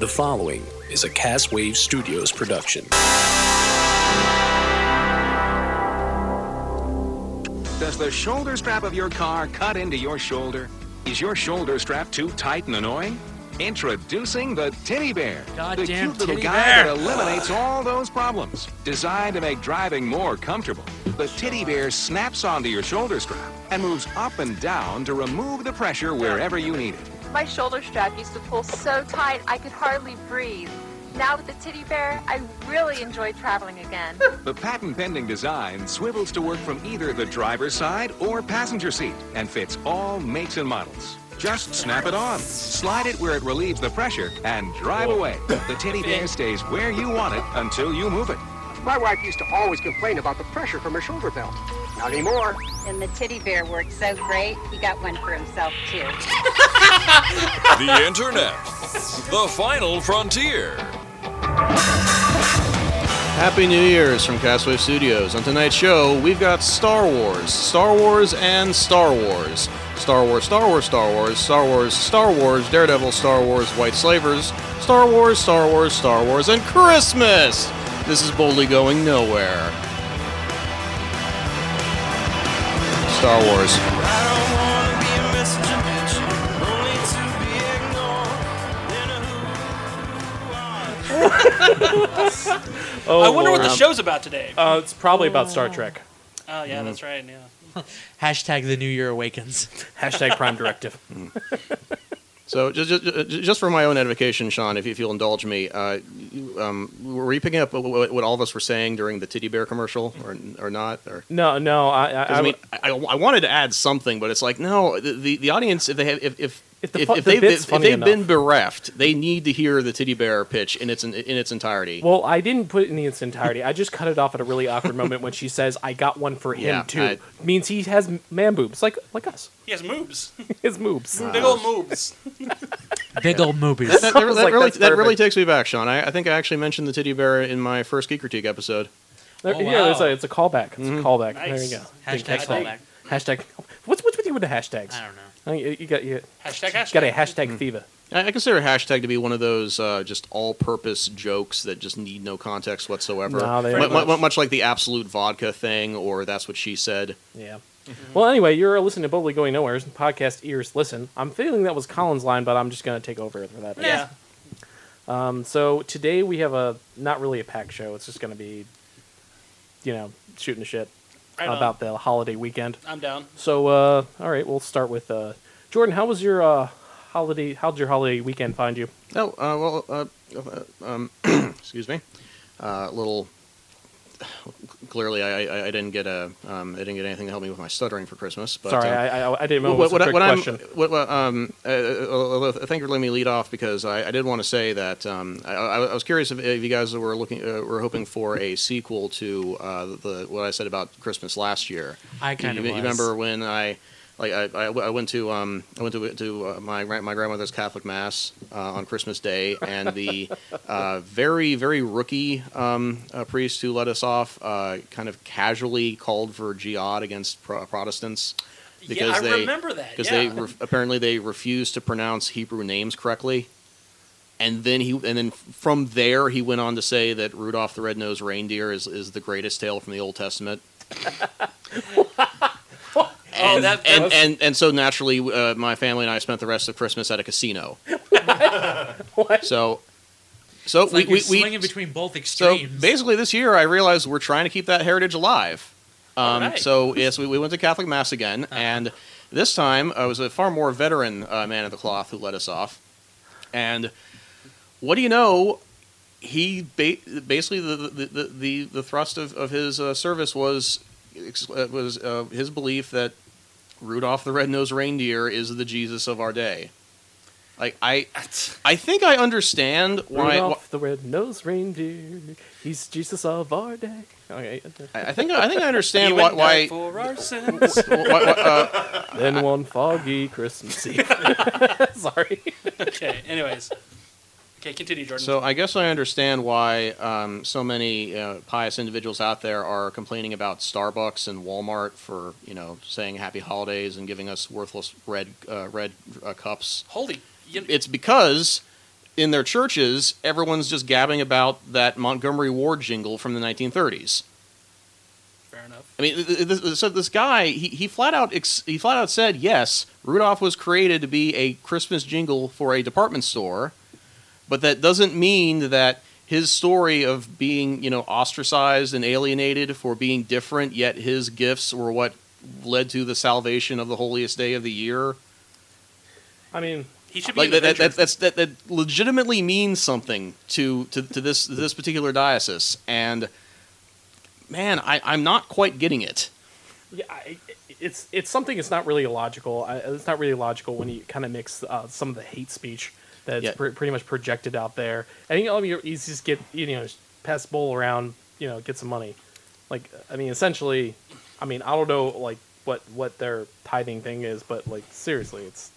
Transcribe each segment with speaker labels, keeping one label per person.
Speaker 1: The following is a Castwave Studios production.
Speaker 2: Does the shoulder strap of your car cut into your shoulder? Is your shoulder strap too tight and annoying? Introducing the Teddy Bear, the
Speaker 3: Goddamn
Speaker 2: cute little
Speaker 3: teddy
Speaker 2: guy
Speaker 3: bear.
Speaker 2: that eliminates all those problems. Designed to make driving more comfortable, the Teddy Bear snaps onto your shoulder strap and moves up and down to remove the pressure wherever you need it.
Speaker 4: My shoulder strap used to pull so tight I could hardly breathe. Now with the titty bear, I really enjoy traveling again.
Speaker 2: The patent pending design swivels to work from either the driver's side or passenger seat and fits all makes and models. Just snap it on, slide it where it relieves the pressure, and drive away. The teddy bear stays where you want it until you move it.
Speaker 5: My wife used to always complain about the pressure from her shoulder belt. Not anymore.
Speaker 6: And the teddy bear worked so great, he got one for himself too.
Speaker 7: The internet. The final frontier.
Speaker 8: Happy New Year's from Castaway Studios. On tonight's show, we've got Star Wars, Star Wars, and Star Wars. Star Wars, Star Wars, Star Wars, Star Wars, Star Wars, Daredevil, Star Wars, White Slavers, Star Wars, Star Wars, Star Wars, and Christmas! This is boldly going nowhere. Star Wars.
Speaker 9: Oh,
Speaker 3: I wonder what
Speaker 9: Lord.
Speaker 3: the show's about today.
Speaker 9: Uh, it's probably about Star Trek.
Speaker 3: oh yeah, that's right. Yeah.
Speaker 10: Hashtag the new year awakens.
Speaker 9: Hashtag Prime Directive.
Speaker 8: So, just, just, just for my own edification, Sean, if, if you'll indulge me, uh, you, um, were you picking up what, what what all of us were saying during the Titty Bear commercial, or, or not? Or
Speaker 9: No, no. I, I,
Speaker 8: 'Cause, I, mean, I, I, I wanted to add something, but it's like no, the, the, the audience if they have if if
Speaker 9: If
Speaker 8: if,
Speaker 9: the fu-
Speaker 8: if
Speaker 9: the
Speaker 8: they've,
Speaker 9: bit's
Speaker 8: if,
Speaker 9: funny
Speaker 8: they've
Speaker 9: enough.
Speaker 8: been bereft, they need to hear the titty bear pitch in its in its entirety.
Speaker 9: well, I didn't put it in its entirety. I just cut it off at a really awkward moment when she says, "I got one for him
Speaker 8: Yeah,
Speaker 9: too."
Speaker 8: I-
Speaker 9: Means he has man boobs, like like us.
Speaker 3: He has moobs.
Speaker 9: His moobs.
Speaker 3: Big old moobs.
Speaker 10: Big old movies.
Speaker 8: that, that- that
Speaker 9: was
Speaker 8: that
Speaker 9: like,
Speaker 8: really
Speaker 9: that's
Speaker 8: that really
Speaker 9: perfect.
Speaker 8: takes me back, Sean. I, I think I actually mentioned the titty bear in my first geek critique episode.
Speaker 9: There-
Speaker 10: Oh,
Speaker 9: yeah, there's
Speaker 10: wow.
Speaker 9: a, it's a callback. It's
Speaker 8: Mm-hmm.
Speaker 9: a callback. There
Speaker 3: Nice.
Speaker 9: you go.
Speaker 10: Hashtag
Speaker 9: Big
Speaker 10: callback.
Speaker 9: Hashtag. What's what's with you with the hashtags?
Speaker 10: I don't know.
Speaker 9: I think You, you got you
Speaker 3: Hashtag hashtag.
Speaker 9: got a hashtag
Speaker 8: Mm.
Speaker 9: fever.
Speaker 8: I, I consider hashtag to be one of those uh, just all-purpose jokes that just need no context whatsoever.
Speaker 9: No, they-
Speaker 8: Mu- mu-
Speaker 9: Pretty much.
Speaker 8: much like the absolute vodka thing, or that's what she said.
Speaker 9: Yeah. Well, anyway, you're listening to Boldly Going Nowhere's podcast ears listen. I'm feeling that was Colin's line, but I'm just gonna take over for that.
Speaker 3: Yeah.
Speaker 9: Um, so today we have a not really a packed show. It's just gonna be, you know, shooting the shit
Speaker 3: Right on.
Speaker 9: about the holiday weekend.
Speaker 3: I'm down.
Speaker 9: So, uh, all right, we'll start with uh, Jordan. How was your uh, holiday? How would your holiday weekend find you?
Speaker 8: Oh, uh, well, uh, uh, um, excuse me. Uh, little. Clearly, I, I, I didn't get a um, I didn't get anything to help me with my stuttering for Christmas. But,
Speaker 9: Sorry,
Speaker 8: um,
Speaker 9: I, I, I didn't know
Speaker 8: what,
Speaker 9: it was
Speaker 8: what
Speaker 9: a
Speaker 8: I-
Speaker 9: trick
Speaker 8: what I'm
Speaker 9: question.
Speaker 8: what, what, um uh, uh, uh, thank you for letting me lead off because I, I did want to say that um I, I I was curious if, if you guys were looking uh, were hoping for a sequel to uh, the what I said about Christmas last year.
Speaker 10: I kind
Speaker 8: You-
Speaker 10: of
Speaker 8: you, remember when I like I, I, I went to um I went to to uh, my gran- my grandmother's Catholic mass uh, on Christmas Day and the uh, very very rookie um, uh, priest who let us off uh, kind of casually called for jihad against pro- Protestants
Speaker 3: yeah, I
Speaker 8: because they
Speaker 3: remember that.
Speaker 8: because
Speaker 3: Yeah.
Speaker 8: they re- apparently they refused to pronounce Hebrew names correctly. And then he, and then from there, he went on to say that Rudolph the Red-Nosed Reindeer is, is the greatest tale from the Old Testament.
Speaker 3: oh, that, that
Speaker 8: And
Speaker 3: was,
Speaker 8: and and so naturally, uh, my family and I spent the rest of Christmas at a casino. So, so
Speaker 10: It's like
Speaker 8: we,
Speaker 10: we,
Speaker 8: we, we
Speaker 10: swinging between both
Speaker 8: so
Speaker 10: extremes.
Speaker 8: basically this year, I realized we're trying to keep that heritage alive. Um,
Speaker 3: Alright.
Speaker 8: So yes, we, we went to Catholic Mass again, and this time I was a far more veteran uh, man of the cloth who led us off. And what do you know? He ba- basically the the, the, the the thrust of, of his uh, service was ex- uh, was uh, his belief that Rudolph the Red-Nosed Reindeer is the Jesus of our day. Like I, I think I understand why.
Speaker 9: Rudolph the red-nosed reindeer, he's Jesus of our day. Okay,
Speaker 8: I I think I think I
Speaker 3: he
Speaker 8: understand why
Speaker 3: went
Speaker 8: why,
Speaker 3: down for our sins.
Speaker 8: why, why uh,
Speaker 9: then one foggy Christmas Eve. Sorry.
Speaker 3: okay. Anyways. Okay, continue, Jordan.
Speaker 8: So I guess I understand why um, so many uh, pious individuals out there are complaining about Starbucks and Walmart for you know saying Happy Holidays and giving us worthless red uh, red uh, cups.
Speaker 3: Holy, you-
Speaker 8: It's because in their churches, everyone's just gabbing about that Montgomery Ward jingle from the 1930s.
Speaker 3: fair enough.
Speaker 8: I mean, th- th- this, so this guy he, he flat out ex, he flat out said yes, Rudolph was created to be a Christmas jingle for a department store, but that doesn't mean that his story of being you know ostracized and alienated for being different, yet his gifts were what led to the salvation of the holiest day of the year.
Speaker 1: I mean,
Speaker 3: he should
Speaker 8: Like that, that, that, that's, that that legitimately means something to to, to this this particular diocese, and man, I, I'm not quite getting it.
Speaker 1: Yeah, I, it's it's something that's not really illogical. I, it's not really logical when you kind of mix uh, some of the hate speech that's
Speaker 8: Yeah.
Speaker 1: pre- pretty much projected out there. I think all of your you just get you know just pass the bowl around, you know, get some money. Like I mean, essentially, I mean I don't know like what what their tithing thing is, but like seriously, it's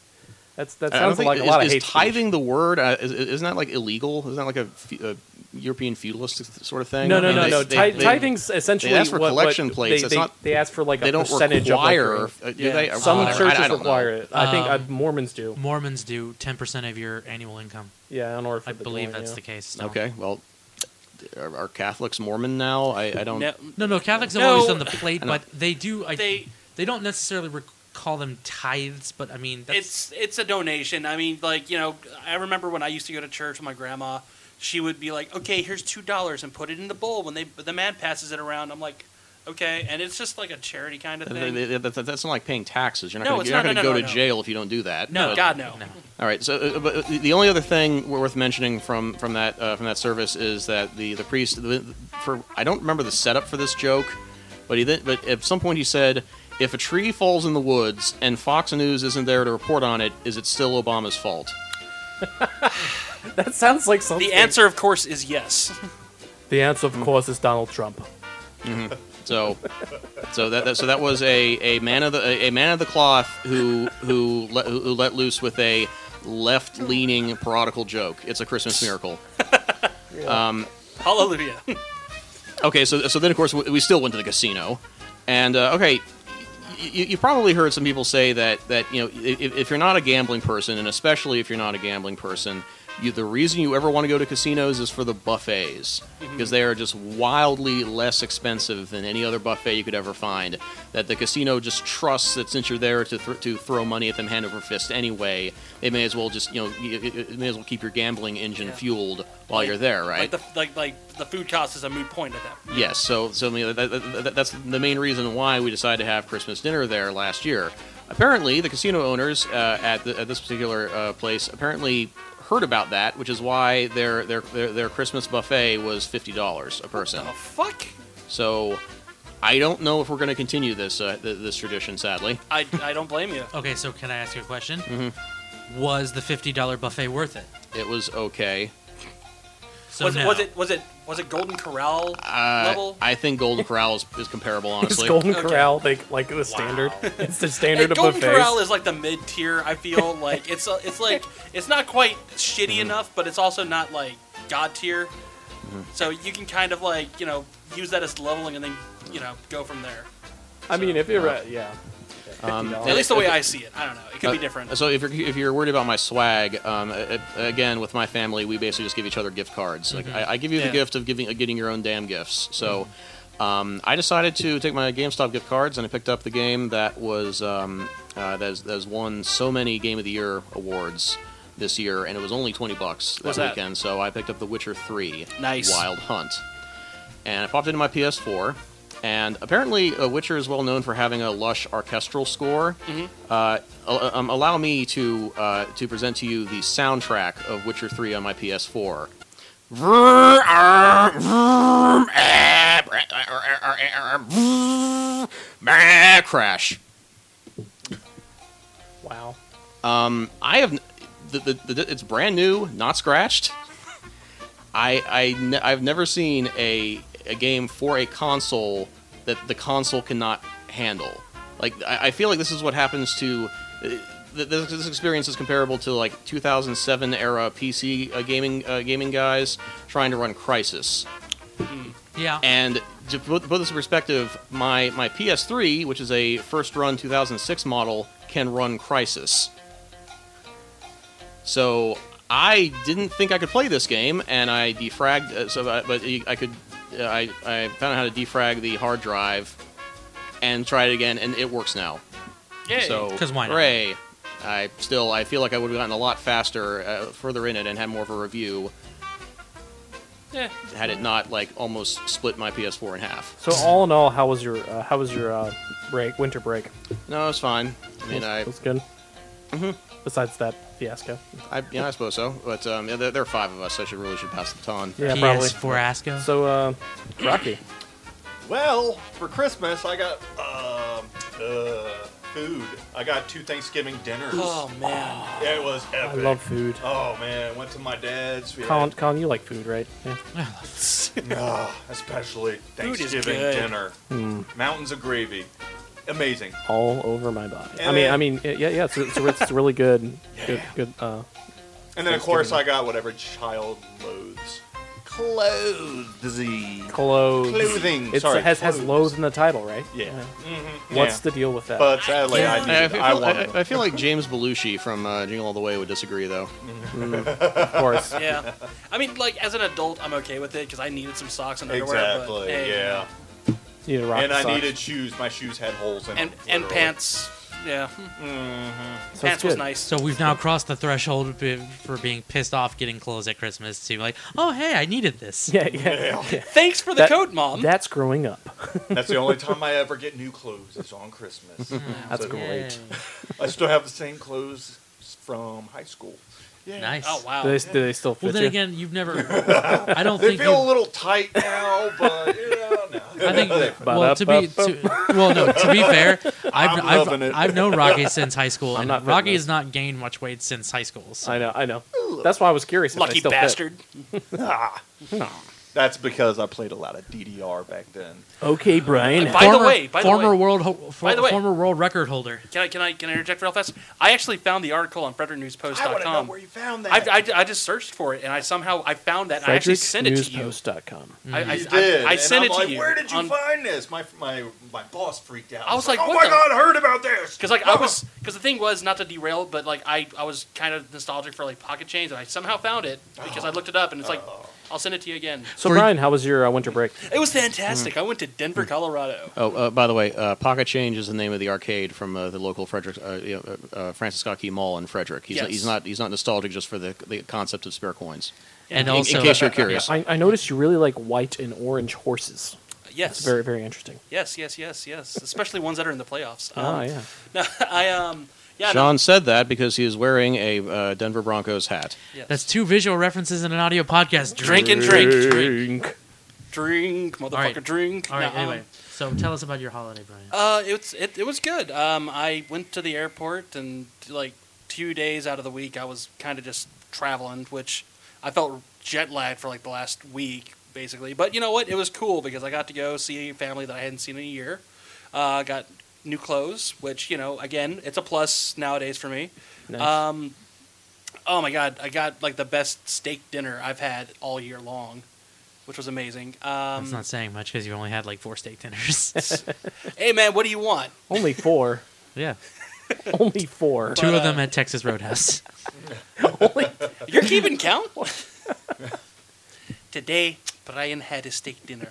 Speaker 1: that's that
Speaker 8: I don't
Speaker 1: sounds
Speaker 8: think-
Speaker 1: like
Speaker 8: is,
Speaker 1: a lot of
Speaker 8: is
Speaker 1: hate. speech.
Speaker 8: tithing the word uh, is, isn't that like illegal? Isn't that like a, fe- a European feudalist sort of thing?
Speaker 1: No, no,
Speaker 8: I mean,
Speaker 1: no,
Speaker 8: they-
Speaker 1: no.
Speaker 8: they-
Speaker 1: Ti-
Speaker 8: they-
Speaker 1: tithing's essentially
Speaker 8: they ask for
Speaker 1: what- what
Speaker 8: collection
Speaker 1: they-
Speaker 8: plates. It's
Speaker 1: they-
Speaker 8: not
Speaker 1: they ask for, like, a
Speaker 8: they don't
Speaker 1: percentage of, like,
Speaker 8: require.
Speaker 1: your-
Speaker 8: uh, do they?
Speaker 1: Some
Speaker 8: Whatever. I-
Speaker 1: churches
Speaker 8: I don't know.
Speaker 1: require it. I think uh,
Speaker 9: Um,
Speaker 1: Mormons do.
Speaker 9: Mormons do 10% of your annual income.
Speaker 1: Yeah, in order for
Speaker 9: I
Speaker 1: the
Speaker 9: believe
Speaker 1: join,
Speaker 9: that's
Speaker 1: yeah.
Speaker 9: the case. still.
Speaker 8: Okay, well, are, are Catholics Mormon now? I, I don't.
Speaker 3: No,
Speaker 9: No, no, Catholics have
Speaker 3: No.
Speaker 9: always done the plate,
Speaker 8: I know.
Speaker 9: but they do. I,
Speaker 3: They-
Speaker 9: they don't necessarily rec- call them tithes, but I mean
Speaker 3: it's
Speaker 9: that's
Speaker 3: it's a donation. I mean, like you know, I remember when I used to go to church with my grandma. She would be like, "Okay, here's two dollars, and put it in the bowl when they the man passes it around." I'm like, "Okay," and it's just like a charity kind of
Speaker 8: Th-
Speaker 3: thing.
Speaker 8: th- th- th- That's not like paying taxes. You're not
Speaker 3: No,
Speaker 8: going
Speaker 3: it's
Speaker 8: to
Speaker 3: not-
Speaker 8: go
Speaker 3: no, no,
Speaker 8: to
Speaker 3: no, no.
Speaker 8: jail if you don't do that.
Speaker 3: no,
Speaker 8: but-
Speaker 3: God no.
Speaker 8: All right. So, uh, but uh, the only other thing w- worth mentioning from from that uh, from that service is that the the priest the, for I don't remember the setup for this joke, but he then, but at some point he said, "If a tree falls in the woods and Fox News isn't there to report on it, is it still Obama's fault?"
Speaker 1: That sounds like something.
Speaker 3: The answer, of course, is yes.
Speaker 1: The answer,
Speaker 8: Mm-hmm.
Speaker 1: of course, is Donald Trump.
Speaker 8: So, so that, that so that was a, a man of the a a man of the cloth who who let, who let loose with a left leaning parodical joke. It's a Christmas miracle. Um,
Speaker 3: Hallelujah.
Speaker 8: Okay, so so then of course we we still went to the casino, and uh, okay, you, you've probably heard some people say that that you know if, if you're not a gambling person, and especially if you're not a gambling person, you, the reason you ever want to go to casinos is for the buffets
Speaker 3: Mm-hmm.
Speaker 8: because they are just wildly less expensive than any other buffet you could ever find. That the casino just trusts that since you're there to th- to throw money at them hand over fist anyway, they may as well just you know you, you- you may as well keep your gambling engine
Speaker 3: Yeah.
Speaker 8: fueled while you're there, right?
Speaker 3: Like the like like the food cost is a moot point at that.
Speaker 8: Yes, so so I mean, that, that, that- that's the main reason why we decided to have Christmas dinner there last year. Apparently, the casino owners uh, at, the, at this particular uh, place apparently heard about that, which is why their their their, their Christmas buffet was fifty dollars a person.
Speaker 3: The fuck.
Speaker 8: So I don't know if we're going to continue this uh, th- this tradition, sadly.
Speaker 3: I, I don't blame you.
Speaker 9: okay. So can I ask you a question? Was the fifty dollar buffet worth it?
Speaker 8: It was okay.
Speaker 9: So
Speaker 3: was, it,
Speaker 9: no.
Speaker 3: was it was it was it Golden Corral
Speaker 8: Uh,
Speaker 3: level?
Speaker 8: I think Golden Corral is, is comparable,
Speaker 1: Is
Speaker 8: honestly.
Speaker 1: Golden Corral like like the standard? It's the
Speaker 3: Hey,
Speaker 1: standard of
Speaker 3: Golden
Speaker 1: buffets.
Speaker 3: Corral is like the mid tier. I feel like it's uh, it's like it's not quite shitty
Speaker 9: Mm-hmm.
Speaker 3: enough, but it's also not like god tier.
Speaker 9: Mm-hmm.
Speaker 3: So you can kind of like you know use that as leveling and then you know go from there.
Speaker 1: I mean, if you're right, yeah.
Speaker 8: Um,
Speaker 1: $50.
Speaker 3: At least the way
Speaker 8: okay.
Speaker 3: I see it. I don't know. It could be
Speaker 8: Uh,
Speaker 3: different.
Speaker 8: So if you're if you're worried about my swag, um, uh, again with my family, we basically just give each other gift cards. Like I, I give you
Speaker 3: Mm-hmm. Yeah.
Speaker 8: the gift of giving of getting your own damn gifts. So. Um, I decided to take my GameStop gift cards and I picked up the game that was um, uh, that, has, that has won so many Game of the Year awards this year, and it was only twenty bucks that
Speaker 3: What's that?
Speaker 8: weekend. So I picked up The Witcher Three,
Speaker 3: Nice.
Speaker 8: Wild Hunt, and I popped into my PS4. And apparently, uh, Witcher is well known for having a lush orchestral score. Uh, al- um, allow me to uh, to present to you the soundtrack of Witcher 3 on my PS4. Vroom, ah, vroom, ah, br- ah, ah, ah, ah, ah, vroom, bah, Crash.
Speaker 1: Wow.
Speaker 8: Um, I have n- the, the, the, it's brand new, not scratched. I I ne- I've never seen a a game for a console that the console cannot handle. Like I, I feel like this is what happens to uh, th- this, this experience is comparable to like 2007 era PC uh, gaming uh, gaming guys trying to run Crisis.
Speaker 6: Yeah.
Speaker 8: And to put, put this in perspective, my my PS3, which is a first run 2006 model, can run Crisis. So I didn't think I could play this game, and I defragged. Uh, so, I, but I could. Uh, I I found out how to defrag the hard drive, and try it again, and it works now.
Speaker 6: Yay.
Speaker 8: So
Speaker 6: 'Cause why not?
Speaker 8: hooray. I still I feel like I would have gotten a lot faster, uh, further in it, and had more of a review
Speaker 3: Yeah.
Speaker 8: had it not like almost split my PS4 in half.
Speaker 9: So all in all, how was your uh, how was your uh, break winter break?
Speaker 8: No, it's fine. I mean,
Speaker 9: That's-
Speaker 8: I
Speaker 9: that's good.
Speaker 8: Mhm.
Speaker 3: Mm-hmm.
Speaker 9: Besides that fiasco,
Speaker 8: I yeah, I suppose so. But um, yeah, there, there are five of us. so I should really should pass the baton.
Speaker 9: yeah, probably
Speaker 6: Asco.
Speaker 9: So uh, Rocky,
Speaker 5: Well, for Christmas, I got um, uh, food. I got two Thanksgiving dinners.
Speaker 3: Oh man.
Speaker 5: Yeah, it was
Speaker 9: I
Speaker 5: epic.
Speaker 9: love food.
Speaker 5: Oh man, went to my dad's. we had-
Speaker 9: Colin, Colin, you like food, right? Yeah.
Speaker 5: Ah, especially
Speaker 3: Food is
Speaker 5: Thanksgiving
Speaker 3: good.
Speaker 5: dinner.
Speaker 9: Mm.
Speaker 5: Mountains of gravy, amazing.
Speaker 9: All over my body. I
Speaker 5: And
Speaker 9: mean,
Speaker 5: then-
Speaker 9: I mean, yeah, yeah. It's, it's, it's really good, good, good. Uh,
Speaker 5: And then of course I got whatever child loathes. Clothes.
Speaker 9: clothes.
Speaker 5: Clothing,
Speaker 9: It's,
Speaker 5: sorry,
Speaker 9: has has
Speaker 5: clothes.
Speaker 9: lows in the title, right?
Speaker 5: Yeah. Mm-hmm.
Speaker 9: What's the deal with that?
Speaker 5: But sadly,
Speaker 8: I,
Speaker 5: I,
Speaker 8: I
Speaker 5: needed,
Speaker 8: feel,
Speaker 5: I wanted
Speaker 8: I-
Speaker 5: them.
Speaker 8: I feel like James Belushi from uh, Jingle All the Way would disagree, though.
Speaker 9: of course.
Speaker 3: Yeah. I mean, like as an adult, I'm okay with it because I needed some socks and underwear.
Speaker 5: Exactly.
Speaker 3: But, hey,
Speaker 5: yeah.
Speaker 9: You need a rock
Speaker 5: and I
Speaker 9: sock.
Speaker 5: needed shoes. My shoes had holes in
Speaker 3: And
Speaker 5: them.
Speaker 3: and
Speaker 5: literally. Mm-hmm.
Speaker 3: pants. Yeah.
Speaker 9: So it's
Speaker 3: pants was
Speaker 9: good.
Speaker 3: nice.
Speaker 6: So we've now crossed the threshold be- for being pissed off getting clothes at Christmas to like, oh hey, I needed this.
Speaker 9: Yeah, yeah. yeah.
Speaker 3: Thanks for the
Speaker 9: That-
Speaker 3: code, mom.
Speaker 9: That's growing up.
Speaker 5: That's the only time I ever get new clothes is on Christmas.
Speaker 9: That's
Speaker 5: So
Speaker 9: great.
Speaker 5: I still have the same clothes from high school.
Speaker 6: Yay. Nice.
Speaker 3: oh wow.
Speaker 9: Do they, do they still fit
Speaker 6: Well, then
Speaker 9: you?
Speaker 6: again, you've never. I don't
Speaker 5: They
Speaker 6: think.
Speaker 5: feel a
Speaker 6: you-
Speaker 5: little tight now, but you know, no.
Speaker 6: I think. Well, to be
Speaker 9: Ba-da-ba-ba.
Speaker 6: to, well, no. To be fair, I've
Speaker 5: I'm
Speaker 6: I've,
Speaker 5: loving it.
Speaker 6: I've known Rocky since high school, and
Speaker 9: not fitting
Speaker 6: Rocky
Speaker 9: it.
Speaker 6: has not gained much weight since high school. So.
Speaker 9: I know, I know. That's why I was curious. If they
Speaker 3: Lucky
Speaker 9: still
Speaker 3: bastard.
Speaker 5: That's because I played a lot of DDR back then.
Speaker 9: Fit. Okay, Brian.
Speaker 3: By the
Speaker 6: Former-
Speaker 3: way, by the
Speaker 6: former
Speaker 3: way.
Speaker 6: world ho- for,
Speaker 3: By the way.
Speaker 6: former world record holder.
Speaker 3: Can I can I can I interject real fast? I actually found the article on
Speaker 5: I want to know
Speaker 3: FrederickNewsPost.com.
Speaker 5: where you found
Speaker 3: I,
Speaker 5: that.
Speaker 3: I, I just searched for it and I somehow I found that and I actually sent it to you.
Speaker 9: FrederickNewsPost.com.
Speaker 6: Mm.
Speaker 3: I, I,
Speaker 5: you did.
Speaker 3: I, I
Speaker 5: and I'm
Speaker 3: sent it to
Speaker 5: like,
Speaker 3: you.
Speaker 5: Where did you find this? My my my boss freaked out.
Speaker 3: I was
Speaker 5: He's
Speaker 3: like,
Speaker 5: oh
Speaker 3: what
Speaker 5: my
Speaker 3: the-
Speaker 5: god, I heard about this.
Speaker 3: Because like I was, because the thing was not to derail, but like I, I was kind of nostalgic for like Pocket Chains, and I somehow found it because I looked it up, and it's like,
Speaker 5: Oh.
Speaker 3: I'll send it to you again.
Speaker 9: So,
Speaker 6: For-
Speaker 9: Brian, how was your uh, winter break?
Speaker 3: It was fantastic. I went to Denver,
Speaker 6: Hmm.
Speaker 3: Colorado.
Speaker 8: Oh, uh, by the way, uh, Pocket Change is the name of the arcade from uh, the local Frederick, uh, you know, uh, uh, Francis Scott Key Mall in Frederick. He's, not,
Speaker 3: Yes.
Speaker 8: he's not he's not nostalgic just for the, the concept of spare coins.
Speaker 6: And
Speaker 8: In, in
Speaker 6: also,
Speaker 8: case you're curious,
Speaker 9: I, I noticed you really like white and orange horses.
Speaker 3: Yes,
Speaker 9: It's very, very interesting.
Speaker 3: yes, yes, yes, yes. Especially ones that are in the playoffs. Um,
Speaker 9: Oh, yeah.
Speaker 3: No, I um, yeah, no,
Speaker 8: John said that because he is wearing a uh, Denver Broncos hat.
Speaker 3: yes.
Speaker 6: that's two visual references in an audio podcast.
Speaker 3: Drink and drink, drink, drink, motherfucker,
Speaker 6: right.
Speaker 3: drink.
Speaker 6: All right.
Speaker 3: No, um,
Speaker 6: anyway, so tell us about your holiday, Brian.
Speaker 3: Uh, it was it, it was good. Um, I went to the airport and like two days out of the week, I was kind of just traveling, which I felt jet lagged for like the last week basically. But you know what? It was cool because I got to go see family that I hadn't seen in a year. Uh, got new clothes, which you know, again, it's a plus nowadays for me.
Speaker 9: Nice.
Speaker 3: Um, oh my god, I got like the best steak dinner I've had all year long, which was amazing.
Speaker 6: That's
Speaker 3: Um,
Speaker 6: not saying much because you only had like four steak dinners.
Speaker 3: hey man, what do you want?
Speaker 9: Only four.
Speaker 6: yeah,
Speaker 9: Only four.
Speaker 6: two of them at Texas Roadhouse.
Speaker 3: You're keeping count? Today, Brian had a steak dinner.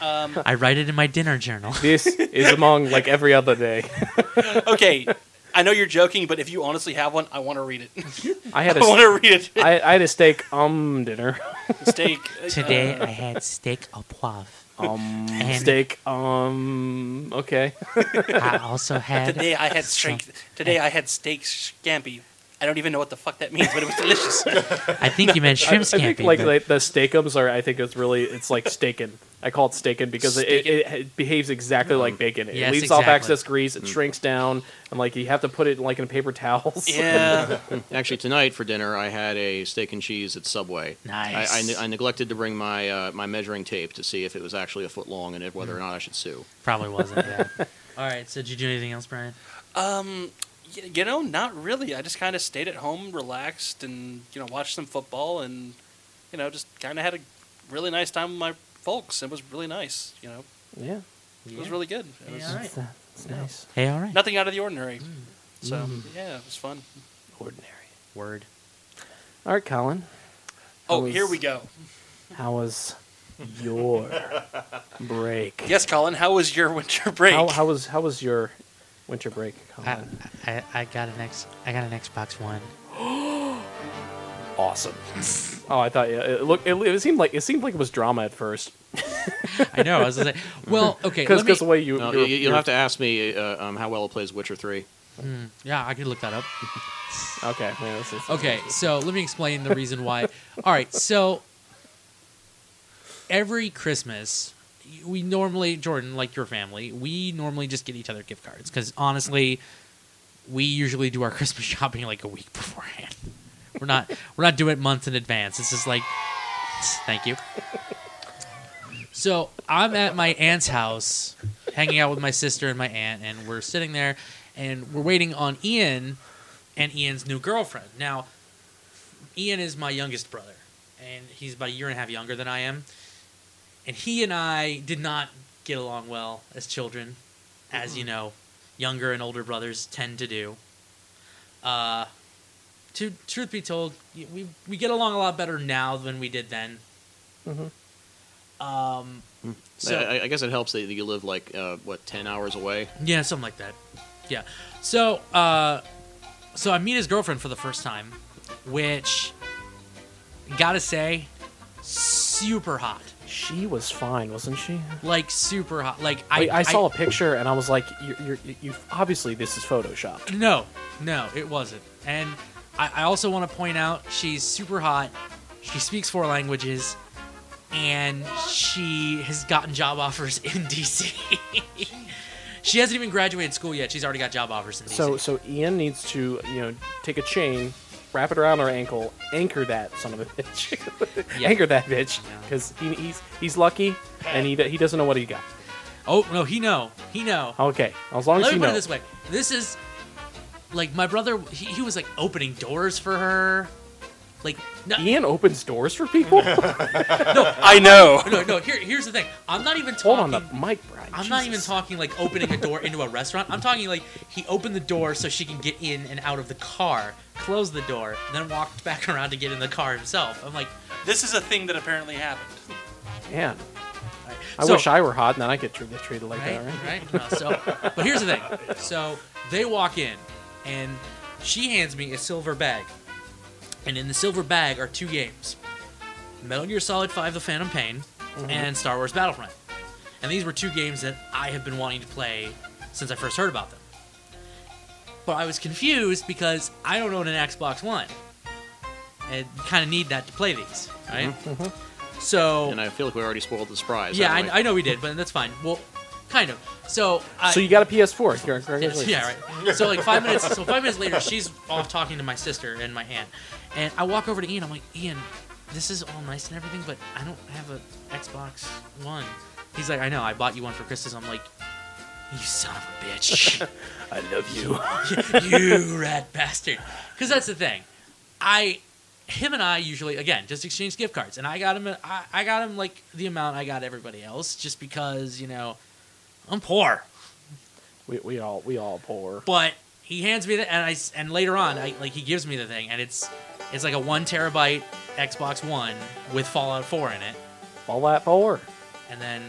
Speaker 3: Um,
Speaker 6: I write it in my dinner journal.
Speaker 9: This is among like every other day.
Speaker 3: okay, I know you're joking, but if you honestly have one, I want to read it.
Speaker 9: I had
Speaker 3: I
Speaker 9: a,
Speaker 3: want to read it.
Speaker 9: I, I had a steak um dinner.
Speaker 3: steak uh,
Speaker 6: Today I had steak au poivre.
Speaker 9: Um
Speaker 6: And-
Speaker 9: steak um okay.
Speaker 6: I also had
Speaker 3: today I had steak. Today I had steak scampi. I don't even know what the fuck that means, but it was delicious.
Speaker 6: I think you meant shrimp
Speaker 9: I think
Speaker 6: scampi.
Speaker 9: like
Speaker 6: but-
Speaker 9: like, the steakums are. I think it's really it's like staken. I call it staken because it, it, it, behaves exactly
Speaker 3: Mm.
Speaker 9: like bacon. It
Speaker 6: Yes,
Speaker 9: leaves off
Speaker 6: exactly.
Speaker 9: excess grease. It shrinks down, and like you have to put it like in paper towels.
Speaker 3: Yeah,
Speaker 8: Actually, tonight for dinner, I had a steak and cheese at Subway.
Speaker 6: Nice.
Speaker 8: I, I, ne- I neglected to bring my uh, my measuring tape to see if it was actually a foot long and if, whether or not I should sue.
Speaker 6: Probably wasn't. Yeah. All right. So did you do anything else, Brian?
Speaker 3: y- you know, not really. I just kind of stayed at home, relaxed, and you know, watched some football, and you know, just kind of had a really nice time with my folks. It was really nice. You know,
Speaker 9: Yeah.
Speaker 3: it was really good. It
Speaker 9: Yeah,
Speaker 3: was,
Speaker 9: alright. That's- that's
Speaker 3: yeah.
Speaker 9: nice.
Speaker 6: Hey, alright.
Speaker 3: Nothing out of the ordinary. So
Speaker 9: Mm.
Speaker 6: Mm-hmm.
Speaker 3: yeah, it was fun.
Speaker 9: Ordinary.
Speaker 6: Word.
Speaker 9: All right, Colin. How
Speaker 3: Oh, here
Speaker 9: was-
Speaker 3: we go.
Speaker 9: How was your break?
Speaker 3: Yes, Colin. How was your winter break?
Speaker 9: How, how was how was your winter break, Colin?
Speaker 6: I, I got an X. I got an Xbox One.
Speaker 9: awesome. oh, I thought yeah. It looked. It, it seemed like it seemed like it was drama at first.
Speaker 6: I know. I was gonna say. Well, okay.
Speaker 9: Because
Speaker 6: let me-
Speaker 9: the way you
Speaker 8: No,
Speaker 9: you're-
Speaker 8: you,
Speaker 9: you're-
Speaker 8: will have to ask me uh, um, how well it plays Witcher Three.
Speaker 6: Mm, yeah, I can look that up.
Speaker 9: okay.
Speaker 6: Okay, so let me explain the reason why. All right, so every Christmas, we normally, Jordan, like your family, we normally just get each other gift cards because honestly, we usually do our Christmas shopping like a week beforehand. We're not we're not doing it months in advance. It's just like, thank you. So I'm at my aunt's house, hanging out with my sister and my aunt, and we're sitting there, and we're waiting on Ian and Ian's new girlfriend. Now, Ian is my youngest brother, and he's about a year and a half younger than I am. And he and I did not get along well as children, as you know, younger and older brothers tend to do. Uh, to truth be told, we we get along a lot better now than we did then.
Speaker 9: Mhm.
Speaker 6: Um,
Speaker 8: So,
Speaker 6: So-
Speaker 8: Mm. I, I guess it helps that you live like uh, what ten hours away.
Speaker 6: Yeah, something like that. Yeah. So, uh, so I meet his girlfriend for the first time, which, gotta say, super hot.
Speaker 9: She was fine, wasn't she?
Speaker 6: Like super hot. Like
Speaker 9: Wait,
Speaker 6: I,
Speaker 9: I, saw a picture and I was like, you're, you're, you obviously this is photoshopped.
Speaker 6: No, no, it wasn't. And I, I also want to point out she's super hot. She speaks four languages, and she has gotten job offers in DC. she hasn't even graduated school yet. She's already got job offers in DC.
Speaker 9: So so Ian needs to you know take a chain, wrap it around her ankle, anchor that son of a bitch, anchor that bitch, because he, he's he's lucky and he he doesn't know what he got.
Speaker 6: Oh no, he know he know.
Speaker 9: Okay, as long as
Speaker 6: Let
Speaker 9: you
Speaker 6: me
Speaker 9: know.
Speaker 6: put it this way: this is like my brother. He, he was like opening doors for her. Like no,
Speaker 9: Ian opens doors for people.
Speaker 6: no,
Speaker 3: I know.
Speaker 6: No, no. Here, here's the thing. I'm not even talking.
Speaker 9: Hold on the mic, Brian.
Speaker 6: I'm not even talking like opening a door into a restaurant. I'm talking like he opened the door so she can get in and out of the car, closed the door, then walked back around to get in the car himself. I'm like,
Speaker 3: this is a thing that apparently happened.
Speaker 9: Man, I
Speaker 6: So-
Speaker 9: wish I were hot and then I could treat, treated like
Speaker 6: right,
Speaker 9: that. Right?
Speaker 6: right. No, so, but here's the thing. So they walk in, and she hands me a silver bag, and in the silver bag are two games: Metal Gear Solid Five: The Phantom Pain,
Speaker 9: Mhm.
Speaker 6: and Star Wars Battlefront. And these were two games that I have been wanting to play since I first heard about them. But I was confused because I don't own an Xbox One, and kind of need that to play these, right? So,
Speaker 8: and I feel like we already spoiled the surprise.
Speaker 6: Oh. Yeah,
Speaker 8: haven't we?
Speaker 6: I, I know we did, but that's fine. Well, kind of. So, I,
Speaker 9: So you got a PS4. Here,
Speaker 6: Yes,
Speaker 9: Congratulations.
Speaker 6: yeah, right. So like five minutes. So five minutes later, she's off talking to my sister and my aunt, and I walk over to Ian. I'm like, Ian, this is all nice and everything, but I don't have a Xbox One. He's like, I know. I bought you one for Christmas. I'm like, you son of a bitch.
Speaker 9: I love you.
Speaker 6: you rat bastard. Because that's the thing. I, him and I usually again just exchange gift cards, and I got him. I, I got him like the amount I got everybody else, just because you know, I'm poor.
Speaker 9: We, we all we all poor.
Speaker 6: But he hands me the and I s- and later on, I, like he gives me the thing, and it's it's like a one terabyte Xbox One with Fallout Four in it,
Speaker 9: Fallout 4.
Speaker 6: and then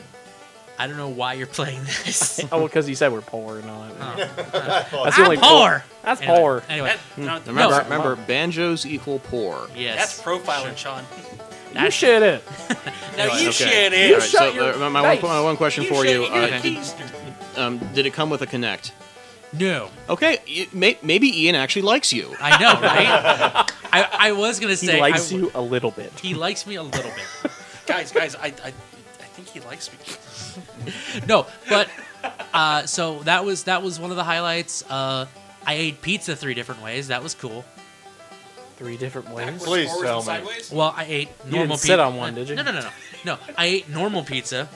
Speaker 6: I don't know why you're playing this.
Speaker 9: oh, well, because he said we're poor and all that.
Speaker 6: Oh.
Speaker 9: That's the
Speaker 6: I'm
Speaker 9: only
Speaker 6: poor.
Speaker 9: That's
Speaker 6: Anyway,
Speaker 9: poor.
Speaker 6: anyway.
Speaker 8: Hmm.
Speaker 6: No,
Speaker 8: remember,
Speaker 6: no.
Speaker 8: remember, banjos equal poor.
Speaker 6: Yes.
Speaker 3: That's profiling, Sean.
Speaker 9: you shit it.
Speaker 3: Now you
Speaker 8: Okay.
Speaker 3: shit it.
Speaker 8: All right, so uh, my, my, one, my one question for you: uh, did, um, did it come with a connect?
Speaker 6: No.
Speaker 8: Okay, it, may, maybe Ian actually likes you.
Speaker 6: I know, right? I, I was gonna
Speaker 8: He
Speaker 6: say
Speaker 8: likes
Speaker 6: I,
Speaker 8: you
Speaker 9: a little bit.
Speaker 6: He likes me a little bit.
Speaker 3: guys, guys, I, I, I think he likes me.
Speaker 6: No, but uh, so that was that was one of the highlights. Uh, I ate pizza three different ways. That was cool.
Speaker 9: Three different ways.
Speaker 6: Please forwards, tell and me. sideways? Well, I ate
Speaker 9: You
Speaker 6: normal
Speaker 9: didn't sit
Speaker 6: pi-
Speaker 9: on one, did you?
Speaker 6: No, no, no, no. No, I ate normal pizza.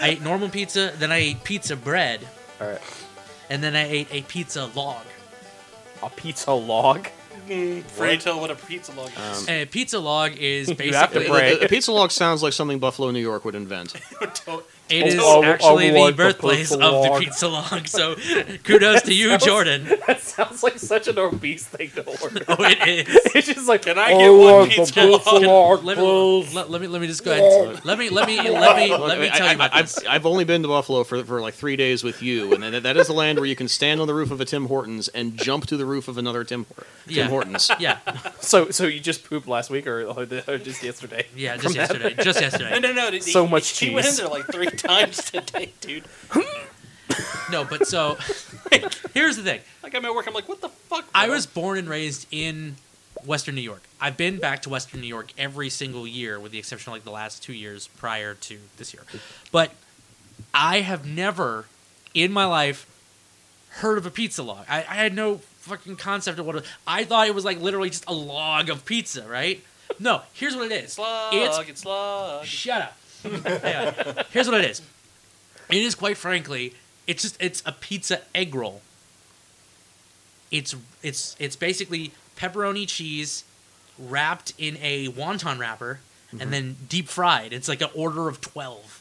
Speaker 6: I ate normal pizza, then I ate pizza bread.
Speaker 9: All right.
Speaker 6: and then I ate a pizza log.
Speaker 9: A pizza log?
Speaker 3: Pray tell what a pizza log is.
Speaker 6: a pizza log is basically
Speaker 8: Uh, A, pizza log sounds like something Buffalo, New York would invent.
Speaker 9: Um,
Speaker 6: It is
Speaker 8: Oh, I- I
Speaker 6: actually the
Speaker 8: want the
Speaker 6: birthplace
Speaker 8: pizza
Speaker 6: of the
Speaker 8: log.
Speaker 6: pizza log. So kudos
Speaker 9: That
Speaker 6: to you,
Speaker 9: sounds-
Speaker 6: Jordan.
Speaker 9: That sounds like such an obese thing to order.
Speaker 6: Oh, it is.
Speaker 9: it's just like,
Speaker 6: can
Speaker 9: I get one pizza log,
Speaker 6: Let me,
Speaker 9: please?
Speaker 6: let, let me let me just go ahead. Let me let me let me
Speaker 8: Look,
Speaker 6: let me
Speaker 8: I-
Speaker 6: tell
Speaker 8: I,
Speaker 6: you about
Speaker 8: I-
Speaker 6: this.
Speaker 8: I've, I've only been to Buffalo for, for like three days with you, and that, that is the land where you can stand on the roof of a Tim Hortons and jump to the roof of another Tim, Hor- Tim
Speaker 6: Yeah.
Speaker 8: Hortons.
Speaker 6: Yeah.
Speaker 9: So, so you just pooped last week or, or the- or just yesterday?
Speaker 6: Yeah,
Speaker 9: From that?
Speaker 3: No, no, no. dude,
Speaker 9: so
Speaker 3: he,
Speaker 9: much
Speaker 3: He
Speaker 9: cheese.
Speaker 3: went in there like three times today, dude.
Speaker 6: No, but so here's the thing.
Speaker 3: Like I'm at work, I'm like, what the fuck?
Speaker 6: I was born and raised in Western New York. I've been back to Western New York every single year, with the exception of like the last two years prior to this year. But I have never in my life heard of a pizza log. I, I had no fucking concept of what it I thought it was like literally just a log of pizza, right? No, here's what it is.
Speaker 3: Slug,
Speaker 6: It's
Speaker 3: it's slug.
Speaker 6: Shut up. Hang on. Here's what it is. It is quite frankly, it's just it's a pizza egg roll. It's it's it's basically pepperoni cheese wrapped in a wonton wrapper
Speaker 9: Mhm.
Speaker 6: and then deep fried. It's like an order of twelve.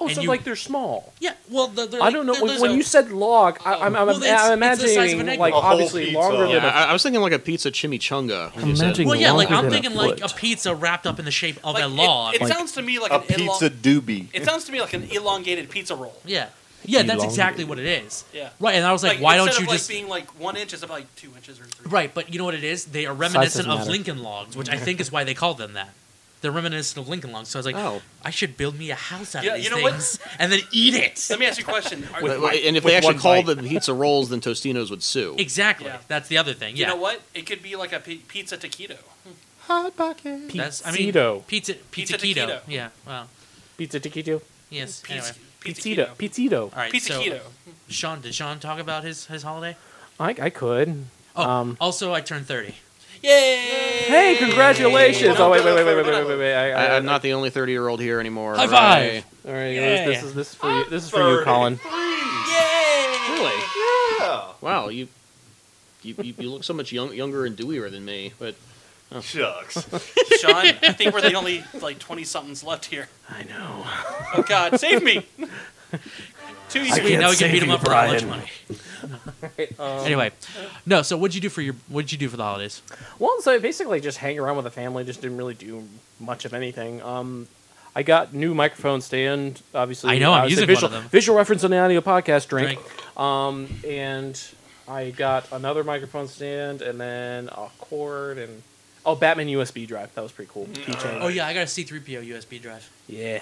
Speaker 9: Oh,
Speaker 6: And
Speaker 9: so
Speaker 6: you-
Speaker 9: like they're small.
Speaker 6: Yeah, well, the, they're
Speaker 9: I
Speaker 6: like-
Speaker 9: don't know.
Speaker 6: they're-
Speaker 9: When,
Speaker 6: those
Speaker 9: when
Speaker 6: are-
Speaker 9: you said log, I, I'm, I'm,
Speaker 6: Well, it's-
Speaker 9: I'm
Speaker 6: it's the size of an
Speaker 9: imagining
Speaker 6: egg
Speaker 9: like
Speaker 6: roll. A whole
Speaker 9: obviously
Speaker 6: pizza.
Speaker 9: longer
Speaker 8: Yeah,
Speaker 9: than a
Speaker 8: I, I was thinking like a pizza chimichanga. when you said-
Speaker 6: well, yeah, like I'm thinking like a pizza wrapped up in the shape of a log.
Speaker 3: It sounds to me like an elong- It sounds to me like an elongated pizza roll.
Speaker 6: Yeah, yeah, that's exactly what it is.
Speaker 3: Yeah.
Speaker 6: right. And I was like, why
Speaker 3: instead
Speaker 6: don't
Speaker 3: of,
Speaker 6: you
Speaker 3: like,
Speaker 6: just
Speaker 3: being like one inch is like two inches or three.
Speaker 6: Right, but you know what it is? They are
Speaker 3: Size
Speaker 6: reminiscent
Speaker 3: doesn't
Speaker 6: of
Speaker 3: matter.
Speaker 6: Lincoln logs, which I think is why they called them that. They're reminiscent of Lincoln logs, so I was like,
Speaker 8: Oh.
Speaker 6: I should build me a house out
Speaker 3: Yeah,
Speaker 6: of these
Speaker 3: you know what?
Speaker 6: things and then eat it.
Speaker 3: Let me ask you a question. Are-
Speaker 8: Wait, wait, and if they actually called them pizza rolls, then Tostinos would sue.
Speaker 6: Exactly. That's the other thing.
Speaker 3: you
Speaker 6: Yeah.
Speaker 3: know what? It could be like a pi- pizza taquito.
Speaker 9: hot pocket.
Speaker 6: That's I mean
Speaker 9: Pizzito.
Speaker 6: pizza pizza
Speaker 3: Pizza
Speaker 6: keto.
Speaker 3: taquito.
Speaker 6: Yeah. Wow.
Speaker 9: Pizza taquito.
Speaker 6: Yes.
Speaker 9: Pizz-
Speaker 6: Anyway.
Speaker 9: Pizzito. Pizzito.
Speaker 6: All right.
Speaker 3: Pizza
Speaker 6: so,
Speaker 3: keto.
Speaker 6: Sean, did Sean talk about his his holiday?
Speaker 9: I, I could.
Speaker 6: Oh,
Speaker 9: Um,
Speaker 6: also I turned 30.
Speaker 3: Yay!
Speaker 9: hey, congratulations! Oh wait, wait, wait, wait, wait, wait, wait, wait! I,
Speaker 8: I, I'm not the only 30 year old here anymore.
Speaker 9: High
Speaker 8: Hooray.
Speaker 9: five! All right, you know, this- this
Speaker 8: Yeah.
Speaker 9: is this is for you. This is for you, Colin.
Speaker 8: Really?
Speaker 5: Yeah.
Speaker 8: Wow, you you, you, you look so much young, younger and dewier than me. But oh.
Speaker 5: shucks.
Speaker 3: Sean, I think we're the only like twenty somethings left here.
Speaker 9: I know.
Speaker 3: Oh God, save me! Too easy.
Speaker 6: Sweet, now we can beat him up for all lunch
Speaker 9: Brian.
Speaker 6: money.
Speaker 9: um,
Speaker 6: anyway, no. So what'd you do for your what'd you do for the holidays?
Speaker 9: Well, so I basically just hang around with the family. Just didn't really do much of anything. Um, I got new microphone stand. Obviously,
Speaker 6: I know, I'm using
Speaker 9: obviously
Speaker 6: one
Speaker 9: visual,
Speaker 6: of them.
Speaker 9: Visual reference on the audio podcast drink. Um, and I got another microphone stand, and then a cord, and oh, Batman USB drive. That was pretty cool. Keychain.
Speaker 6: Oh yeah, I got a C3PO USB drive.
Speaker 9: Yeah,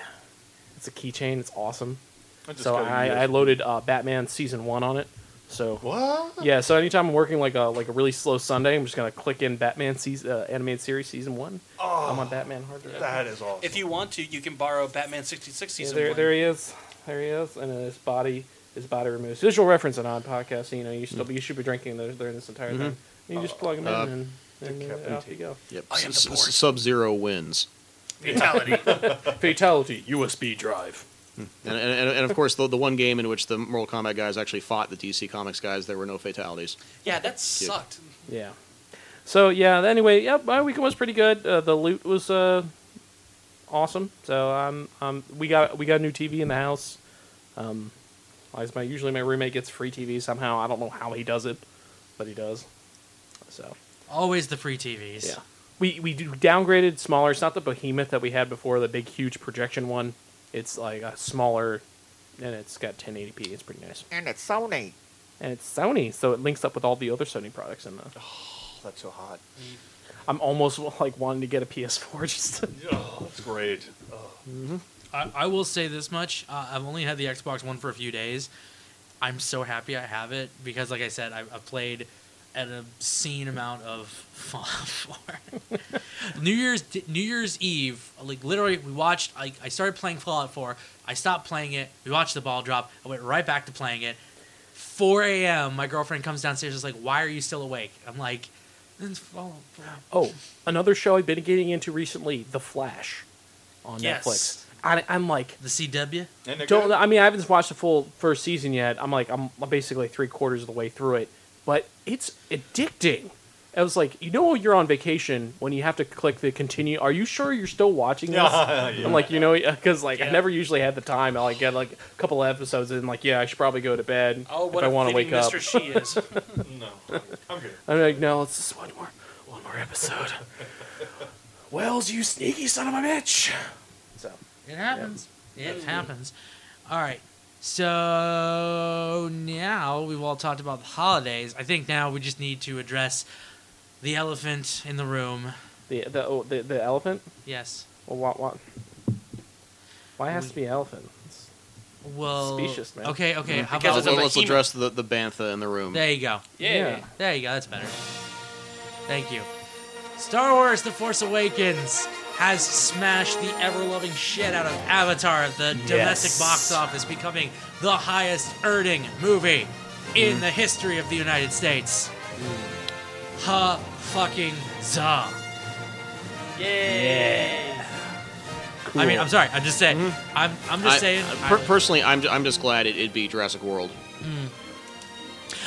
Speaker 9: it's a keychain. It's awesome.
Speaker 6: I just
Speaker 9: So
Speaker 6: got a
Speaker 9: I, I
Speaker 6: USB.
Speaker 9: loaded uh, Batman season one on it. So
Speaker 5: what?
Speaker 9: Yeah. So anytime I'm working like a like a really slow Sunday, I'm just gonna click in Batman season uh, animated series season one. I'm on Batman hard drive.
Speaker 5: That is awesome.
Speaker 3: If you want to, you can borrow Batman sixty six
Speaker 9: Yeah,
Speaker 3: season
Speaker 9: there,
Speaker 3: one.
Speaker 9: there he is. There he is, and then his body, his body removes visual reference and on podcast. You know, you still you should be drinking those during this entire
Speaker 8: Mhm.
Speaker 9: thing. You just plug them
Speaker 8: Uh,
Speaker 9: in and, and uh, off you go.
Speaker 8: Yep. Sub Zero wins.
Speaker 9: Fatality. Fatality. USB drive.
Speaker 8: And, and, and- and of course, the, the one game in which the Mortal Kombat guys actually fought the DC Comics guys, there were no fatalities.
Speaker 3: Yeah, that sucked.
Speaker 9: Yeah. So yeah. th- Anyway, yep. My weekend was pretty good. Uh, the loot was uh, awesome. So um, um, we got we got a new TV in the house. Um, as my usually my roommate gets free TV somehow. I don't know how he does it, but he does. So
Speaker 6: Always the free TVs.
Speaker 9: Yeah. we we do downgraded smaller. It's not the behemoth that we had before, the big huge projection one. It's like a smaller, and it's got 1080p. It's pretty nice.
Speaker 5: And it's Sony.
Speaker 9: And it's Sony, so it links up with all the other Sony products in the.
Speaker 5: Oh, that's so hot.
Speaker 9: I'm almost like wanting to get a PS4 just. To...
Speaker 5: Oh, that's great. Oh.
Speaker 6: I, I will say this much: uh, I've only had the Xbox One for a few days. I'm so happy I have it because, like I said, I, I've played an obscene amount of Fallout 4. New Year's D- New Year's Eve, like literally, we watched. I, I started playing Fallout 4. I stopped playing it. We watched the ball drop. I went right back to playing it. 4 a.m. My girlfriend comes downstairs. and is like, "Why are you still awake?" I'm like, "It's Fallout 4."
Speaker 9: Oh, another show I've been getting into recently, The Flash, on
Speaker 6: Yes.
Speaker 9: Netflix.
Speaker 1: I, I'm like
Speaker 9: the CW.
Speaker 1: Don't I mean I haven't watched the full first season yet. I'm like I'm basically three quarters of the way through it, but it's addicting. I was like, you know, you're on vacation when you have to click the continue. Are you sure you're still watching this?
Speaker 5: Yeah, yeah.
Speaker 1: I'm like, you know, because like I never usually had the time. I like get like a couple of episodes and like, yeah, I should probably go to bed
Speaker 3: Oh, what
Speaker 1: if I
Speaker 3: a
Speaker 1: want to wake
Speaker 3: fitting
Speaker 1: up.
Speaker 3: Mr. She is.
Speaker 5: no, I'm good.
Speaker 1: I'm like, no, it's just one more, one more episode. Wells, you sneaky son of a bitch. So
Speaker 9: It happens. It happens. All right. So now we've all talked about the holidays. I think now we just need to address the elephant in the room.
Speaker 1: the the oh, the, the elephant.
Speaker 9: Yes.
Speaker 1: Well, what what? Why it has to be an elephant? It's
Speaker 9: Well,
Speaker 1: specious, man. Mm-hmm.
Speaker 9: okay, okay. How
Speaker 8: Because
Speaker 9: about
Speaker 8: let's, Uh, let's address the, the bantha in the room.
Speaker 9: There you go.
Speaker 1: Yeah.
Speaker 9: There you go. That's better. Thank you. Star Wars The Force Awakens has smashed the ever loving shit out of Avatar at the domestic
Speaker 1: Yes.
Speaker 9: box office, becoming the highest earning movie in
Speaker 1: Mm.
Speaker 9: the history of the United States.
Speaker 1: Mm.
Speaker 9: Ha fucking za.
Speaker 3: Yay.
Speaker 9: I mean, I'm sorry. I'm just saying.
Speaker 1: Mm-hmm.
Speaker 9: I'm, I'm just
Speaker 8: I-
Speaker 9: saying.
Speaker 8: per- personally, I'm, ju- I'm just glad it, it'd be Jurassic World.
Speaker 9: Mm.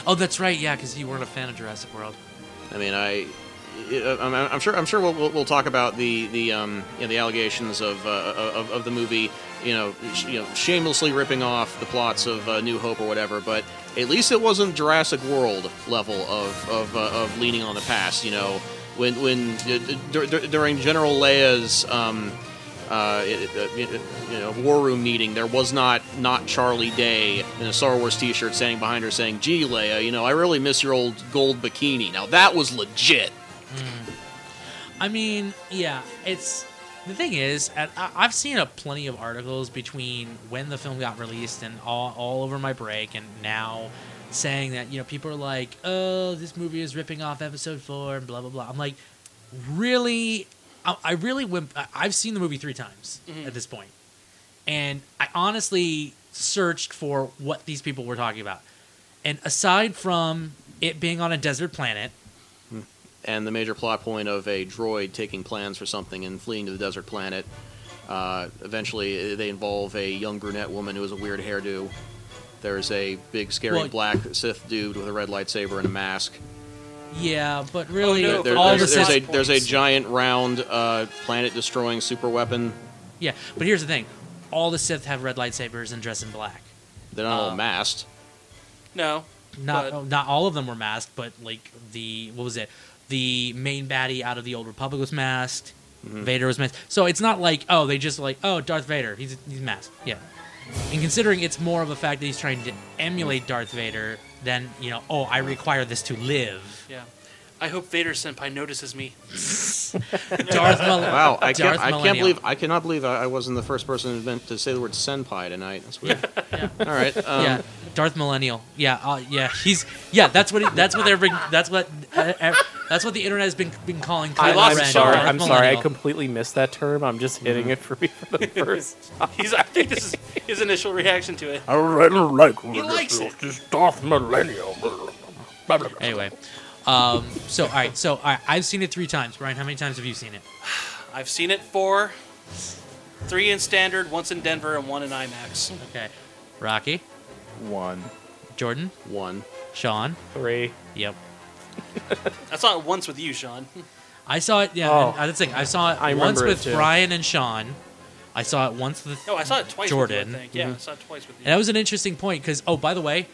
Speaker 9: Oh, that's right. Yeah, because you weren't a fan of Jurassic World.
Speaker 8: I mean, I, I- I'm, I'm sure I'm sure we'll, we'll, we'll talk about the the um, you know, the allegations of, uh, of of the movie, you know, sh- you know, shamelessly ripping off the plots of uh, New Hope or whatever. But at least it wasn't Jurassic World level of of, uh, of leaning on the past. You know, when when uh, dur- dur- during General Leia's. Um, uh, it, it, it- you know, war room meeting, there was not not Charlie Day in a Star Wars T-shirt standing behind her saying, "Gee, Leia, you know, I really miss your old gold bikini." Now that was legit.
Speaker 9: I mean, yeah, it's the thing is, and I- I've seen a plenty of articles between when the film got released and all, all over my break and now saying that, you know, people are like, oh, this movie is ripping off episode four and blah, blah, blah. I'm like, really? I, I really went, I- I've seen the movie three times at this point. And I honestly searched for what these people were talking about. And aside from it being on a desert planet,
Speaker 8: And the major plot point of a droid taking plans for something and fleeing to the desert planet. Uh, eventually, uh, they involve a young brunette woman who has a weird hairdo. There's a big, scary
Speaker 9: Well-
Speaker 8: black Sith dude with a red lightsaber and a mask.
Speaker 9: yeah, but really,
Speaker 8: There- there-
Speaker 9: all
Speaker 8: there's,
Speaker 9: the
Speaker 8: there's a
Speaker 9: plot
Speaker 8: there's a
Speaker 9: points-
Speaker 8: giant round uh, planet destroying super weapon.
Speaker 9: Yeah, but here's the thing: all the Sith have red lightsabers and dress in black.
Speaker 8: They're not all
Speaker 9: Uh,
Speaker 8: masked.
Speaker 3: No.
Speaker 9: Not not all of them were masked, but like the what was it? The main baddie out of the Old Republic was masked.
Speaker 1: Mm-hmm.
Speaker 9: Vader was masked. So it's not like oh they just like oh Darth Vader he's he's masked. Yeah. And considering it's more of a fact that he's trying to emulate Darth Vader than you know oh I require this to live.
Speaker 3: Yeah. I hope Vader Senpai notices me.
Speaker 9: Darth Mul-
Speaker 8: Wow, I
Speaker 9: Darth
Speaker 8: can't, I can't
Speaker 9: Millennium.
Speaker 8: believe I cannot believe I, I wasn't the first person to invent- to say the word senpai tonight. That's weird. All right. Um,
Speaker 9: yeah, Darth Millennial. Yeah, uh, yeah, he's yeah. That's what it, that's what they're been, that's what uh, ev- that's what the internet has been been calling. Kylo
Speaker 1: I'm
Speaker 9: Ren,
Speaker 1: sorry.
Speaker 9: Darth Mm-hmm.
Speaker 1: I'm sorry. I
Speaker 9: Millennial.
Speaker 1: completely missed that term. I'm just hitting it for me for the first.
Speaker 3: He's, I think this is his initial reaction to it.
Speaker 1: I really like
Speaker 3: He likes it.
Speaker 1: Darth Millennial.
Speaker 9: Anyway, um, so all right, so all right, I've seen it three times. Brian, how many times have you seen it?
Speaker 3: I've seen it four, three in standard, once in Denver, and one in IMAX.
Speaker 9: Okay. Rocky,
Speaker 11: One.
Speaker 9: Jordan,
Speaker 8: one.
Speaker 9: Sean,
Speaker 1: three.
Speaker 9: Yep.
Speaker 3: I saw it once with you, Sean.
Speaker 9: I saw it. Yeah,
Speaker 3: Oh.
Speaker 9: and, uh, that's the thing. I saw it
Speaker 3: I
Speaker 9: once
Speaker 3: remember it
Speaker 9: with
Speaker 3: too.
Speaker 9: Brian and Sean. I saw it once with
Speaker 3: No, I saw it twice with you, I
Speaker 9: Jordan. Mm-hmm.
Speaker 3: think. Yeah, I saw it twice with you.
Speaker 9: And that was an interesting point because oh, by the way,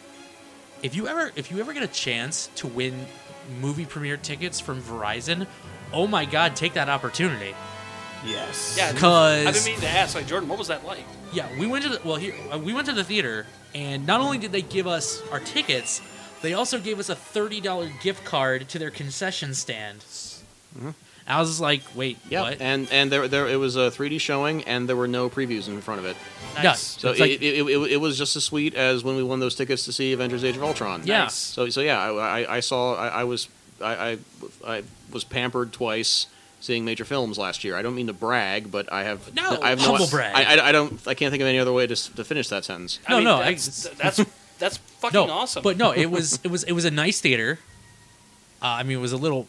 Speaker 9: if you ever if you ever get a chance to win movie premiere tickets from Verizon, oh my God, take that opportunity.
Speaker 11: Yes.
Speaker 3: Yeah,
Speaker 9: Because-
Speaker 3: I've been meaning to ask, like Jordan, what was that like?
Speaker 9: Yeah, we went to the well here uh, we went to the theater and not only did they give us our tickets, they also gave us a thirty dollar gift card to their concession stand.
Speaker 3: Mm-hmm.
Speaker 9: I was like, wait,
Speaker 8: yeah, and and there there it was a 3D showing, and there were no previews in front of it.
Speaker 9: Nice. Yeah, so
Speaker 8: So it,
Speaker 9: it's like-
Speaker 8: it, it, it was just as sweet as when we won those tickets to see Avengers: Age of Ultron.
Speaker 9: Yeah. Nice.
Speaker 8: So so yeah, I I, I saw I, I was I, I I was pampered twice seeing major films last year. I don't mean to brag, but I have
Speaker 3: No,
Speaker 8: I have
Speaker 3: humble
Speaker 8: no,
Speaker 3: brag.
Speaker 8: I, I, I don't I can't think of any other way to, s- to finish that sentence.
Speaker 9: No, no, I-
Speaker 3: that's that's, that's fucking
Speaker 9: no,
Speaker 3: awesome.
Speaker 9: But no, it was it was it was a nice theater. Uh, I mean, it was a little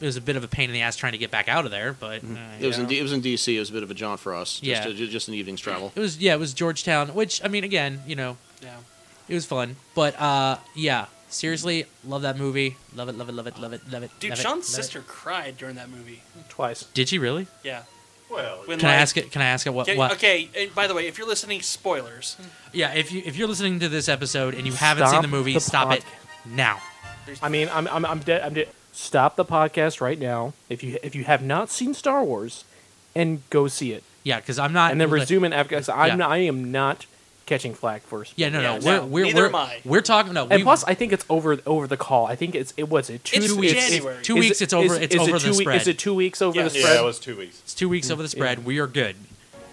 Speaker 9: it was a bit of a pain in the ass trying to get back out of there, but
Speaker 3: Mm-hmm.
Speaker 9: uh,
Speaker 8: It was in
Speaker 9: you know.
Speaker 8: D- it was in D.C. It was a bit of a jaunt for us. Just,
Speaker 9: Yeah.
Speaker 8: a- ju- just an evening's travel.
Speaker 9: It was yeah, it was Georgetown, which I mean, again, you know,
Speaker 3: Yeah.
Speaker 9: it was fun. But uh, yeah, seriously, love that movie. Love it, love it, love it, love it, love it.
Speaker 3: Dude,
Speaker 9: love it,
Speaker 3: Sean's
Speaker 9: love it.
Speaker 3: sister cried during that movie.
Speaker 1: Twice.
Speaker 9: Did she really?
Speaker 3: Yeah.
Speaker 5: Well,
Speaker 3: When,
Speaker 9: Can I
Speaker 3: like-
Speaker 9: ask it? Can I ask it? What?
Speaker 3: Okay,
Speaker 9: what?
Speaker 3: okay, and by the way, if you're listening, spoilers.
Speaker 9: Yeah. If you if you're listening to this episode and you haven't seen
Speaker 1: Stop
Speaker 9: the movie,
Speaker 1: the
Speaker 9: stop it now.
Speaker 1: I mean, I'm I'm I'm dead. I'm dead. Stop the podcast right now if you if you have not seen Star Wars, and go see it.
Speaker 9: Yeah, because I'm not.
Speaker 1: And then
Speaker 9: like-
Speaker 1: resume in after. 'cause I'm
Speaker 9: Yeah.
Speaker 1: not, I am not catching flack for. spoilers.
Speaker 9: Yeah, no, no, we're we're we're, we're talking no.
Speaker 1: and
Speaker 9: we-
Speaker 1: plus, I think it's over over the call. I think it's it was it two
Speaker 9: It's
Speaker 1: it's-
Speaker 9: January. Two
Speaker 1: is
Speaker 9: weeks,
Speaker 1: it-
Speaker 9: it's over-
Speaker 1: is-
Speaker 9: it's
Speaker 1: is it
Speaker 9: over the
Speaker 1: two week- Is
Speaker 9: spread.
Speaker 1: it two weeks over the
Speaker 9: Yes. Yeah,
Speaker 1: spread? Mm-hmm.
Speaker 9: it
Speaker 5: was two weeks.
Speaker 9: it's two weeks over the spread. We are good.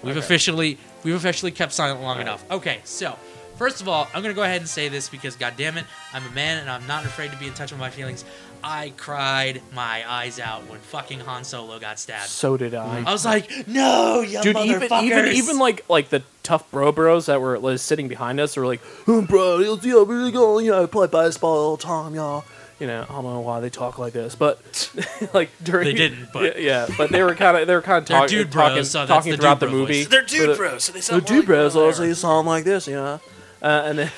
Speaker 9: We've
Speaker 1: Okay.
Speaker 9: officially we've officially kept silent long
Speaker 1: All right.
Speaker 9: enough. Okay, so first of all, I'm gonna go ahead and say this because God damn it, I'm a man and I'm not afraid to be in touch with my feelings. I cried my eyes out when fucking Han Solo got stabbed.
Speaker 1: So did I.
Speaker 9: I was like, no, you
Speaker 1: Dude, even,
Speaker 9: motherfuckers.
Speaker 1: even even like like the tough bro bros that were like, sitting behind us were like, oh, bro, you know, really go, you know, play baseball all the time, y'all. You know, I don't know why they talk like this, but like during
Speaker 9: They didn't, but-
Speaker 1: yeah, yeah, but they were kind of they were kind of
Speaker 9: They're
Speaker 1: talking
Speaker 9: dude bros,
Speaker 1: talking,
Speaker 9: so that's
Speaker 1: talking
Speaker 9: the dude
Speaker 1: throughout the
Speaker 9: bro voice.
Speaker 1: movie.
Speaker 9: They're dude
Speaker 1: But, uh,
Speaker 9: bros, so they
Speaker 1: they're
Speaker 9: sound
Speaker 1: dude bros, so they sound like this, you know. Uh, and then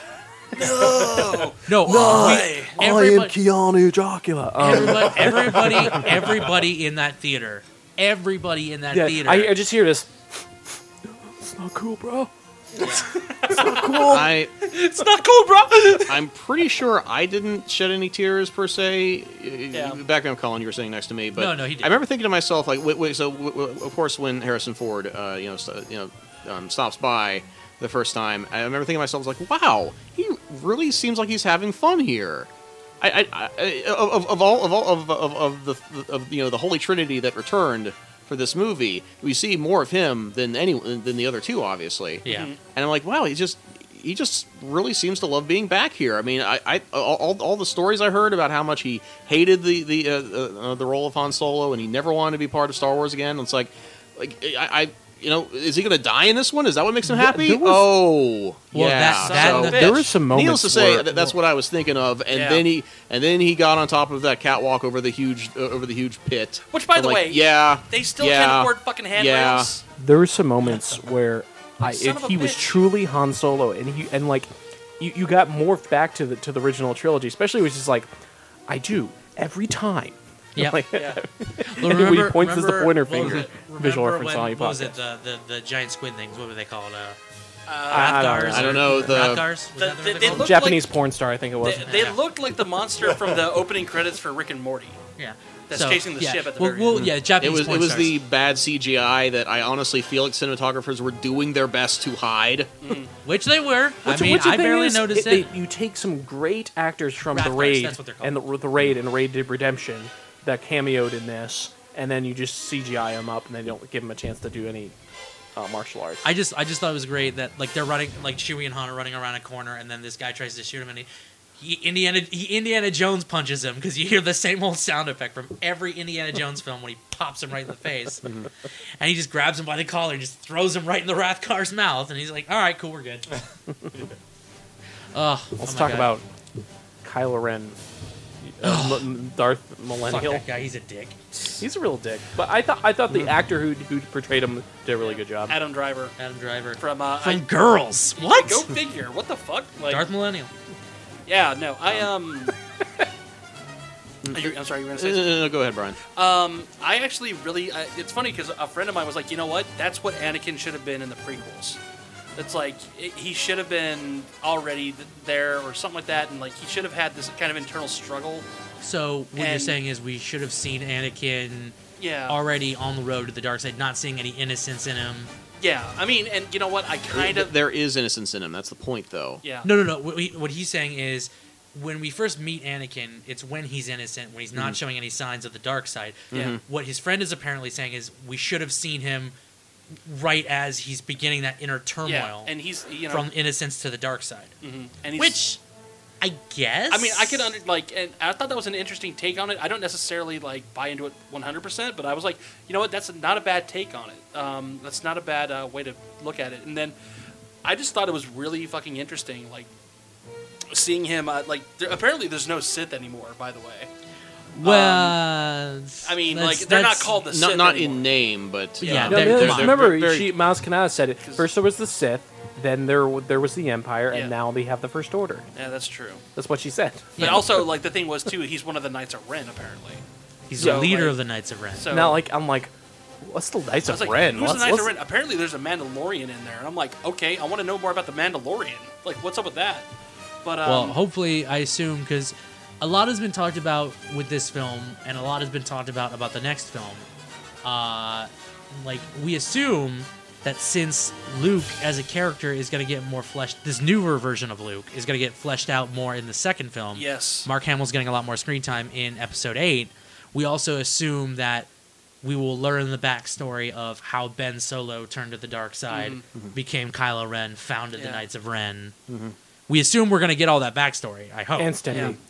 Speaker 9: no, no, we-
Speaker 1: I am
Speaker 9: everybody-
Speaker 1: Keanu Dracula. Um,
Speaker 9: everybody, everybody, everybody in that theater, everybody in that
Speaker 1: yeah,
Speaker 9: theater.
Speaker 1: I, I just hear this. It's not cool, bro.
Speaker 8: it's not cool. I,
Speaker 3: it's not cool, bro.
Speaker 8: I'm pretty sure I didn't shed any tears per se.
Speaker 3: Yeah.
Speaker 8: Back then, Colin, you were sitting next to me, but
Speaker 9: No, no, he didn't.
Speaker 8: I remember thinking to myself, like, wait, wait, so w- w- of course, when Harrison Ford, uh, you know, st- you know, um, stops by the first time, I remember thinking to myself, like, wow, he really seems like he's having fun here. I, I, I of, of- of all of all of, of, of the of you know the Holy Trinity that returned for this movie, we see more of him than any than the other two, obviously.
Speaker 9: Yeah. Mhm.
Speaker 8: and I'm like, wow, he just he just really seems to love being back here. I mean, I, I all, all- all the stories I heard about how much he hated the the uh, uh, uh, the role of Han Solo and he never wanted to be part of Star Wars again. It's like, like I. I you know, is he going to die in this one? Is that what makes him
Speaker 1: Yeah,
Speaker 8: happy?
Speaker 1: there was-
Speaker 8: oh,
Speaker 1: Well,
Speaker 8: yeah.
Speaker 1: that- that
Speaker 8: So
Speaker 1: and the- There were some
Speaker 8: Needless
Speaker 1: moments
Speaker 8: to say,
Speaker 1: where-
Speaker 8: that, that's what I was thinking of, and
Speaker 3: Yeah.
Speaker 8: then he and then he got on top of that catwalk over the huge uh, over the huge pit.
Speaker 3: Which, by
Speaker 8: I'm
Speaker 3: the
Speaker 8: like,
Speaker 3: way,
Speaker 8: yeah,
Speaker 3: they still
Speaker 8: yeah,
Speaker 3: can't afford fucking handrails.
Speaker 1: there were some moments where I,
Speaker 3: Son
Speaker 1: if
Speaker 3: of a
Speaker 1: he was
Speaker 3: bitch.
Speaker 1: truly Han Solo, and he and like you, you got more back to the to the original trilogy, especially which is like I do every time.
Speaker 9: Yeah.
Speaker 1: Like,
Speaker 9: Yeah.
Speaker 1: and when he points as the pointer finger. Visual reference
Speaker 9: when,
Speaker 1: on your
Speaker 9: What was
Speaker 1: podcast.
Speaker 9: it? The, the, the giant squid things. What were they called? Uh,
Speaker 1: I- I don't know.
Speaker 9: Rathgars
Speaker 1: I
Speaker 8: don't
Speaker 9: or-
Speaker 8: know, the-
Speaker 9: Rathgars? Was
Speaker 3: The-
Speaker 9: that what
Speaker 3: they-
Speaker 9: they're
Speaker 3: they
Speaker 9: called?
Speaker 3: looked
Speaker 1: Japanese porn star, I think it was.
Speaker 3: They, they looked like the monster from the opening credits for Rick and Morty.
Speaker 9: Yeah,
Speaker 3: that's
Speaker 9: So,
Speaker 3: chasing the
Speaker 9: yeah.
Speaker 3: ship at the
Speaker 9: Well,
Speaker 3: very
Speaker 9: well,
Speaker 3: end.
Speaker 9: yeah, Japanese
Speaker 8: It was
Speaker 9: porn
Speaker 8: it was
Speaker 9: stars.
Speaker 8: the bad CGI that I honestly feel like cinematographers were doing their best to hide.
Speaker 9: Which they were.
Speaker 1: What's-
Speaker 9: I mean,
Speaker 1: what's the
Speaker 9: I
Speaker 1: thing
Speaker 9: barely
Speaker 1: is,
Speaker 9: noticed
Speaker 1: they-
Speaker 9: it.
Speaker 1: you take some great actors from the
Speaker 9: Rathgars,
Speaker 1: raid
Speaker 9: that's what they're
Speaker 1: and the, the raid and raid did redemption that cameoed in this, and then you just CGI them up, and they don't give them a chance to do any uh, martial arts.
Speaker 9: I just I just thought it was great that like they're running like Chewie and Han are running around a corner and then this guy tries to shoot him and he. He Indiana he Indiana Jones punches him because you hear the same old sound effect from every Indiana Jones film when he pops him right in the face, and he just grabs him by the collar and just throws him right in the Rathcar's mouth, and he's like, "All right, cool, we're good." Ugh, oh
Speaker 1: Let's
Speaker 9: my
Speaker 1: talk
Speaker 9: God.
Speaker 1: about Kylo Ren, uh, M- Darth Millennial.
Speaker 9: Fuck that guy, he's a dick. Mm.
Speaker 1: He's a real dick. But I thought I thought the actor who who portrayed him did a really good job.
Speaker 3: Adam Driver.
Speaker 9: Adam Driver.
Speaker 3: From uh,
Speaker 9: From
Speaker 3: I-
Speaker 9: Girls. What?
Speaker 3: Go figure. What the fuck? Like,
Speaker 9: Darth Millennial.
Speaker 3: Yeah. No. I um. Are you- I'm sorry. You were
Speaker 8: No,
Speaker 3: gonna say
Speaker 8: no,
Speaker 3: something?
Speaker 8: no, no, Eh, go ahead, Brian.
Speaker 3: Um, I actually really, I, it's funny because a friend of mine was like, you know what? That's what Anakin should have been in the prequels. It's like it, he should have been already th- there or something like that, and like he should have had this kind of internal struggle.
Speaker 9: So what you're
Speaker 3: And-
Speaker 9: saying is we should have seen Anakin
Speaker 3: Yeah.
Speaker 9: already on the road to the dark side, not seeing any innocence in him.
Speaker 3: Yeah, I mean, and you know what? I kind of,
Speaker 8: there is innocence in him. That's the point, though.
Speaker 3: yeah.
Speaker 9: No, no, no. What, we, what he's saying is when we first meet Anakin, it's when he's innocent, when he's not
Speaker 8: Mhm.
Speaker 9: showing any signs of the dark side.
Speaker 8: Yeah.
Speaker 3: Mm-hmm.
Speaker 8: Mhm.
Speaker 9: What his friend is apparently saying is we should have seen him right as he's beginning that inner turmoil
Speaker 3: Yeah, and he's you know,
Speaker 9: from innocence to the dark side.
Speaker 3: Mhm. and he's,
Speaker 9: Which I guess.
Speaker 3: I mean, I could under like, and I thought that was an interesting take on it. I don't necessarily like buy into it 100, percent but I was like, you know what? That's not a bad take on it. Um, that's not a bad uh, way to look at it. And then I just thought it was really fucking interesting, like seeing him. Uh, like, there, apparently, there's no Sith anymore. By the way,
Speaker 9: Well,
Speaker 3: I mean,
Speaker 9: That's-
Speaker 3: like they're not
Speaker 9: that's-
Speaker 3: called the
Speaker 8: not
Speaker 3: Sith
Speaker 8: not
Speaker 3: anymore.
Speaker 8: in name, but
Speaker 9: Yeah,
Speaker 8: uh,
Speaker 1: No,
Speaker 8: they're-
Speaker 1: no,
Speaker 8: they're- they're
Speaker 1: remember,
Speaker 8: very-
Speaker 1: she, Miles Kanata said it. First there was the Sith, then there w- there was the Empire, and now they have the First Order.
Speaker 3: Yeah, that's true.
Speaker 1: That's what she said.
Speaker 3: But also, like the thing was too, he's one of the Knights of Ren apparently.
Speaker 9: He's
Speaker 1: Yeah.
Speaker 9: the leader of the Knights of Ren.
Speaker 3: so-
Speaker 1: now, like I'm like, what's the Knights
Speaker 3: I was
Speaker 1: of
Speaker 3: like,
Speaker 1: Ren?
Speaker 3: who's
Speaker 1: What's,
Speaker 3: the Knights of
Speaker 1: what's-
Speaker 3: Ren? Apparently, there's a Mandalorian in there, and I'm like, okay, I want to know more about the Mandalorian. Like, what's up with that? But um,
Speaker 9: well, hopefully, I assume because a lot has been talked about with this film, and a lot has been talked about about the next film. Uh, like we assume that since Luke as a character is going to get more fleshed, this newer version of Luke is going to get fleshed out more in the second film.
Speaker 3: Yes.
Speaker 9: Mark Hamill's getting a lot more screen time in Episode Eight. We also assume that we will learn the backstory of how Ben Solo turned to the dark side,
Speaker 3: Mhm.
Speaker 8: Mm-hmm.
Speaker 11: Mhm.
Speaker 9: became Kylo Ren, founded the
Speaker 3: Yeah.
Speaker 9: Knights of Ren. We assume we're going to get all that backstory. I hope.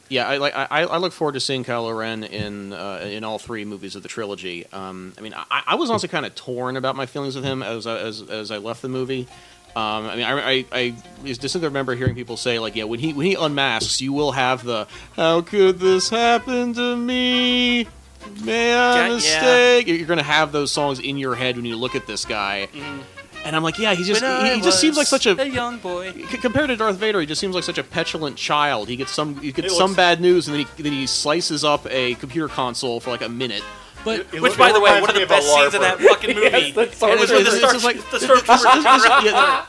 Speaker 8: Yeah, I like I, I look forward to seeing Kylo Ren in uh, in all three movies of the trilogy. Um, I mean, I, I was also kind of torn about my feelings of him as I- as as I left the movie. Um, I mean, I, I, I just distinctly remember hearing people say like, yeah, when he when he unmasks, you will have the how could this happen to me? May I
Speaker 11: Yeah, yeah.
Speaker 8: mistake? You're gonna have those songs in your head when you look at this guy. And I'm like, yeah, he just
Speaker 3: Mm-hmm. When I
Speaker 8: he, he just seems like
Speaker 3: was
Speaker 8: such a,
Speaker 3: young boy.
Speaker 8: C- compared to Darth Vader, he just seems like such a petulant child. He gets some he
Speaker 3: He
Speaker 8: gets
Speaker 3: looks-
Speaker 8: some bad news, and then he then he slices up a computer console for like a minute.
Speaker 9: But
Speaker 3: which, by the way, one of the best scenes in that fucking movie. and it's ah! with the Star- the Stormtrooper.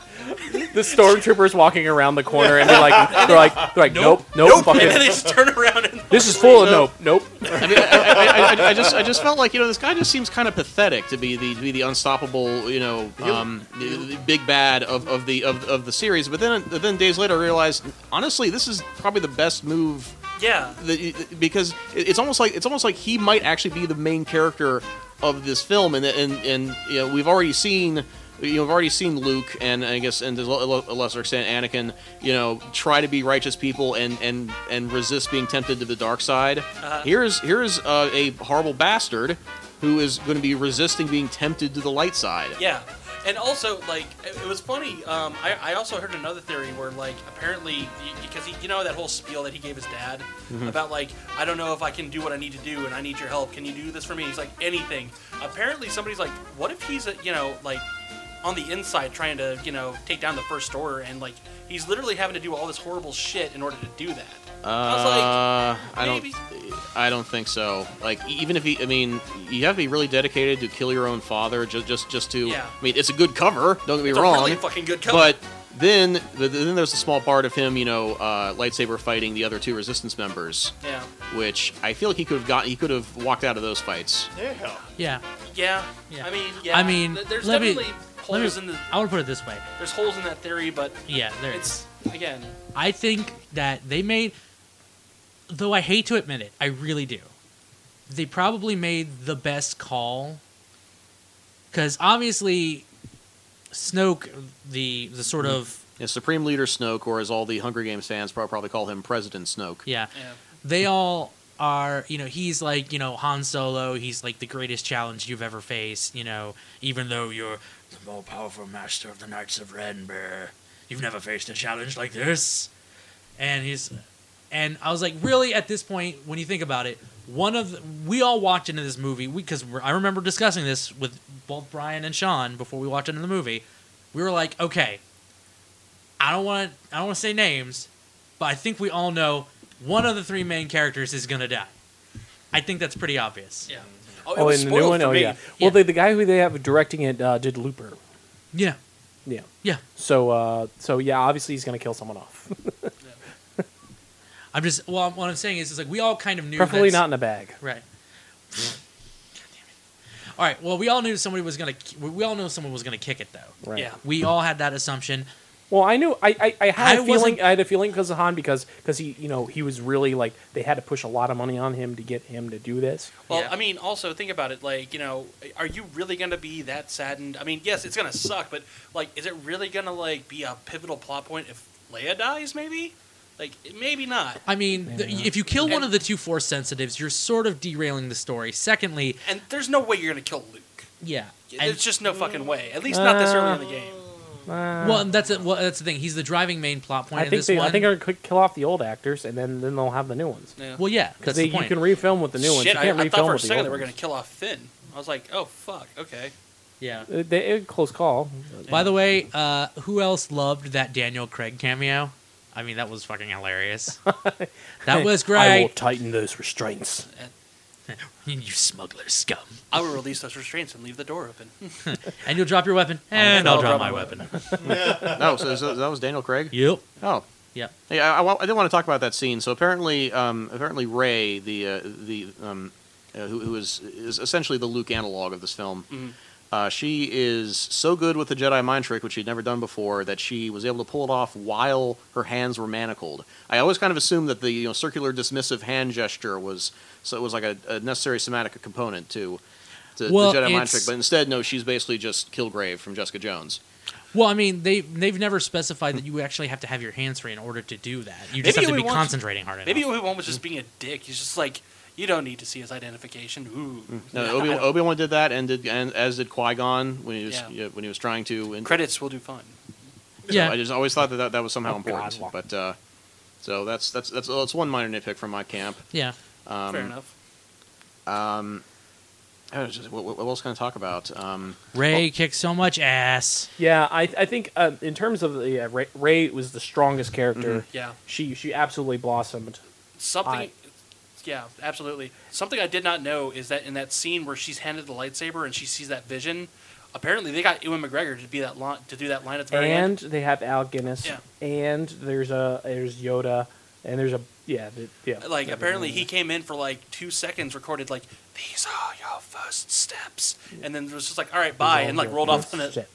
Speaker 1: the stormtroopers walking around the corner and they're like, they're like, they're like, nope, nope,
Speaker 8: Nope.
Speaker 1: fuck
Speaker 8: And
Speaker 1: it.
Speaker 8: then they just turn around and-
Speaker 1: this is full of nope, nope.
Speaker 8: I mean, I, I, I, I just I just felt like you know this guy just seems kind of pathetic to be the to be the unstoppable you know um, the- the big bad of, of the of, of the series. But then then days later, I realized honestly this is probably the best move.
Speaker 3: Yeah.
Speaker 8: that- because it- it's almost like it's almost like he might actually be the main character of this film, and and and you know, we've already seen. You know, we've already seen Luke and I guess, and to a lesser extent, Anakin. You know, try to be righteous people and and and resist being tempted to the dark side.
Speaker 11: Uh-huh.
Speaker 8: Here's here's uh, a horrible bastard who is going to be resisting being tempted to the light side.
Speaker 3: Yeah, and also like it, it was funny. Um, I, I also heard another theory where like apparently because he, you know that whole spiel that he gave his dad
Speaker 8: Mm-hmm.
Speaker 11: Mhm.
Speaker 3: about like I don't know if I can do what I need to do and I need your help. Can you do this for me? He's like anything. Apparently somebody's like, what if he's a, you know like on the inside trying to you know take down the first order and like he's literally having to do all this horrible shit in order to do that.
Speaker 8: Uh,
Speaker 3: was like,
Speaker 8: I
Speaker 3: maybe.
Speaker 8: don't. I don't think so. Like, e- even if he, I mean, you have to be really dedicated to kill your own father, just just just to.
Speaker 3: Yeah.
Speaker 8: I mean, it's a good cover. Don't get me
Speaker 3: It's a
Speaker 8: wrong.
Speaker 3: really fucking good cover.
Speaker 8: But then, th- then there's a small part of him, you know, uh, lightsaber fighting the other two resistance members.
Speaker 3: Yeah.
Speaker 8: Which I feel like he could have got. He could have walked out of those fights.
Speaker 5: Yeah.
Speaker 9: Yeah.
Speaker 3: Yeah. I mean, yeah.
Speaker 9: I mean,
Speaker 3: th- there's
Speaker 9: let me-
Speaker 3: definitely
Speaker 9: let me-
Speaker 3: holes in the.
Speaker 9: I would put it this way.
Speaker 3: There's holes in that theory, but
Speaker 9: Yeah, there
Speaker 3: it's again.
Speaker 9: I think that they made, though I hate to admit it, I really do. They probably made the best call because obviously, Snoke, the the sort of
Speaker 8: Yeah, Supreme Leader Snoke, or as all the Hunger Games fans pro- probably call him, President Snoke.
Speaker 9: Yeah. They all are, you know, he's like, you know, Han Solo, he's like the greatest challenge you've ever faced, you know, even though you're the more powerful master of the Knights of Ren, brr. You've never faced a challenge like this. And he's and I was like, really at this point when you think about it, one of the, we all walked into this movie we cuz I remember discussing this with both Brian and Sean before we walked into the movie. We were like, okay, I don't want I don't want to say names, but I think we all know one of the three main characters is gonna die. I think that's pretty obvious.
Speaker 3: Yeah.
Speaker 1: Oh, and the new one, oh yeah. Well, They, the guy who they have directing it uh, did Looper.
Speaker 9: Yeah.
Speaker 1: Yeah.
Speaker 9: Yeah.
Speaker 1: So, uh, so yeah, obviously he's gonna kill someone off.
Speaker 9: I'm just well. What I'm saying is, it's like we all kind of knew.
Speaker 1: Preferably
Speaker 9: that's-
Speaker 1: not in a bag.
Speaker 9: Right. God damn it. All right. Well, we all knew somebody was gonna. We we all knew someone was gonna kick it though.
Speaker 1: Right. Yeah.
Speaker 9: We all had that assumption.
Speaker 1: Well, I knew I, I, I had
Speaker 9: I
Speaker 1: a feeling
Speaker 9: wasn't-
Speaker 1: I had a feeling because of Han because because he you know he was really like they had to push a lot of money on him to get him to do this.
Speaker 3: Well, I mean, also think about it. Like, you know, are you really going to be that saddened? I mean, yes, it's going to suck, but like, is it really going to like be a pivotal plot point if Leia dies? Maybe, like, maybe not.
Speaker 9: I mean, the, if you kill one of the two force sensitives, you're sort of derailing the story. Secondly,
Speaker 3: And there's no way you're going to kill Luke.
Speaker 9: yeah,
Speaker 1: Uh,
Speaker 3: There's just no fucking way. At least not this early in the game.
Speaker 9: well, and that's it. Well, that's the thing. He's the driving main plot point
Speaker 1: I
Speaker 9: in
Speaker 1: think
Speaker 9: this
Speaker 1: they,
Speaker 9: one.
Speaker 1: I think I could kill off the old actors and then, then they'll have the new ones.
Speaker 3: Yeah.
Speaker 9: Well, yeah,
Speaker 1: because
Speaker 9: that's the
Speaker 1: you
Speaker 9: point.
Speaker 1: can refilm with the new ones.
Speaker 3: Shit,
Speaker 1: You can't
Speaker 3: I, I
Speaker 1: refilm
Speaker 3: thought for a
Speaker 1: with the
Speaker 3: second
Speaker 1: old
Speaker 3: they were going
Speaker 1: ones.
Speaker 3: to kill off Finn. I was like, oh fuck, okay.
Speaker 9: Yeah.
Speaker 1: Uh, They, uh, close call.
Speaker 9: By the way, uh, who else loved that Daniel Craig cameo? I mean, that was fucking hilarious. that was great.
Speaker 1: I will tighten those restraints.
Speaker 9: you smuggler scum.
Speaker 3: I will release those restraints and leave the door open.
Speaker 9: and you'll drop your weapon, and I'll, drop, my weapon.
Speaker 8: no, so, so that was Daniel Craig.
Speaker 9: Yep.
Speaker 8: Oh.
Speaker 9: Yep.
Speaker 8: Yeah, I, I, wa- I did want to talk about that scene. So apparently, um, apparently Ray, the uh, the um, uh, who, who is is essentially the Luke analog of this film.
Speaker 9: Mm-hmm.
Speaker 12: Mhm.
Speaker 8: Uh, she is so good with the Jedi mind trick, which she'd never done before, that she was able to pull it off while her hands were manacled. I always kind of assumed that the you know circular dismissive hand gesture was so it was like a, a necessary somatic component to, to
Speaker 9: Well,
Speaker 8: the Jedi mind
Speaker 9: it's-
Speaker 8: trick, but instead, no, she's basically just Kilgrave from Jessica Jones.
Speaker 9: Well, I mean, they they've never specified that you actually have to have your hands free in order to do that. You just have to be
Speaker 3: Obi-Wan's-
Speaker 9: concentrating hard enough.
Speaker 3: Maybe Obi Wan was just being a dick. He's just like, you don't need to see his identification.
Speaker 1: Mm.
Speaker 3: Ooh. I
Speaker 8: No, Obi
Speaker 3: don't-
Speaker 8: Obi Wan did that, and did and as did Qui Gon when he was
Speaker 3: Yeah.
Speaker 8: yeah, when he was trying to and,
Speaker 3: Credits will do fine.
Speaker 8: So
Speaker 3: Yeah.
Speaker 8: I just always thought that that, that was somehow
Speaker 3: Oh, God,
Speaker 8: important, but uh, so that's that's that's that's one minor nitpick from my camp.
Speaker 9: Yeah.
Speaker 8: um,
Speaker 3: Fair enough.
Speaker 8: Um, I was just, what, what else can I talk about? Um,
Speaker 9: Ray kicks so much ass.
Speaker 1: Oh. Yeah, I I think um, in terms of the yeah, Ray, Ray was the strongest character.
Speaker 9: Mhm. Yeah.
Speaker 1: she she absolutely blossomed.
Speaker 3: Something.
Speaker 1: I-
Speaker 3: yeah, absolutely. Something I did not know is that in that scene where she's handed the lightsaber and she sees that vision, apparently they got Ewan McGregor to be that line, to do that line at the very
Speaker 1: and
Speaker 3: end.
Speaker 1: they have Al Guinness.
Speaker 3: Yeah.
Speaker 1: and there's a there's Yoda, and there's a yeah the, yeah.
Speaker 3: Like apparently he came in for like two seconds, recorded like these are your first steps, and then was just like, all right, bye,
Speaker 1: are
Speaker 3: and like
Speaker 1: your
Speaker 3: rolled off
Speaker 1: first
Speaker 3: on it.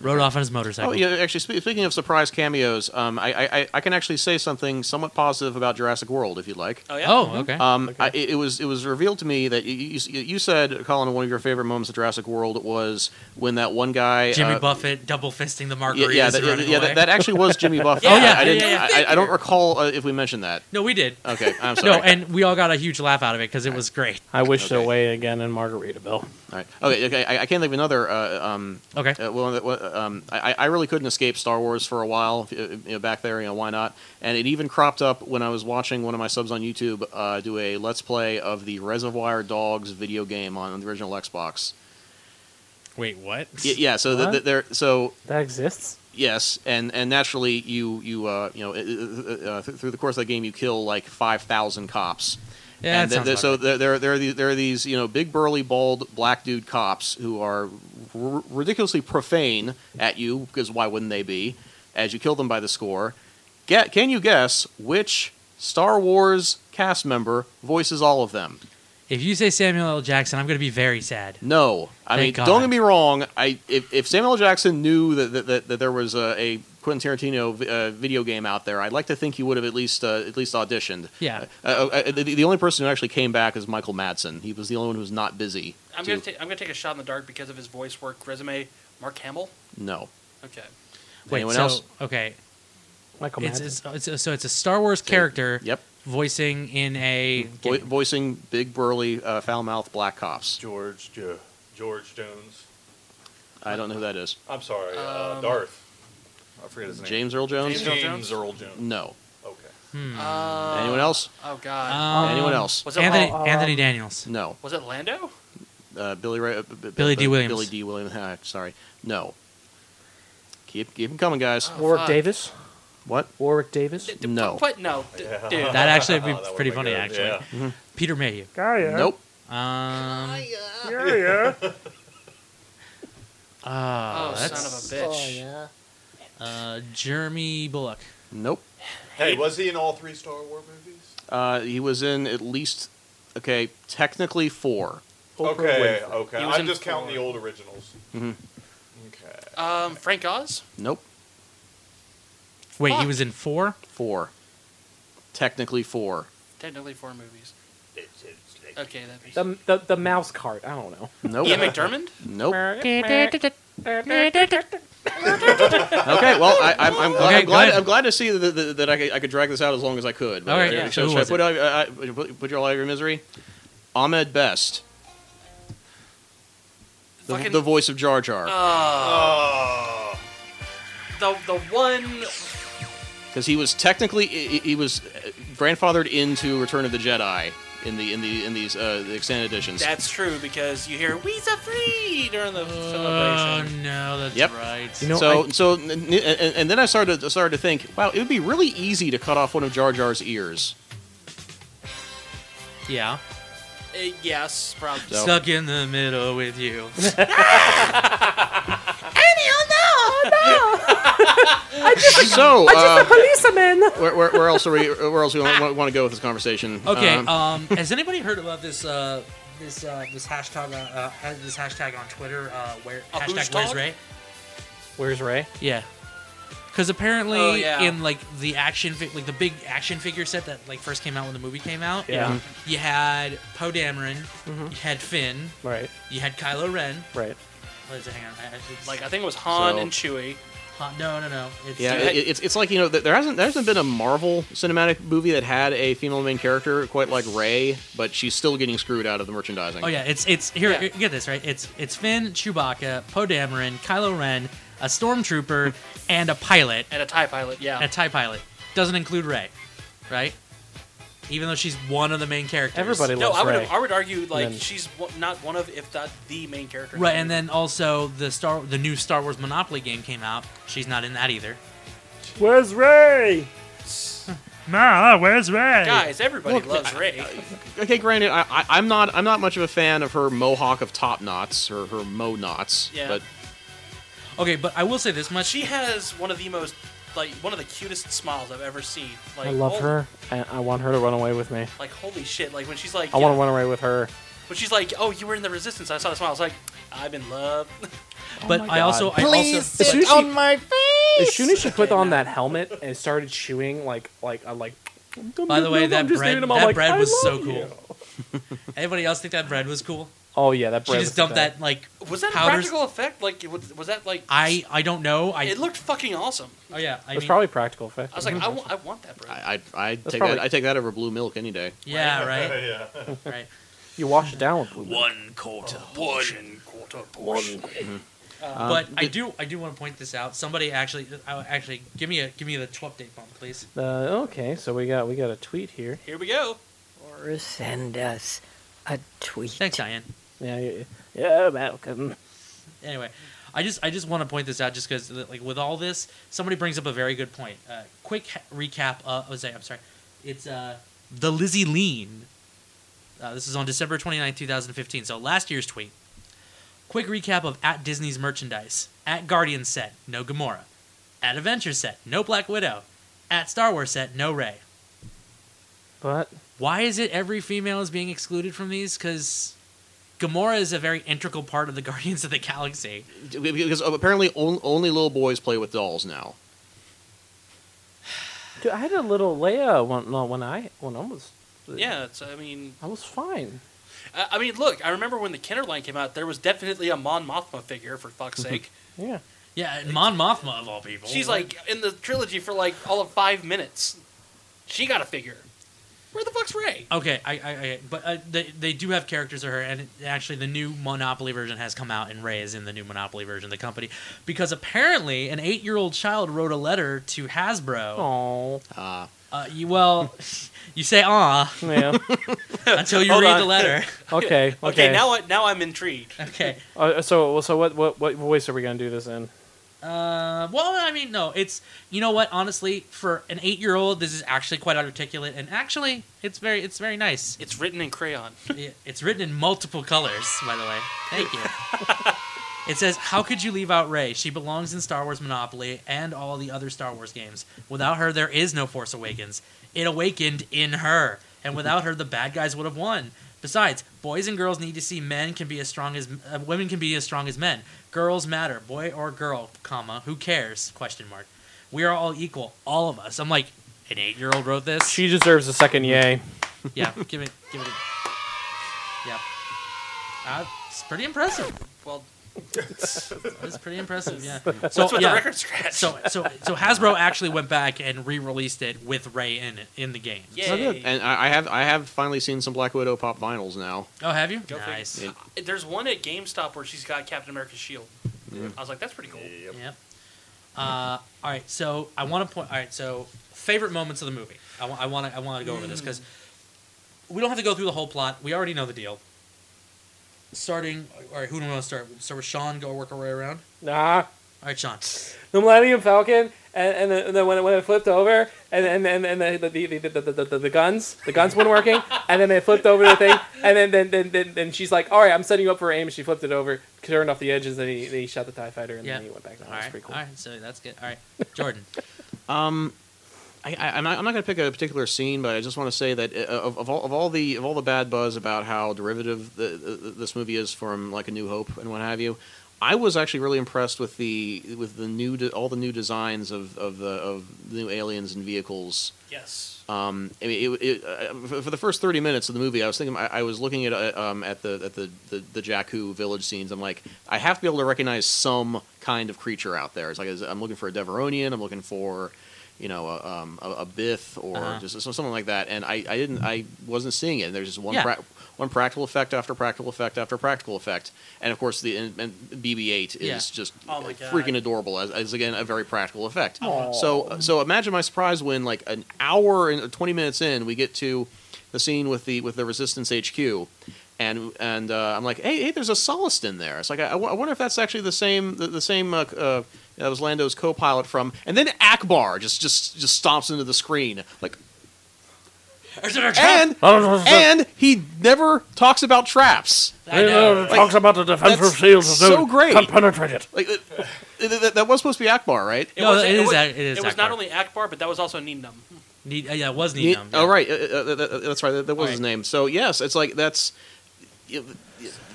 Speaker 9: Rode off on his motorcycle.
Speaker 8: Oh yeah, actually, spe- speaking of surprise cameos, um, I, I- I I can actually say something somewhat positive about Jurassic World if you'd like.
Speaker 9: Oh, yeah? Oh, Mhm. okay.
Speaker 8: Um, I, it it was it was revealed to me that you, you, you said Colin one of your favorite moments of Jurassic World was when that one guy
Speaker 9: Jimmy
Speaker 8: uh,
Speaker 9: Buffett double fisting the
Speaker 8: Yeah,
Speaker 9: margaritas.
Speaker 8: yeah, that,
Speaker 9: and
Speaker 8: yeah,
Speaker 9: running
Speaker 8: yeah,
Speaker 9: away.
Speaker 8: that, that actually was Jimmy Buffett.
Speaker 9: yeah,
Speaker 8: I-
Speaker 9: yeah,
Speaker 8: I, didn't.
Speaker 9: yeah, yeah.
Speaker 8: I, I don't recall uh, if we mentioned that.
Speaker 9: No, we did.
Speaker 8: Okay, Uh, I'm sorry.
Speaker 9: No, and we all got a huge laugh out of it because it was great.
Speaker 1: I wish away again in Margaritaville. All
Speaker 8: right. Okay. Okay. I, I can't think of another. Uh, um,
Speaker 9: okay.
Speaker 8: Uh, well, that- what, um, I, I really couldn't escape Star Wars for a while. uh, You know, back there, you know, why not? And it even cropped up when I was watching one of my subs on YouTube uh, do a let's play of the Reservoir Dogs video game on the original Xbox.
Speaker 9: Wait, what?
Speaker 8: Y- Yeah. So the,
Speaker 9: What?
Speaker 8: the, there. So
Speaker 1: that exists.
Speaker 8: Yes, and and naturally, you you uh, you know uh, uh, uh, th- through the course of the game, you kill like five thousand cops.
Speaker 9: Yeah,
Speaker 8: and
Speaker 9: that sounds
Speaker 8: so there, there, there are these, there are these you know big burly bald black dude cops who are r- ridiculously profane at you because why wouldn't they be? As you kill them by the score, get can you guess which Star Wars cast member voices all of them?
Speaker 9: If you say Samuel L. Jackson, I'm going to be very sad.
Speaker 8: No, I
Speaker 9: Thank
Speaker 8: mean,
Speaker 9: God.
Speaker 8: don't get me wrong. I if, if Samuel L. Jackson knew that that, that, that there was a, a Quentin Tarantino vi- uh, video game out there, I'd like to think he would have at least uh, at least auditioned.
Speaker 9: Yeah.
Speaker 8: Uh, uh, uh, the, the only person who actually came back is Michael Madsen. He was the only one who was not busy.
Speaker 3: I'm
Speaker 8: to-
Speaker 3: gonna ta- I'm gonna take a shot in the dark because of his voice work resume. Mark Hamill.
Speaker 8: no.
Speaker 3: Okay.
Speaker 9: Wait,
Speaker 8: Anyone
Speaker 9: so,
Speaker 8: else?
Speaker 9: Okay.
Speaker 1: Michael
Speaker 9: it's,
Speaker 1: Madsen.
Speaker 9: it's, it's, So it's a Star Wars character.
Speaker 8: Yep.
Speaker 9: Voicing in a.
Speaker 8: Vo- voicing big burly uh, foul mouthed black cops.
Speaker 5: George Jo- George Jones.
Speaker 8: I don't know who that is.
Speaker 5: I'm sorry, uh,
Speaker 3: Um,
Speaker 5: Darth. I forget his name.
Speaker 8: James Earl Jones.
Speaker 5: James, Earl Jones.
Speaker 8: No.
Speaker 5: Okay.
Speaker 9: Hmm.
Speaker 3: Uh,
Speaker 8: Anyone else?
Speaker 3: Oh God.
Speaker 9: um,
Speaker 8: Anyone else?
Speaker 3: Was it
Speaker 9: Anthony,
Speaker 1: Uh,
Speaker 3: Lan-
Speaker 9: Anthony Daniels.
Speaker 8: No.
Speaker 3: Was it Lando?
Speaker 8: Uh, Billy Ray, uh, b- b-
Speaker 9: Billy
Speaker 8: b-
Speaker 9: D. Williams.
Speaker 8: Billy D. Williams. Ah, sorry, no. Keep keep 'em coming, guys.
Speaker 3: Oh,
Speaker 1: Warwick fuck. Davis?
Speaker 8: What?
Speaker 1: Warwick Davis?
Speaker 8: No.
Speaker 3: What? No, d- dude.
Speaker 9: That actually would be
Speaker 3: That would've
Speaker 9: pretty
Speaker 3: been
Speaker 9: funny,
Speaker 3: good,
Speaker 9: actually.
Speaker 3: yeah.
Speaker 8: Mhm.
Speaker 9: Peter Mayhew.
Speaker 8: Gaia. Nope.
Speaker 9: Um,
Speaker 1: Yeah, yeah.
Speaker 9: oh,
Speaker 3: Oh,
Speaker 9: Ah, that's,
Speaker 3: son of a bitch.
Speaker 1: Oh,
Speaker 9: Uh, Jeremy Bullock.
Speaker 8: Nope.
Speaker 5: Hey, was he in all three Star Wars movies?
Speaker 8: Uh, he was in at least okay, technically four.
Speaker 5: okay, okay.
Speaker 3: He was
Speaker 5: I'm
Speaker 3: in
Speaker 5: just counting the
Speaker 3: four.
Speaker 5: old originals.
Speaker 8: Mhm.
Speaker 9: Mm-hmm.
Speaker 5: Okay.
Speaker 3: Um, Frank Oz.
Speaker 8: Nope.
Speaker 9: Wait, he was in four.
Speaker 8: Four. Technically four.
Speaker 3: Technically four movies. Okay, that makes
Speaker 1: The, the the mouse cart. I don't know.
Speaker 8: Nope.
Speaker 3: Ian McDermott?
Speaker 8: Nope.
Speaker 9: Oh,
Speaker 1: okay.
Speaker 8: Okay, well, I, I'm, I'm, glad,
Speaker 9: Okay,
Speaker 8: I'm,
Speaker 9: go
Speaker 8: glad,
Speaker 9: ahead.
Speaker 8: I'm glad to see that, that, that I, could, I could drag this out as long as I could.
Speaker 9: All right, yeah.
Speaker 8: So
Speaker 9: Who
Speaker 8: should I
Speaker 9: was
Speaker 8: put, out, uh, uh, put, put you all out of your misery? Ahmed Best. The,
Speaker 3: Fucking- Uh.
Speaker 1: Uh,
Speaker 8: the voice of Jar Jar.
Speaker 3: Oh. the the one
Speaker 8: because he was technically he, he was uh, grandfathered into Return of the Jedi in the in the in these uh, the extended editions.
Speaker 3: that's true because you hear "Weeza free" during the
Speaker 9: Oh
Speaker 3: celebration.
Speaker 9: no, that's
Speaker 8: Yep.
Speaker 9: right.
Speaker 8: so so n- n- and, and then I started I started to think, wow, it would be really easy to cut off one of Jar Jar's ears.
Speaker 9: yeah,
Speaker 3: Uh, yes, probably.
Speaker 8: So-
Speaker 9: stuck in the middle with you.
Speaker 8: so uh,
Speaker 1: policeman.
Speaker 8: where, where, where else are we? Where else we want, want to go with this conversation?
Speaker 9: Okay.
Speaker 8: Um,
Speaker 9: Um, has anybody heard about this? Uh, this uh, this hashtag uh, uh, ha- this hashtag on Twitter. Uh, where
Speaker 3: A
Speaker 9: hashtag
Speaker 3: who's
Speaker 9: Where's
Speaker 3: dog?
Speaker 9: Ray?
Speaker 1: Where's Ray?
Speaker 9: Yeah. Because apparently,
Speaker 3: Oh, yeah.
Speaker 9: in like the action, fi- like the big action figure set that like first came out when the movie came out,
Speaker 1: Yeah. Mhm.
Speaker 9: you had Poe Dameron,
Speaker 1: Mhm.
Speaker 9: you had Finn,
Speaker 1: Right.
Speaker 9: you had Kylo Ren.
Speaker 1: Right.
Speaker 9: What is it? Hang on, I- I-
Speaker 3: Like I think it was Han
Speaker 8: So-
Speaker 3: and Chewie.
Speaker 9: Han- no, no, no. It's,
Speaker 8: yeah, it, it's it's like you know th- there hasn't there hasn't been a Marvel cinematic movie that had a female main character quite like Rey, but she's still getting screwed out of the merchandising.
Speaker 9: Oh yeah, it's it's here.
Speaker 3: Yeah.
Speaker 9: Get this right. It's it's Finn, Chewbacca, Poe Dameron, Kylo Ren, a stormtrooper, and a pilot,
Speaker 3: and a Tie Pilot. Yeah,
Speaker 9: a Tie pilot. Doesn't include Rey, right? Even though she's one of the main characters.
Speaker 1: Everybody
Speaker 3: no,
Speaker 1: loves
Speaker 3: I would
Speaker 1: Ray.
Speaker 3: I would argue like
Speaker 1: then-
Speaker 3: she's one, not one of if not the main character. in
Speaker 9: Right,
Speaker 3: the
Speaker 9: and
Speaker 3: movie.
Speaker 9: then also the Star, the new Star Wars Monopoly game came out. She's not in that either.
Speaker 1: Where's Ray?
Speaker 9: Nah, where's Ray?
Speaker 3: guys, everybody
Speaker 8: Look,
Speaker 3: loves Ray.
Speaker 8: Okay, granted, I, I, I'm not I'm not much of a fan of her mohawk of top knots or her mo knots.
Speaker 3: Yeah.
Speaker 8: But
Speaker 9: Okay, but I will say this much.
Speaker 3: she has one of the most like one of the cutest smiles I've ever seen. Like
Speaker 1: I love
Speaker 3: hol-
Speaker 1: her, and I want her to run away with me.
Speaker 3: Like holy shit! Like when she's like,
Speaker 1: I
Speaker 3: yeah,
Speaker 1: want to run away with her.
Speaker 3: when she's like, oh, you were in the Resistance. I saw the smile. I was like, I'm in love.
Speaker 9: Oh But I also, I also,
Speaker 1: As soon as, she,
Speaker 11: my
Speaker 1: as soon as she put on that helmet and started chewing, like, like, I like.
Speaker 9: by the way,
Speaker 1: I'm
Speaker 9: that
Speaker 1: just
Speaker 9: bread,
Speaker 1: leaving
Speaker 9: that
Speaker 1: him, I'm like,
Speaker 9: bread
Speaker 1: I
Speaker 9: was so
Speaker 1: love you.
Speaker 9: cool. Anybody else think that bread was cool?
Speaker 1: Oh yeah, that
Speaker 9: She
Speaker 1: bread.
Speaker 9: just dumped that like
Speaker 3: Was that a
Speaker 9: powders-
Speaker 3: practical effect? Like, was, was that like?
Speaker 9: I I don't know. I
Speaker 3: it looked fucking awesome.
Speaker 9: oh yeah. I
Speaker 1: It was
Speaker 9: mean,
Speaker 1: probably practical effect.
Speaker 3: I was like, I wa- I want that, bro.
Speaker 8: I I, I take
Speaker 1: probably-
Speaker 8: that I take that over blue milk any day.
Speaker 9: yeah, right,
Speaker 5: yeah.
Speaker 9: right.
Speaker 1: you wash it down with blue. milk.
Speaker 9: One quarter.
Speaker 3: Oh, One quarter portion.
Speaker 1: Um,
Speaker 9: but I do I do want to point this out. Somebody actually I, actually give me a give me the twelve date bomb, please.
Speaker 1: Uh, okay, so we got we got a tweet here.
Speaker 3: Here we go.
Speaker 12: Or send us a tweet.
Speaker 9: Thanks, Diane.
Speaker 1: Yeah, yeah, yeah, Malcolm.
Speaker 9: anyway, I just I just want to point this out just because like with all this, somebody brings up a very good point. Uh, quick ha- recap. Uh, Jose, I'm sorry. It's uh, the Lizzie Lean. Uh, this is on December 29, 2015. So last year's tweet. Quick recap of at Disney's merchandise. At Guardian set, no Gamora. At Adventure set, no Black Widow. At Star Wars set, no Rey.
Speaker 1: But
Speaker 9: Why is it every female is being excluded from these? Because Gamora is a very integral part of the Guardians of the Galaxy.
Speaker 8: Because apparently on- only little boys play with dolls now.
Speaker 1: dude, I had a little Leia one. No, when I when I was
Speaker 3: Yeah, it's, I mean,
Speaker 1: I was fine.
Speaker 3: I, I mean, look, I remember when the Kinder line came out, there was definitely a Mon Mothma figure for fuck's sake.
Speaker 1: Yeah,
Speaker 9: Yeah, and Mon Mothma of all people.
Speaker 3: She's like in the trilogy for like all of five minutes. She got a figure. Where the fuck's Ray?
Speaker 9: okay, I, I, I but uh, they, they do have characters of her, and it- actually the new Monopoly version has come out, and Ray is in the new Monopoly version of the company because apparently an eight year old child wrote a letter to Hasbro.
Speaker 1: oh
Speaker 8: Uh,
Speaker 9: Uh, you well, you say ah
Speaker 1: yeah.
Speaker 9: until you
Speaker 3: Hold
Speaker 9: read
Speaker 3: on.
Speaker 9: the letter.
Speaker 1: Okay, okay.
Speaker 3: Okay, now I, now I'm intrigued.
Speaker 9: Okay.
Speaker 1: Uh, so well, so what what what voice are we gonna do this in?
Speaker 9: Uh, well, I mean, no, it's you know what? Honestly, for an eight year old, this is actually quite articulate, and actually, it's very it's very nice.
Speaker 3: It's written in crayon.
Speaker 9: Yeah, it's written in multiple colors, by the way. Thank you. it says, "How could you leave out Rey? She belongs in Star Wars Monopoly and all the other Star Wars games. Without her, there is no Force Awakens. It awakened in her, and without her, the bad guys would have won. Besides, boys and girls need to see men can be as strong as uh, women can be as strong as men. Girls matter, boy or girl, comma who cares? Question mark. We are all equal, all of us. I'm like, an eight year old wrote this.
Speaker 1: She deserves a second yay.
Speaker 9: Yeah, give it, give it. A, yeah, uh, it's pretty impressive.
Speaker 3: Well,
Speaker 9: It's pretty impressive. Yeah.
Speaker 3: that's
Speaker 9: So
Speaker 3: what
Speaker 9: yeah.
Speaker 3: the record scratch.
Speaker 9: So so so Hasbro actually went back and re-released it with Ray in it in the game.
Speaker 8: so good.
Speaker 3: Yay.
Speaker 8: And I, I have I have finally seen some Black Widow pop vinyls now.
Speaker 9: Oh, have you?
Speaker 3: Go figure.
Speaker 9: nice.
Speaker 8: It-
Speaker 3: There's one at GameStop where she's got Captain America's shield. I was like, that's pretty cool.
Speaker 9: Yep. Uh, all right, so I want to point. All right, so favorite moments of the movie. I want to. I want to go over
Speaker 3: Mm.
Speaker 9: this because we don't have to go through the whole plot. We already know the deal. Starting. All right, who do we want to start? Start with Sean. Go work our way around.
Speaker 1: Nah.
Speaker 9: All right, Sean.
Speaker 1: The Millennium Falcon, and, and, then, and then when it, when it flipped over, and and and, and the, the, the, the, the, the, the guns, the guns weren't working, and then they flipped over the thing, and then then, then then then she's like, "All right, I'm setting you up for aim." She flipped it over, turned off the edges, and he, then he shot the Tie Fighter, and
Speaker 9: Yeah.
Speaker 1: then he went back down.
Speaker 9: All
Speaker 1: It was
Speaker 9: right.
Speaker 1: pretty cool.
Speaker 9: All right. So that's good. All right, Jordan.
Speaker 8: Um, I, I, I'm not, I'm not going to pick a particular scene, but I just want to say that uh, of, of all of all the of all the bad buzz about how derivative the, the, this movie is from like A New Hope and what have you, I was actually really impressed with the with the new de- all the new designs of of the of the new aliens and vehicles.
Speaker 3: Yes.
Speaker 9: Uh,
Speaker 8: Um, I mean, it, it, uh, for- for the first thirty minutes of the movie, I was thinking, I, I was looking at uh, um, at the at the, the the Jakku village scenes. I'm like, I have to be able to recognize some kind of creature out there. It's like I'm looking for a Deveronian. I'm looking for, you know, a, um, a, a Bith or
Speaker 9: Uh-huh.
Speaker 8: just so- something like that. And I, I didn't, I wasn't seeing it. And there's just one
Speaker 9: Yeah.
Speaker 8: prac- one practical effect after practical effect after practical effect. And of course, the and, and BB-8 is
Speaker 9: Yeah.
Speaker 8: just
Speaker 9: Oh my God.
Speaker 8: freaking adorable as, as again a very practical effect.
Speaker 9: Aw.
Speaker 8: So so imagine my surprise when like an hour and uh, twenty minutes in we get to the scene with the with the Resistance HQ, and and uh, I'm like, hey hey, there's a Solist in there. It's like I, I wo- I wonder if that's actually the same the, the same. Uh, uh, that was Lando's co-pilot from, and then Akbar just just just stomps into the screen like, and and he never talks about traps.
Speaker 13: I know.
Speaker 1: uh,
Speaker 13: He talks about the defensive
Speaker 8: that's
Speaker 13: shields of
Speaker 8: So
Speaker 13: dude.
Speaker 8: great,
Speaker 13: Can't penetrate it.
Speaker 8: Like, it- it- that was supposed to be Akbar, right?
Speaker 3: It was, was, It was not only Akbar, but that was also Neednum.
Speaker 9: Need, uh, yeah, it was
Speaker 8: Ne-
Speaker 9: Needham.
Speaker 8: Oh, right. Uh, uh, uh, uh, that's right. That, that was his name. So, yes, it's like that's. you-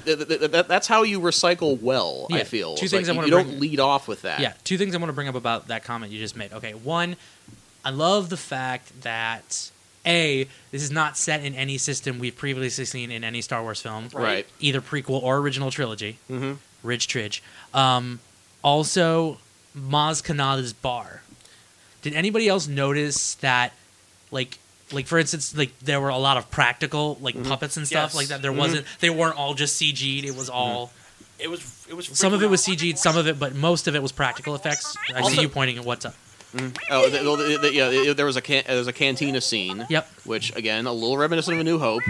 Speaker 8: th- th- th- that- That's how you recycle well. I
Speaker 9: Yeah,
Speaker 8: feel
Speaker 9: two
Speaker 8: It's
Speaker 9: things I
Speaker 8: like, you-
Speaker 9: wanna
Speaker 8: you don't
Speaker 9: bring-
Speaker 8: lead off with that.
Speaker 9: Yeah, two things I want to bring up about that comment you just made. Okay, one, I love the fact that a this is not set in any system we've previously seen in any Star Wars film,
Speaker 8: Right.
Speaker 9: Either prequel or original trilogy.
Speaker 8: Mhm.
Speaker 9: Ridge Tridge. Um, also, Maz Kanata's bar. Did anybody else notice that, like? Like for instance, like there were a lot of practical, like
Speaker 8: Mm-hmm.
Speaker 9: puppets and stuff
Speaker 3: Yes.
Speaker 9: like that. There
Speaker 3: Mhm.
Speaker 9: wasn't; they weren't all just CG'd. It was
Speaker 8: Mm-hmm.
Speaker 9: all
Speaker 3: It was. It was.
Speaker 9: some of it was CG, some of it, but most of it was practical effects. I
Speaker 8: Also-
Speaker 9: see you pointing at what's up.
Speaker 8: Mm. Oh, th- th- th- th- yeah. th- There was a can- there was a cantina scene.
Speaker 9: Yep.
Speaker 8: Which again, a little reminiscent of A New Hope,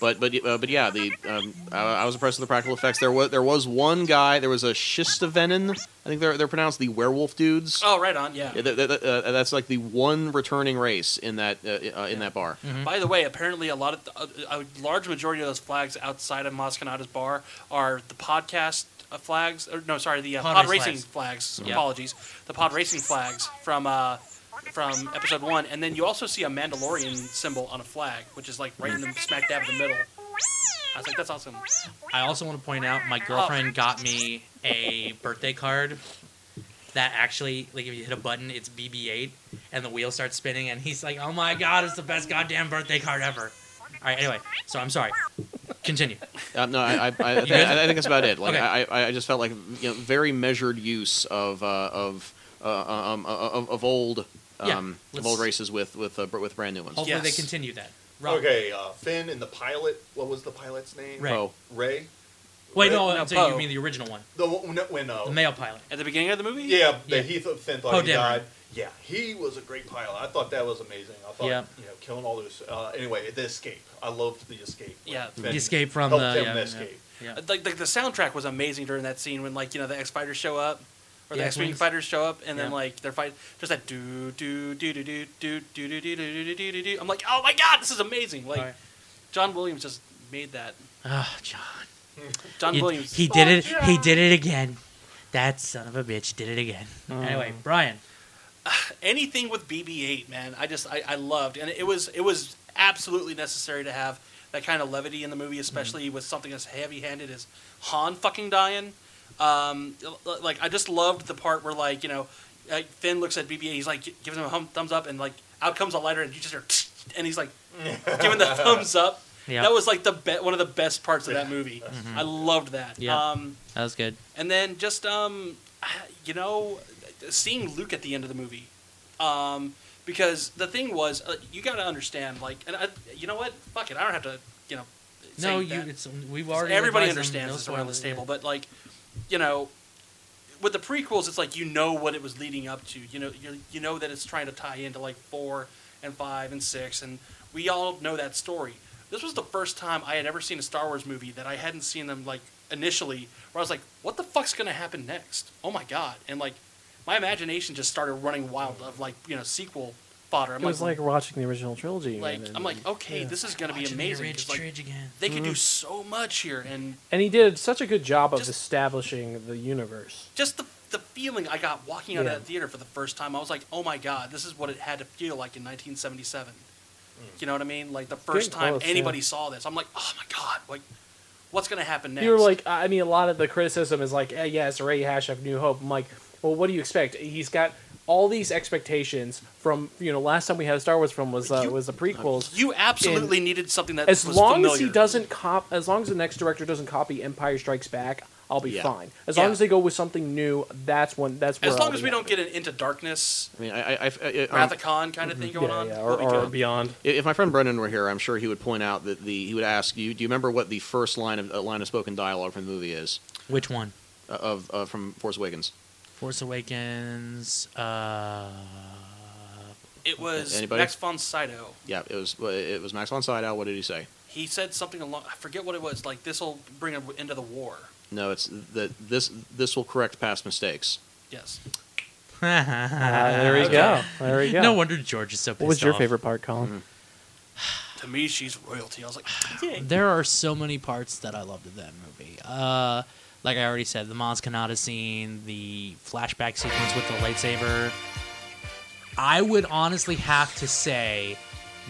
Speaker 8: but but uh, but yeah, the um, I, I was impressed with the practical effects. There was there was one guy. There was a Shistavenin. I think they're they're pronounced the werewolf dudes.
Speaker 3: Oh, right on. Yeah.
Speaker 8: Yeah, th- th- th- uh, that's like the one returning race in that uh, uh, in that bar.
Speaker 3: By the way, apparently a lot of the, a, a large majority of those flags outside of Mascanada's bar are the podcast uh, flags. Or no, sorry, the uh, pod,
Speaker 9: Pod race
Speaker 3: racing flags.
Speaker 9: Yeah.
Speaker 3: Apologies, the pod racing flags from uh, from episode one, and then you also see a Mandalorian symbol on a flag, which is like right in the smack dab in the middle. I was like, that's awesome.
Speaker 9: I also want to point out my girlfriend got me a birthday card that actually, like, if you hit a button, it's BB-8, and the wheel starts spinning, and he's like, "Oh my god, it's the best goddamn birthday card ever." All right, anyway, so I'm sorry. Continue.
Speaker 8: Uh, no, I, I, I, I,
Speaker 9: You good?
Speaker 8: I think that's about it. Like
Speaker 9: Okay.
Speaker 8: I, I, I just felt like you know, very measured use of uh, of, uh, um, uh, of of old
Speaker 9: Yeah,
Speaker 8: um, of
Speaker 9: let's-
Speaker 8: old races with with uh, br- with brand new ones.
Speaker 9: Hopefully they continue that. Rob.
Speaker 5: Okay, uh, Finn and the pilot. What was the pilot's name?
Speaker 8: Ray. Poe.
Speaker 5: Ray.
Speaker 9: Wait,
Speaker 5: Ray?
Speaker 9: no, I'm saying you mean the original one,
Speaker 5: The one no, when uh,
Speaker 9: the male pilot.
Speaker 3: At the beginning of the movie.
Speaker 5: Yeah, the
Speaker 9: Yeah.
Speaker 5: Heath Finn thought
Speaker 9: Poe
Speaker 5: he
Speaker 9: Dameron.
Speaker 5: died. Yeah, he was a great pilot. I thought that was amazing. I thought,
Speaker 9: Yeah.
Speaker 5: you know, killing all those. Uh, anyway, the escape. I loved the escape. when
Speaker 3: Yeah.
Speaker 5: Finn
Speaker 9: The escape from
Speaker 5: helped
Speaker 9: the-
Speaker 5: him
Speaker 9: yeah, yeah.
Speaker 5: escape.
Speaker 9: Yeah.
Speaker 3: Uh, Like, like the soundtrack was amazing during that scene when like you know the X fighters show up or the
Speaker 9: Yeah,
Speaker 3: X wing
Speaker 9: X-Wings.
Speaker 3: fighters show up and then
Speaker 9: Yeah.
Speaker 3: like they're fight just that do do do do do do do do do do do do do do. I'm like, oh my god, this is amazing! Like
Speaker 9: Alright.
Speaker 3: John Williams just made that.
Speaker 9: Ah, John.
Speaker 3: John
Speaker 9: You-
Speaker 3: Williams.
Speaker 9: He did it. He did it again. That son of a bitch did it again. Anyway, Brian.
Speaker 3: anything with BB-8, man, I just I, I loved, and it was it was absolutely necessary to have that kind of levity in the movie, especially with something as heavy-handed as Han fucking dying. Um, l- l- like I just loved the part where like you know, like Finn looks at BB-8, he's like gives him a hum- thumbs up, and like out comes a lighter, and you just hear, and he's like giving the thumbs up.
Speaker 9: Yeah.
Speaker 3: That was like the be- one of the best parts of that movie. I loved that. Um,
Speaker 9: that was good.
Speaker 3: and then just um, you know, seeing Luke at the end of the movie, um, because the thing was, uh, you got to understand, like, and I, you know what? Fuck it, I don't have to, you know. say
Speaker 9: No, you.
Speaker 3: that.
Speaker 9: It's we've already.
Speaker 3: everybody
Speaker 9: advised them,
Speaker 3: understands
Speaker 9: no
Speaker 3: this around this
Speaker 9: spoilers,
Speaker 3: table, but like, you know, with the prequels, it's like you know what it was leading up to. You know, you you know that it's trying to tie into like four and five and six, and we all know that story. This was the first time I had ever seen a Star Wars movie that I hadn't seen them like initially, where I was like, "What the fuck's gonna happen next? Oh my god!" And like, my imagination just started running wild of like you know sequel fodder. I'm
Speaker 1: it was
Speaker 3: like
Speaker 1: like watching the original trilogy.
Speaker 3: like
Speaker 1: and-
Speaker 3: I'm like, okay, this is gonna be
Speaker 9: Watching the
Speaker 3: amazing. 'cause, like, They could do
Speaker 1: Mhm.
Speaker 3: so much here, and
Speaker 1: and he did such a good job of establishing the universe.
Speaker 3: just the the feeling I got walking out
Speaker 1: Yeah.
Speaker 3: of that theater for the first time, I was like, oh my god, this is what it had to feel like in 1977. You know what I mean? Like the first
Speaker 1: Getting
Speaker 3: time
Speaker 1: Mm. close, yeah.
Speaker 3: anybody saw this, I'm like, oh my god, like what's gonna happen next?
Speaker 1: You were like, I mean, a lot of the criticism is like, eh, yeah, it's a Ray Hash of New Hope. I'm like, well, what do you expect? He's got all these expectations from you know last time we had a Star Wars film was uh, was the prequels.
Speaker 3: you absolutely
Speaker 1: And
Speaker 3: needed something that
Speaker 1: as
Speaker 3: was
Speaker 1: long as
Speaker 3: familiar.
Speaker 1: he doesn't cop, as long as the next director doesn't copy Empire Strikes Back, I'll be
Speaker 8: Yeah.
Speaker 1: fine. As
Speaker 3: Yeah.
Speaker 1: long as they go with something new, that's when that's where
Speaker 3: as
Speaker 1: I'll
Speaker 3: long as
Speaker 1: be
Speaker 3: we
Speaker 1: happy.
Speaker 3: don't get an Into Darkness,
Speaker 8: I mean, I, I, I, I um,
Speaker 3: Wrath of Khan kind of thing going on.
Speaker 1: mm-hmm. or-
Speaker 3: That'd be
Speaker 1: or
Speaker 3: good.
Speaker 1: beyond.
Speaker 8: If if my friend Brendan were here, I'm sure he would point out that the he would ask you, do you remember what the first line of uh, line of spoken dialogue from the movie is?
Speaker 9: Which one?
Speaker 8: Uh, of uh, from Force Awakens.
Speaker 9: Force Awakens. Uh,
Speaker 3: It was
Speaker 8: Anybody?
Speaker 3: Max von Sydow.
Speaker 8: Yeah, it was it was Max von Sydow. What did he say?
Speaker 3: He said something along. I forget what it was. Like this will bring an end to the war.
Speaker 8: No, it's that this this will correct past mistakes.
Speaker 3: Yes.
Speaker 1: Uh, there you go. There you go.
Speaker 9: No wonder George is so pissed
Speaker 1: What was your
Speaker 9: off.
Speaker 1: favorite part, Colin?
Speaker 3: To me, she's royalty. I was like, yeah.
Speaker 9: There are so many parts that I loved of that movie. Uh, like I already said, the Maz Kanata scene, the flashback sequence with the lightsaber. I would honestly have to say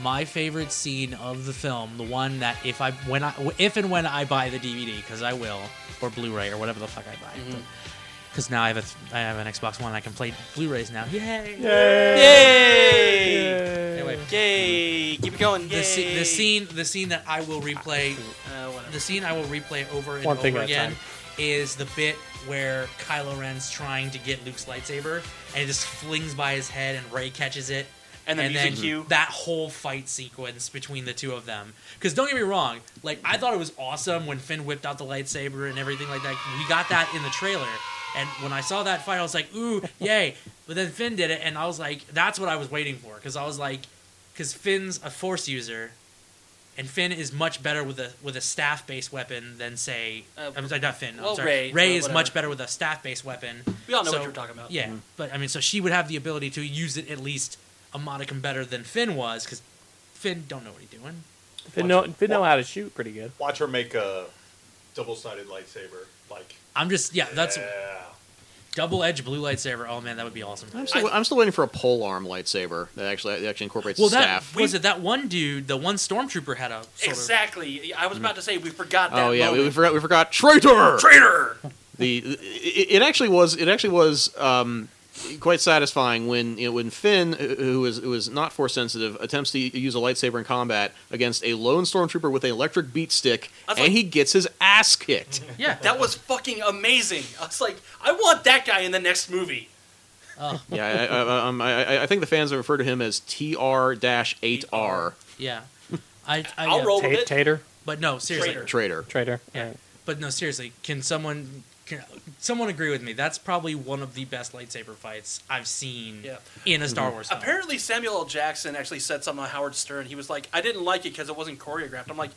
Speaker 9: my favorite scene of the film, the one that if I when I if and when I buy the DVD because I will or Blu-ray or whatever the fuck I buy. Because now I have a th- I have an Xbox One. I can play Blu-rays now. Yay!
Speaker 3: Yay!
Speaker 9: Anyway,
Speaker 3: yay! Keep it going.
Speaker 9: The, sce- the scene, the scene that I will replay, the scene I will replay over and
Speaker 1: One thing
Speaker 9: over
Speaker 1: at a
Speaker 9: again
Speaker 1: time.
Speaker 9: is the bit where Kylo Ren's trying to get Luke's lightsaber and it just flings by his head and Ray catches it.
Speaker 3: And the music cue.
Speaker 9: that whole fight sequence between the two of them. Because don't get me wrong, like I thought it was awesome when Finn whipped out the lightsaber and everything like that. We got that in the trailer, and when I saw that fight, I was like, "Ooh, yay!" But then Finn did it, and I was like, "That's what I was waiting for." Because I was like, "Because Finn's a Force user, and Finn is much better with a with a staff based weapon than say I'm sorry, not Finn.
Speaker 3: Uh, well,
Speaker 9: I'm sorry.
Speaker 3: Ray,
Speaker 9: Ray
Speaker 3: uh,
Speaker 9: is
Speaker 3: whatever.
Speaker 9: much better with a staff based weapon.
Speaker 3: We all know what you're talking about.
Speaker 9: Yeah,
Speaker 3: Mhm.
Speaker 9: but I mean, so she would have the ability to use it at least a modicum better than Finn was because Finn don't know what he's doing.
Speaker 1: Finn know, Finn know how to shoot pretty good.
Speaker 5: Watch her make a double-sided lightsaber. Like
Speaker 9: I'm just yeah, that's double edged blue lightsaber. Oh man, that would be awesome.
Speaker 8: I'm still, I, am still waiting for a pole arm lightsaber that actually that actually incorporates
Speaker 9: well,
Speaker 8: the
Speaker 9: that
Speaker 8: staff.
Speaker 9: was it. That one dude, the one stormtrooper had a sort of-
Speaker 3: Exactly. I was about to say Mm. we forgot that.
Speaker 8: Oh yeah, we, we
Speaker 3: moment.
Speaker 8: forgot. We forgot traitor.
Speaker 3: Traitor.
Speaker 8: The it, it actually was it actually was um, quite satisfying when you know, when Finn, who who is who is not force sensitive, attempts to use a lightsaber in combat against a lone stormtrooper with an electric beat stick,
Speaker 3: That's
Speaker 8: and
Speaker 3: like-
Speaker 8: he gets his ass kicked.
Speaker 9: Yeah,
Speaker 3: that was fucking amazing. I was like, I want that guy in the next movie.
Speaker 8: yeah, I, I, um, I, I- I think the fans have referred to him as TR 8R.
Speaker 9: yeah. I, I
Speaker 3: I'll
Speaker 9: yeah.
Speaker 3: roll with it.
Speaker 1: Tater.
Speaker 9: But no, seriously,
Speaker 3: Traitor.
Speaker 8: Traitor.
Speaker 1: Traitor.
Speaker 9: Yeah. But no, seriously, can someone can someone agree with me? That's probably one of the best lightsaber fights I've seen
Speaker 3: Yeah.
Speaker 9: in a Star Wars film.
Speaker 3: Apparently, Samuel L. Jackson actually said something on Howard Stern. He was like, I didn't like it because it wasn't choreographed. I'm like,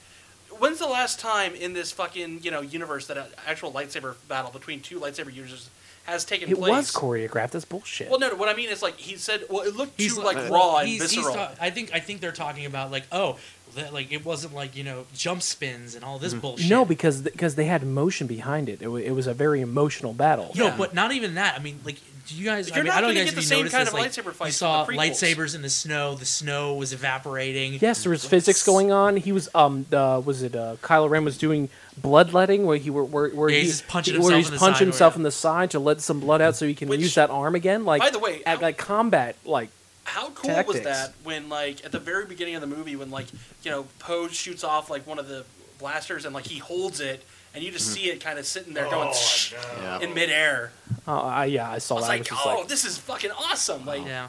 Speaker 3: when's the last time in this fucking you know universe that an actual lightsaber battle between two lightsaber users has taken
Speaker 1: It
Speaker 3: place?
Speaker 1: was choreographed. That's bullshit.
Speaker 3: Well, no, no, what I mean is like he said. Well, it looked
Speaker 9: He's
Speaker 3: too
Speaker 9: like-
Speaker 3: like, raw and
Speaker 9: He's- he's
Speaker 3: visceral.
Speaker 9: ta- I think I think they're talking about like oh, that, like it wasn't like you know jump spins and all
Speaker 3: Mm-hmm.
Speaker 9: this bullshit.
Speaker 1: No, because because they had emotion behind it. It, wa it was a very emotional battle.
Speaker 9: No, but not even that. I mean, like, do you guys? I
Speaker 3: You're
Speaker 9: mean,
Speaker 3: not
Speaker 9: I don't know
Speaker 3: gonna
Speaker 9: guys
Speaker 3: get the
Speaker 9: if you
Speaker 3: same
Speaker 9: noticed
Speaker 3: kind
Speaker 9: this,
Speaker 3: of
Speaker 9: like,
Speaker 3: lightsaber
Speaker 9: You
Speaker 3: fights
Speaker 9: saw
Speaker 3: from the prequels.
Speaker 9: lightsabers in the snow. The snow was evaporating.
Speaker 1: yes, there was physics going on. He was um the was it uh Kylo Ren was doing bloodletting where he were where, where
Speaker 9: Yeah,
Speaker 1: he,
Speaker 9: he's just punching
Speaker 1: where
Speaker 9: himself
Speaker 1: he's
Speaker 9: in the
Speaker 1: punching
Speaker 9: side or
Speaker 1: himself in the side to let some blood out so he can use that arm again. Like
Speaker 3: by the way,
Speaker 1: at, like combat like
Speaker 3: How cool was
Speaker 1: tactics.
Speaker 3: that when like at the very beginning of the movie when like you know Poe shoots off like one of the blasters and like he holds it and you just
Speaker 1: Mm-hmm.
Speaker 8: Mhm.
Speaker 3: see it kind of sitting there
Speaker 5: Oh,
Speaker 3: going "Shh," in midair.
Speaker 1: Oh, I, yeah, I saw
Speaker 3: I was
Speaker 1: that. I
Speaker 3: like,
Speaker 1: was just
Speaker 3: oh,
Speaker 1: like-
Speaker 3: this is fucking awesome. Like,
Speaker 9: yeah.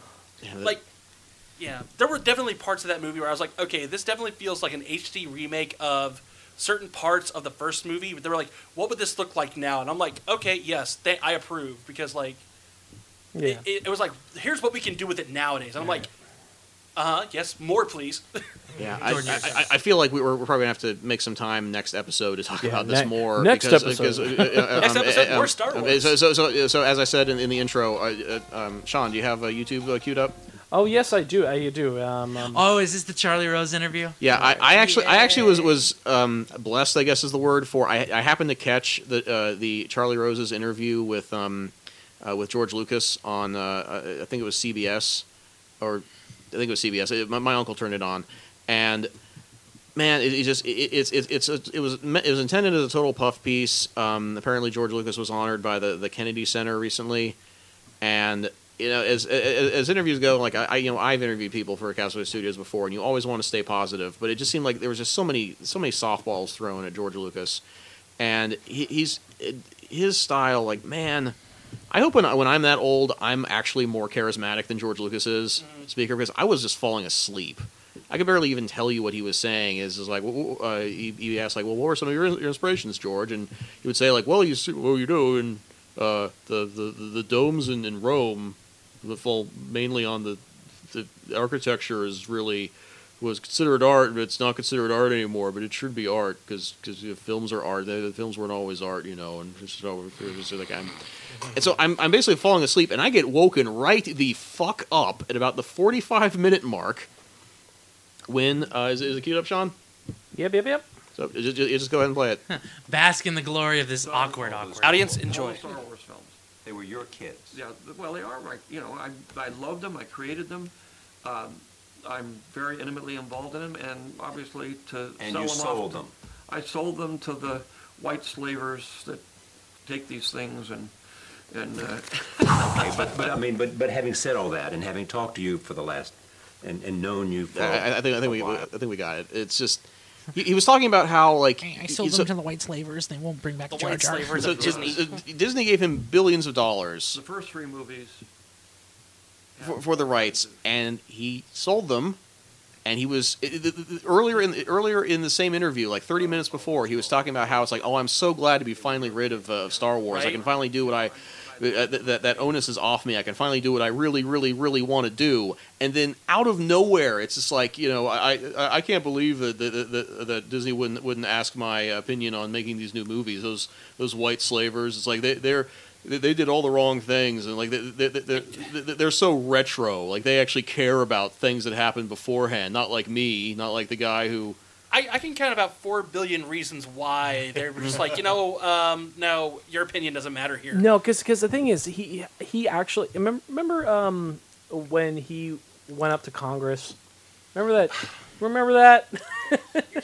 Speaker 3: like, yeah. There were definitely parts of that movie where I was like, okay, this definitely feels like an HD remake of certain parts of the first movie. They were like, "What would this look like now?" And I'm like, "Okay, yes, they, I approve," because like,
Speaker 1: Yeah.
Speaker 3: it, it, it was like, "Here's what we can do with it nowadays." And I'm like, "Uh huh, yes, more please."
Speaker 8: Yeah, I, I, I- I feel like we were, we're probably gonna have to make some time next episode to talk
Speaker 1: Yeah,
Speaker 8: about this
Speaker 1: ne-
Speaker 8: more.
Speaker 1: next
Speaker 8: because,
Speaker 1: episode.
Speaker 8: because, uh,
Speaker 1: Next episode, more
Speaker 8: um,
Speaker 1: Star
Speaker 8: um,
Speaker 1: Wars.
Speaker 8: So, so, so, so as I said in, in the intro, uh, uh, um, Sean, do you have uh, YouTube uh, queued up?
Speaker 1: Oh yes, I do. I do. Um, um,
Speaker 9: Oh, is this the Charlie Rose interview?
Speaker 8: Yeah, I, I actually, I actually was was um, blessed, I guess, is the word for. I, I happened to catch the uh, the Charlie Rose's interview with um, uh, with George Lucas on, uh, uh, I think it was CBS, or I think it was CBS. It- my, my uncle turned it on, and man, it, it just it, it's it, it's a, it was me- it was intended as a total puff piece. Um, apparently, George Lucas was honored by the the Kennedy Center recently, and you know, as as, as interviews go, like I, I you know I've interviewed people for Castaway Studios before, and you always want to stay positive, but it just seemed like there was just so many so many softballs thrown at George Lucas, and he, he's it- his style like man. I hope when, I, when I'm that old, I'm actually more charismatic than George Lucas is speaker because I was just falling asleep. I could barely even tell you what he was saying. Is is like wh- wh- uh, he, he asked like, well, what were some of your, your inspirations, George? And he would say like, well, you see, well, you know, in uh, the, the the the domes in, in Rome, that fall mainly on the the architecture is really was considered art, but it's not considered art anymore. But it should be art because films are art. The, the films weren't always art, you know. And it's just over it's just like I'm, and so I'm I'm basically falling asleep, and I get woken right the fuck up at about the 45 minute mark. When uh, is, is it queued up, Sean?
Speaker 1: Yep, yep, yep.
Speaker 8: So you just, you just go ahead and play it.
Speaker 9: Bask in the glory of this awkward, awkward.
Speaker 3: Audience,
Speaker 14: All the Star Wars films.
Speaker 15: They were your kids.
Speaker 14: Yeah, th- well, they are right. You know, I, I loved them. I created them. Um, I'm very intimately involved in them, and obviously to
Speaker 15: And
Speaker 14: sell them
Speaker 15: you sold
Speaker 14: off, to-
Speaker 15: them.
Speaker 14: I sold them to the white slavers that take these things and and. Uh,
Speaker 15: Okay, but, but I mean, but, but having said all that and having talked to you for the last, and, and known you for.
Speaker 8: I, I think I think
Speaker 15: a
Speaker 8: we
Speaker 15: while,
Speaker 8: I think we got it. It's just he, he was talking about how like
Speaker 9: I sold
Speaker 8: so-
Speaker 9: them to the white slavers. They won't bring back the Jar Jar.
Speaker 8: so- so- so Disney gave him billions of dollars
Speaker 14: the first three movies.
Speaker 8: for, for the rights, and he sold them. And he was i- i- i- earlier in earlier in the same interview, like 30 minutes before, he was talking about how it's like, oh, I'm so glad to be finally rid of, uh, of Star Wars. I
Speaker 16: Right.
Speaker 8: can finally do what I uh, th- that that onus is off me. I can finally do what I really, really, really want to do. And then out of nowhere, it's just like you know, I I, I can't believe that that, that that Disney wouldn't wouldn't ask my opinion on making these new movies. Those those white slavers. It's like they they're. They they did all the wrong things, and like they, they, they, they're they're they're so retro. Like they actually care about things that happened beforehand, not like me, not like the guy who
Speaker 3: I, I can count about four billion reasons why they were just like, you know, um, no, your opinion doesn't matter here.
Speaker 1: No, because the thing is, he he actually remember, remember um when he went up to Congress. Remember that? Remember that?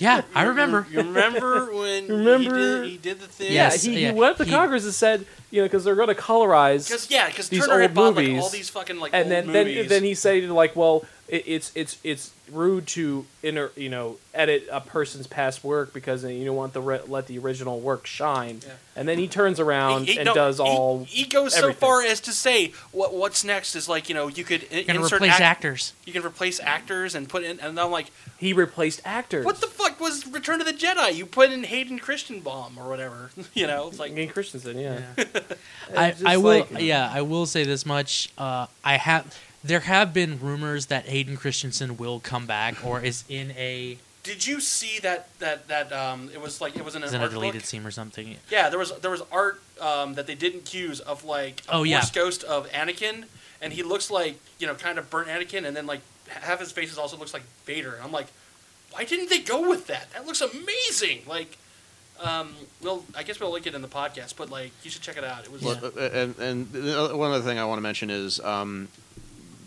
Speaker 9: yeah,
Speaker 3: I remember. You remember when he
Speaker 1: remember
Speaker 3: did- he did the thing?
Speaker 1: Yeah,
Speaker 3: Yes,
Speaker 1: he, he
Speaker 3: yeah,
Speaker 1: went up to
Speaker 3: he-
Speaker 1: Congress and said, you know, because they're going to colorize.
Speaker 3: 'Cause, yeah, 'cause
Speaker 1: these
Speaker 3: Turner
Speaker 1: old
Speaker 3: had bought, like, all
Speaker 1: movies.
Speaker 3: these fucking, like,
Speaker 1: and
Speaker 3: old
Speaker 1: then
Speaker 3: movies.
Speaker 1: then then he said like, well, it, it's it's it's rude to inter, you know edit a person's past work because you don't want the re- let the original work shine. And then he turns around
Speaker 3: He-
Speaker 1: and
Speaker 3: no,
Speaker 1: does
Speaker 3: he-
Speaker 1: all
Speaker 3: He goes so
Speaker 1: everything.
Speaker 3: far as to say, "What what's next is like you know you could i-
Speaker 9: Gonna
Speaker 3: insert
Speaker 9: replace
Speaker 3: act-
Speaker 9: actors.
Speaker 3: You can replace actors and put in." And I'm like,
Speaker 1: He replaced actors.
Speaker 3: "What the fuck was Return of the Jedi? You put in Hayden Christenbaum or whatever, you know?" It's like
Speaker 9: Mm-hmm.
Speaker 1: Hayden Christensen, yeah.
Speaker 9: I,
Speaker 1: It's
Speaker 9: I
Speaker 1: just
Speaker 9: will
Speaker 1: like-
Speaker 9: yeah I will say this much uh, I have there have been rumors that Hayden Christensen will come back or is in a
Speaker 3: Did you see that that that um? It was like it was in an
Speaker 9: is in a
Speaker 3: art
Speaker 9: deleted
Speaker 3: book?
Speaker 9: scene or something
Speaker 3: Yeah, there was there was art um, that they didn't use of like a
Speaker 9: Oh, yeah.
Speaker 3: Morse ghost of Anakin, and he looks like you know kind of burnt Anakin, and then like h- half his face is also looks like Vader. And I'm like, why didn't they go with that? That looks amazing. Like, um, well, I guess we'll link it in the podcast, but like you should check it out. It was
Speaker 8: Well, uh, and, and the other- one other thing I want to mention is, um,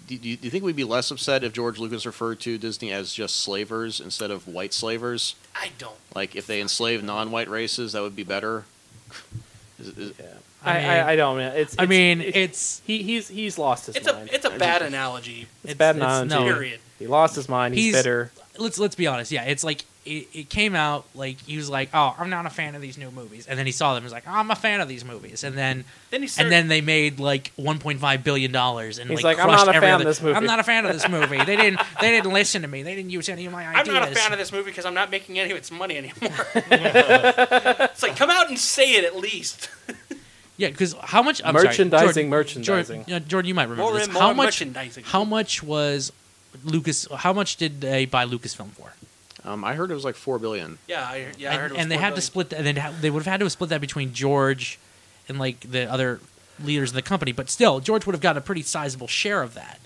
Speaker 8: do, do you, do you think we'd be less upset if George Lucas referred to Disney as just slavers instead of white slavers?
Speaker 3: I don't.
Speaker 8: Like, if they enslave non-white races, that would be better. Is- is-
Speaker 1: I, I, I don't know. It's,
Speaker 9: I
Speaker 1: it's-
Speaker 9: mean,
Speaker 1: it's he he's he's lost his
Speaker 3: it's
Speaker 1: mind.
Speaker 3: a it's a bad analogy.
Speaker 1: It's, a bad
Speaker 9: it's-
Speaker 1: analogy.
Speaker 9: no.
Speaker 1: He lost his mind. He's, bitter.
Speaker 9: Let's let's be honest. Yeah, it's like it, it came out like he was like, "Oh, I'm not a fan of these new movies," and then he saw them. He was like, "I'm a fan of these movies," and then
Speaker 3: Then he
Speaker 9: and
Speaker 3: started-
Speaker 9: then they made like 1.5 billion dollars and
Speaker 1: He's
Speaker 9: like,
Speaker 1: like, "I'm
Speaker 9: crushed
Speaker 1: not a
Speaker 9: every
Speaker 1: fan of
Speaker 9: other-
Speaker 1: this movie."
Speaker 9: I'm not a fan of this movie. They didn't they didn't listen to me. They didn't use any of my
Speaker 3: I'm
Speaker 9: ideas.
Speaker 3: not a fan of this movie because I'm not making any of its money anymore. it's like come out and say it at least.
Speaker 9: Yeah, because how much I'm
Speaker 1: Merchandising,
Speaker 9: sorry, Jordan,
Speaker 1: merchandising.
Speaker 9: Jordan, yeah, Jordan, you might remember
Speaker 3: More
Speaker 9: this.
Speaker 3: and more
Speaker 9: how much?
Speaker 3: merchandising.
Speaker 9: How much was Lucas? How much did they buy Lucasfilm for?
Speaker 8: Um, I heard it was like four billion.
Speaker 3: Yeah, I, yeah, I
Speaker 9: and,
Speaker 3: heard. It was
Speaker 9: and they
Speaker 3: four
Speaker 9: had to
Speaker 3: billion.
Speaker 9: split. That, and they'd ha- they would have had to have split that between George and like the other leaders in the company. But still, George would have gotten a pretty sizable share of that.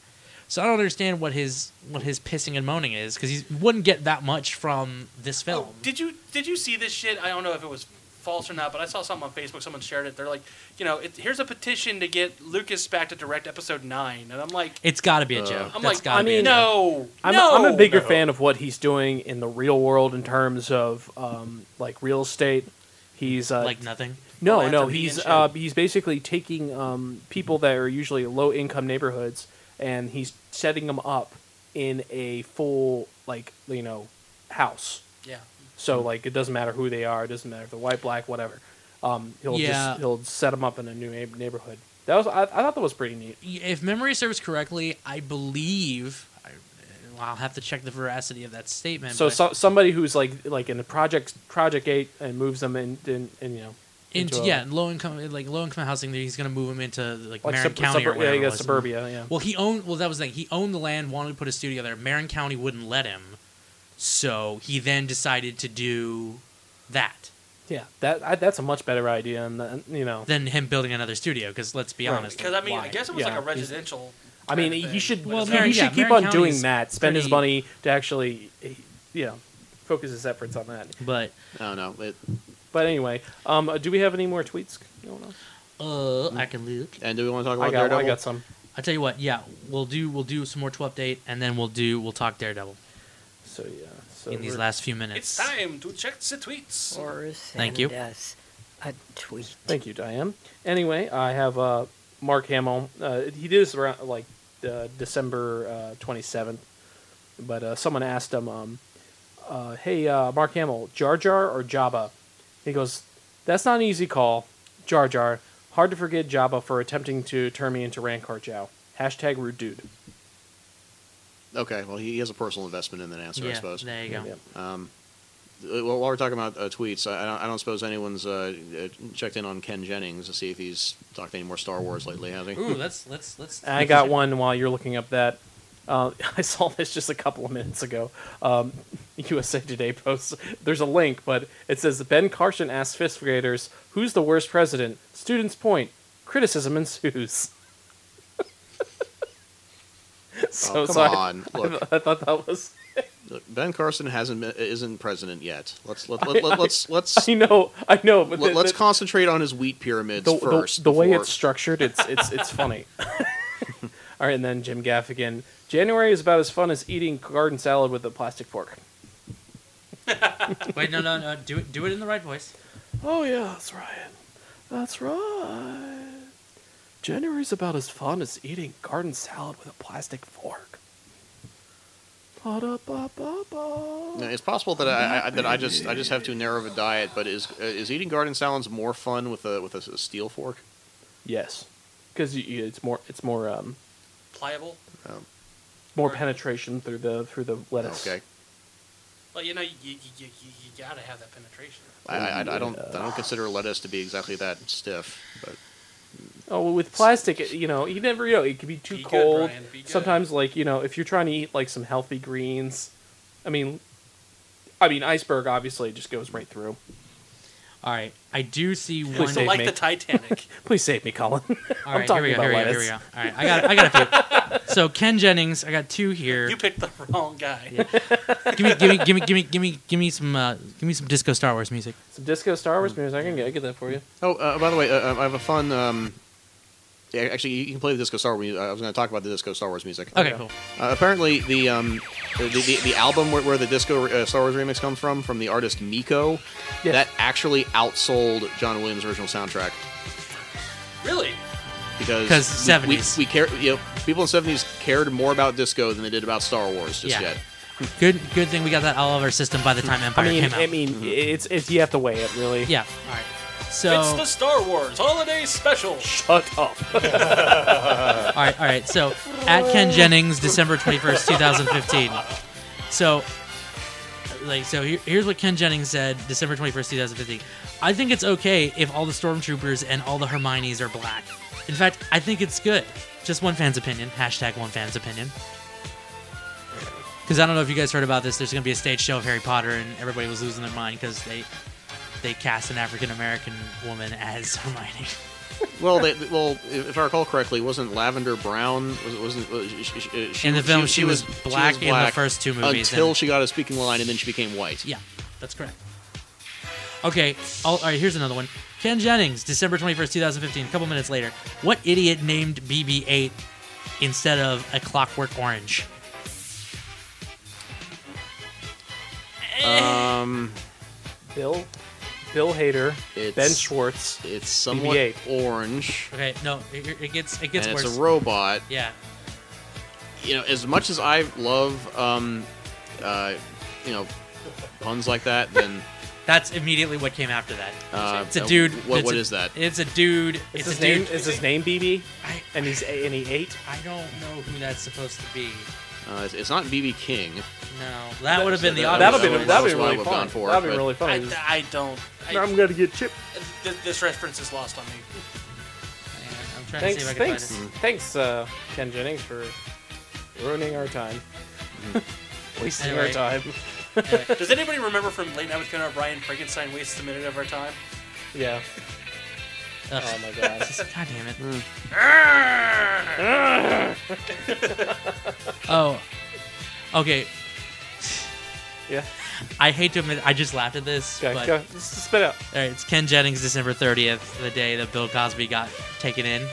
Speaker 9: So I don't understand what his what his pissing and moaning is because he wouldn't get that much from this film.
Speaker 3: Oh, Did you did you see this shit? I don't know if it was false or not, but I saw something on Facebook. Someone shared it. They're like, you know, it, here's a petition to get Lucas back to direct episode nine, and I'm like,
Speaker 9: It's got to be a joke.
Speaker 3: I'm
Speaker 9: That's
Speaker 3: like,
Speaker 9: gotta
Speaker 3: I
Speaker 9: be a
Speaker 3: mean,
Speaker 9: joke.
Speaker 3: no,
Speaker 1: I'm,
Speaker 3: no,
Speaker 1: I'm a bigger
Speaker 3: no.
Speaker 1: fan of what he's doing in the real world in terms of um, like real estate. He's uh,
Speaker 9: Like nothing?
Speaker 1: No, no,
Speaker 9: Philanthropy
Speaker 1: he's
Speaker 9: and shit.
Speaker 1: uh, he's basically taking um, people that are usually low income neighborhoods and he's setting them up in a full like you know house.
Speaker 3: Yeah.
Speaker 1: So like it doesn't matter who they are, it doesn't matter if they're white, black, whatever. Um, he'll
Speaker 9: Yeah.
Speaker 1: just he'll set them up in a new neigh- neighborhood. That was I, I thought that was pretty neat.
Speaker 9: if memory serves correctly, I believe. I, well, I'll have to check the veracity of that statement.
Speaker 1: so,
Speaker 9: but
Speaker 1: so somebody who's like like in the project project eight and moves them in, in, in you know
Speaker 9: into,
Speaker 1: a-
Speaker 9: yeah, low income like low income housing. He's going to move him into like,
Speaker 1: Like
Speaker 9: Marin
Speaker 1: sub-
Speaker 9: County or
Speaker 1: suburb- yeah,
Speaker 9: whatever.
Speaker 1: you
Speaker 9: it
Speaker 1: got
Speaker 9: was.
Speaker 1: suburbia, yeah.
Speaker 9: Well, he owned. Well, that was the thing. He owned the land, wanted to put a studio there. Marin County wouldn't let him, so he then decided to do that.
Speaker 1: yeah that I, that's a much better idea and the, you know
Speaker 9: Than him building another studio, because let's be
Speaker 1: Right.
Speaker 9: honest.
Speaker 3: Because I mean,
Speaker 9: why?
Speaker 3: I guess it was like
Speaker 1: Yeah,
Speaker 3: a
Speaker 1: he's-
Speaker 3: residential.
Speaker 1: I mean he should
Speaker 9: Well,
Speaker 1: he,
Speaker 9: Marin-
Speaker 1: should
Speaker 9: yeah,
Speaker 1: keep
Speaker 9: Marin
Speaker 1: on
Speaker 9: County
Speaker 1: doing
Speaker 9: is
Speaker 1: that spend his
Speaker 9: pretty-
Speaker 1: money to actually eh, you know focus his efforts on that
Speaker 9: But
Speaker 8: I don't know. It,
Speaker 1: but anyway um uh, do we have any more tweets going on
Speaker 9: Uh, I can look.
Speaker 8: And do we want to talk
Speaker 1: I
Speaker 8: about
Speaker 1: got- I
Speaker 8: Oh, Daredevil?
Speaker 1: got some.
Speaker 9: I tell you what, yeah, we'll do we'll do some more to update, and then we'll do we'll talk Daredevil.
Speaker 1: So yeah, so
Speaker 9: in these
Speaker 1: we're-
Speaker 9: last few minutes,
Speaker 3: It's time to check the tweets.
Speaker 9: Thank you.
Speaker 12: us a tweet.
Speaker 1: Thank you, Diane. Anyway, I have uh, Mark Hamill. Uh, he did this around like uh, December twenty seventh, but uh, someone asked him, um, uh, "Hey, uh, Mark Hamill, Jar Jar or Jabba?" He goes, "That's not an easy call, Jar Jar. Hard to forget Jabba for attempting to turn me into Rancor Jow. Hashtag rude dude."
Speaker 8: Okay, well, he has a personal investment in that answer, I
Speaker 9: Yeah,
Speaker 8: suppose.
Speaker 9: there you go.
Speaker 8: Um, uh, well, while we're talking about uh, tweets, I I don't, I don't suppose anyone's uh, uh, checked in on Ken Jennings to see if he's talked any more Star Wars lately, has he?
Speaker 9: Ooh, let's let's let's.
Speaker 1: I got one while you're looking up that. Uh, I saw this just a couple of minutes ago. Um, USA Today posts. There's a link, but it says Ben Carson asks fifth graders, "Who's the worst president?" Students point. Criticism ensues. so
Speaker 8: Oh, come
Speaker 1: so I-
Speaker 8: on,
Speaker 1: I,
Speaker 8: look.
Speaker 1: th- I thought that was.
Speaker 8: Look, Ben Carson hasn't been, isn't president yet. Let's let, let, let, let's let's
Speaker 1: I know. I know. But
Speaker 8: let,
Speaker 1: the-
Speaker 8: us
Speaker 1: the-
Speaker 8: concentrate on his wheat pyramids
Speaker 1: the, the-
Speaker 8: first.
Speaker 1: the way
Speaker 8: before-
Speaker 1: it's structured, it's it's it's funny. All right, and then Jim Gaffigan. January is about as fun as eating garden salad with a plastic fork.
Speaker 9: Wait, no, no, no. Do it, do it in the right voice.
Speaker 1: Oh yeah, that's right. That's right. January's about as fun as eating garden salad with a plastic fork.
Speaker 8: Now, it's possible that I, I that I just I just have too narrow of a diet. But is uh, is eating garden salads more fun with a with a, s- steel fork?
Speaker 1: Yes, because it's more it's more um
Speaker 3: Pliable.
Speaker 8: Um,
Speaker 1: more penetration through the through the lettuce.
Speaker 8: okay.
Speaker 3: Well, you know, you, you, you, you you gotta have that penetration.
Speaker 8: I, I, I don't I don't consider lettuce to be exactly that stiff, but
Speaker 1: Oh, well, with plastic, it- you know, you never know. It could be too
Speaker 8: good,
Speaker 1: cold.
Speaker 8: Brian, be good.
Speaker 1: Sometimes, like you know, if you're trying to eat like some healthy greens, I mean, I mean, iceberg obviously just goes right through.
Speaker 9: All right, I do see
Speaker 1: Please
Speaker 9: one.
Speaker 1: save
Speaker 9: Like
Speaker 1: me.
Speaker 9: the Titanic.
Speaker 1: Please save me, Colin.
Speaker 9: All
Speaker 1: I'm
Speaker 9: right, here
Speaker 1: talking
Speaker 9: we go.
Speaker 1: about
Speaker 9: Here we go.
Speaker 1: lettuce.
Speaker 9: Here we go. All right, I got I got a few. So Ken Jennings, I got two here.
Speaker 3: You picked the wrong guy.
Speaker 9: give me give me give me give me give me give me some uh, give me some disco Star Wars music.
Speaker 1: Some disco Star Wars music. I can get, get that for you.
Speaker 8: Oh, uh, by the way, uh, um, I have a fun. Um, yeah, actually, you can play the disco Star Wars. mu- I was going to talk about the disco Star Wars music.
Speaker 9: Okay, cool.
Speaker 8: Uh, apparently, the, um, the, the the album where, where the disco uh, Star Wars remix comes from, from the artist Miko, that actually outsold John Williams' original soundtrack
Speaker 3: Really?
Speaker 8: because
Speaker 9: 'Cause
Speaker 8: we- we,
Speaker 9: 70s.
Speaker 8: we, care. You know, people in seventies cared more about disco than they did about Star Wars just
Speaker 9: yeah.
Speaker 8: yet.
Speaker 9: Good, good thing we got that out of our system by the time Empire
Speaker 1: Hmm. I mean,
Speaker 9: came out.
Speaker 1: I mean, it's it's you have to weigh it really.
Speaker 9: Yeah. All right. So
Speaker 3: it's the Star Wars Holiday Special.
Speaker 1: Shut up.
Speaker 9: all right, all right. So at Ken Jennings, December twenty first, two thousand fifteen. So, like, so here, here's what Ken Jennings said, December twenty first, two thousand fifteen. I think it's okay if all the stormtroopers and all the Hermione's are black. In fact, I think it's good. Just one fan's opinion. Hashtag one fan's opinion. Because I don't know if you guys heard about this. There's going to be a stage show of Harry Potter, and everybody was losing their mind because they they cast an African American woman as Hermione.
Speaker 8: Well, they, well, if I recall correctly, wasn't Lavender Brown? Was it wasn't uh, she, she, she,
Speaker 9: In the film, she was black in the first two movies,
Speaker 8: until
Speaker 9: and-
Speaker 8: she got a speaking line, and then she became white.
Speaker 9: Yeah, that's correct. Okay, oh, all, all right, here's another one. Ken Jennings, December 21st, 2015, a couple minutes later. What idiot named BB 8 instead of a clockwork orange?
Speaker 8: Um,
Speaker 1: Bill, Bill Hader, Ben Schwartz.
Speaker 8: It's somewhat
Speaker 1: BB-8.
Speaker 8: orange,
Speaker 9: Okay, no, it, it gets it gets
Speaker 8: and
Speaker 9: worse.
Speaker 8: it's a robot.
Speaker 9: Yeah.
Speaker 8: You know, as much as I love, um, uh, you know, puns like that, then
Speaker 9: That's immediately what came after that.
Speaker 8: Uh,
Speaker 9: it's a
Speaker 8: uh,
Speaker 9: dude.
Speaker 8: what-
Speaker 9: it's
Speaker 8: what
Speaker 9: a-
Speaker 8: is that?
Speaker 9: It's a dude.
Speaker 1: Is
Speaker 9: it's
Speaker 1: his
Speaker 9: a dude.
Speaker 1: name is his name BB? and he's and he ate.
Speaker 9: I don't know who that's supposed to be.
Speaker 8: uh, it's, it's not BB King.
Speaker 9: No, that would have been the
Speaker 8: That-
Speaker 9: obvious.
Speaker 8: that would've been-
Speaker 9: choice.
Speaker 8: that would've been really That's what I would've fun. gone for, That'd be but- really fun.
Speaker 3: I, I don't. I,
Speaker 1: I'm gonna get chipped.
Speaker 3: Th- this reference is lost on me.
Speaker 9: I'm trying
Speaker 1: Thanks,
Speaker 9: to see if I can
Speaker 1: thanks,
Speaker 9: find it.
Speaker 1: thanks, uh, Ken Jennings for ruining our time, wasting our
Speaker 3: Anyway.
Speaker 1: time.
Speaker 3: Does anybody remember from Late Night with Conan O'Brien, Frankenstein wastes a minute of our time?
Speaker 1: yeah.
Speaker 9: Ugh.
Speaker 1: Oh my god.
Speaker 9: God damn it.
Speaker 1: Mm.
Speaker 9: Oh, okay.
Speaker 1: Yeah.
Speaker 9: I hate to admit, I just laughed at this.
Speaker 1: Okay,
Speaker 9: but,
Speaker 1: go. Just spit out.
Speaker 9: All right, it's Ken Jennings, December 30th, the day that Bill Cosby got taken in.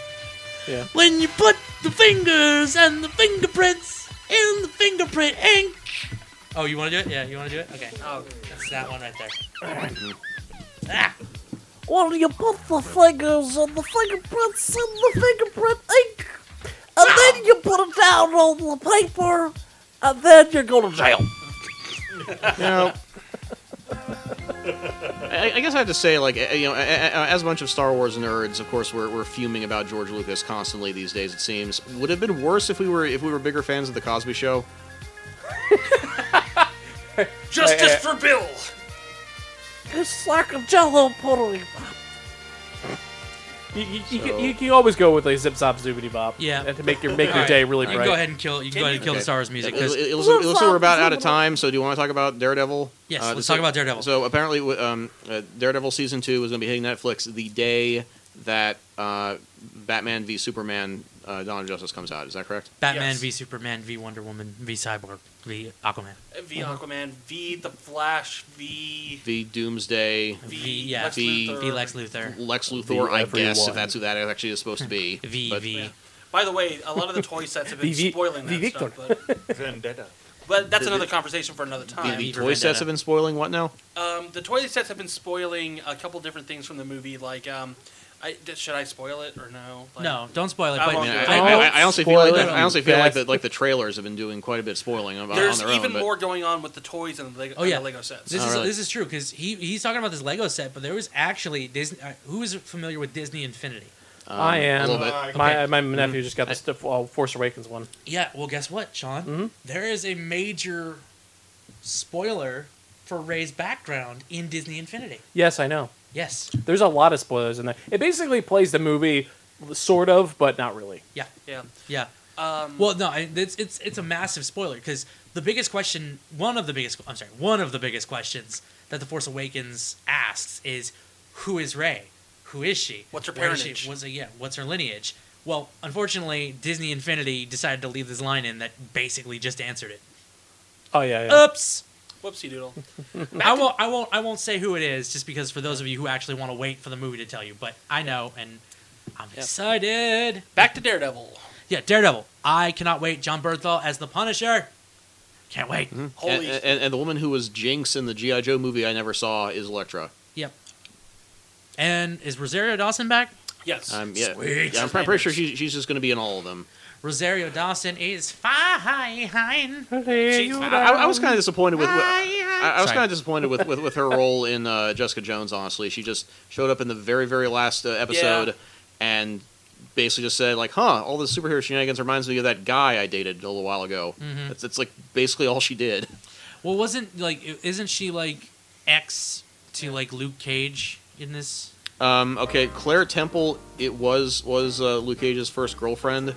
Speaker 1: Yeah.
Speaker 9: When you put the fingers and the fingerprints in the fingerprint ink. Oh, you want to do it? Yeah, you want to do it? Okay. Oh, that's that one right there. ah,
Speaker 13: Well, you put the fingers on the fingerprints in the fingerprint ink, and
Speaker 9: Ah!
Speaker 13: then you put it down on the paper, and then you go to jail.
Speaker 8: No. I, I guess I have to say, like, eh, you know, eh, eh, eh, as a bunch of Star Wars nerds, of course, we're, we're fuming about George Lucas constantly these days. It seems would have been worse if we were if we were bigger fans of the Cosby Show.
Speaker 3: Justice
Speaker 8: Eh.
Speaker 3: for Bill.
Speaker 13: It's like a jello pudding.
Speaker 1: You, you, you,
Speaker 13: So-
Speaker 1: can, you can always go with like zip zop zoobity bop.
Speaker 9: Yeah.
Speaker 1: And to make your make
Speaker 9: All
Speaker 1: your
Speaker 9: right.
Speaker 1: day really
Speaker 9: You
Speaker 1: bright.
Speaker 9: can go ahead and kill- you can go ahead and kill the Star Wars music,
Speaker 8: It,
Speaker 9: 'cause-
Speaker 8: it- it looks, it looks like we're about out of time. So, do you want to talk about Daredevil?
Speaker 9: Yes,
Speaker 8: Uh,
Speaker 9: let's
Speaker 8: this-
Speaker 9: talk about Daredevil.
Speaker 8: So, apparently, w- um, uh, Daredevil season two was going to be hitting Netflix the day that uh, Batman v Superman: uh, Dawn of Justice comes out. Is that correct?
Speaker 9: Batman v Superman v Wonder Woman v Cyborg v Aquaman.
Speaker 3: V Aquaman, V The Flash, V.
Speaker 8: the Doomsday,
Speaker 9: V- yeah, Lex
Speaker 8: the
Speaker 9: Luthor. V Lex Luthor.
Speaker 8: Lex Luthor,
Speaker 9: V
Speaker 8: I guess
Speaker 9: everyone.
Speaker 8: if that's who that actually is supposed to be.
Speaker 9: V V.
Speaker 3: By the way, a lot of the toy sets have been
Speaker 8: V-
Speaker 3: spoiling
Speaker 8: V
Speaker 3: that
Speaker 8: Victor.
Speaker 3: stuff, but,
Speaker 5: Vendetta.
Speaker 3: but that's
Speaker 8: The-
Speaker 3: another conversation Ah, for another time.
Speaker 8: The, the toy sets have been spoiling what now?
Speaker 3: Um, the toy sets have been spoiling a couple different things from the movie. Like, um, I, d- should I spoil it or no? Like,
Speaker 9: No, don't spoil it,
Speaker 3: I
Speaker 9: but-
Speaker 3: won't
Speaker 8: I,
Speaker 3: do it.
Speaker 8: I, I, I honestly feel like that, I honestly feel like
Speaker 9: Bastard.
Speaker 8: that like the trailers have been doing quite a bit of spoiling on, on
Speaker 3: There's
Speaker 8: their own.
Speaker 3: even
Speaker 8: but
Speaker 3: more going on with the toys and the Lego,
Speaker 9: Oh yeah,
Speaker 3: and the Lego sets.
Speaker 9: This is this is true because he he's talking about this Lego set, but there was actually Disney. Uh, who is familiar with Disney Infinity?
Speaker 8: um,
Speaker 1: I am.
Speaker 3: Ah,
Speaker 5: Uh,
Speaker 1: My Uh, my nephew
Speaker 9: Mhm.
Speaker 1: just got the stuff, uh, Force Awakens one.
Speaker 9: Yeah, well, guess what, Sean? There is a major spoiler for Ray's background in Disney Infinity.
Speaker 1: Yes, I know.
Speaker 9: Yes.
Speaker 1: There's a lot of spoilers in there. It basically plays the movie, sort of, but not really.
Speaker 9: Yeah.
Speaker 3: Yeah.
Speaker 9: Yeah.
Speaker 3: Um,
Speaker 9: well, no, I- it's it's it's a massive spoiler because the biggest question, one of the biggest, I'm sorry, one of the biggest questions that the Force Awakens asks is, who is Rey? Who is she? What's
Speaker 3: her parentage?
Speaker 9: What's yeah? What's her lineage? Well, unfortunately, Disney Infinity decided to leave this line in that basically just answered it.
Speaker 1: Oh yeah. yeah.
Speaker 9: Oops.
Speaker 3: Whoopsie doodle.
Speaker 9: I won't. I won't. I won't say who it is, just because for those of you who actually want to wait for the movie to tell you. But I know, and I'm excited.
Speaker 3: Back to Daredevil.
Speaker 9: Yeah, Daredevil. I cannot wait. John Berthel as the Punisher. Can't wait.
Speaker 3: Mm-hmm.
Speaker 8: Mhm. and,
Speaker 9: Holy.
Speaker 8: and, and the woman who was Jinx in the GI Joe movie I never saw is Elektra.
Speaker 9: Yep. And is Rosario Dawson back?
Speaker 3: Yes.
Speaker 8: Um, yeah,
Speaker 9: Sweet.
Speaker 8: yeah, I'm pretty, pretty sure she, she's just going to be in all of them.
Speaker 9: Rosario Dawson is fine.
Speaker 8: I, I- I was kind of disappointed with. with- I, I was
Speaker 9: Sorry.
Speaker 8: kind of disappointed with, with, with her role in uh, Jessica Jones. Honestly, she just showed up in the very very last uh, episode and basically just said like, "Huh, all the superhero shenanigans reminds me of that guy I dated a little while ago."
Speaker 9: Mhm.
Speaker 8: That's, that's like basically all she did.
Speaker 9: Well, wasn't like i- isn't she like ex to like Luke Cage in this?
Speaker 8: Um, okay, Claire Temple. It was was uh, Luke Cage's first girlfriend.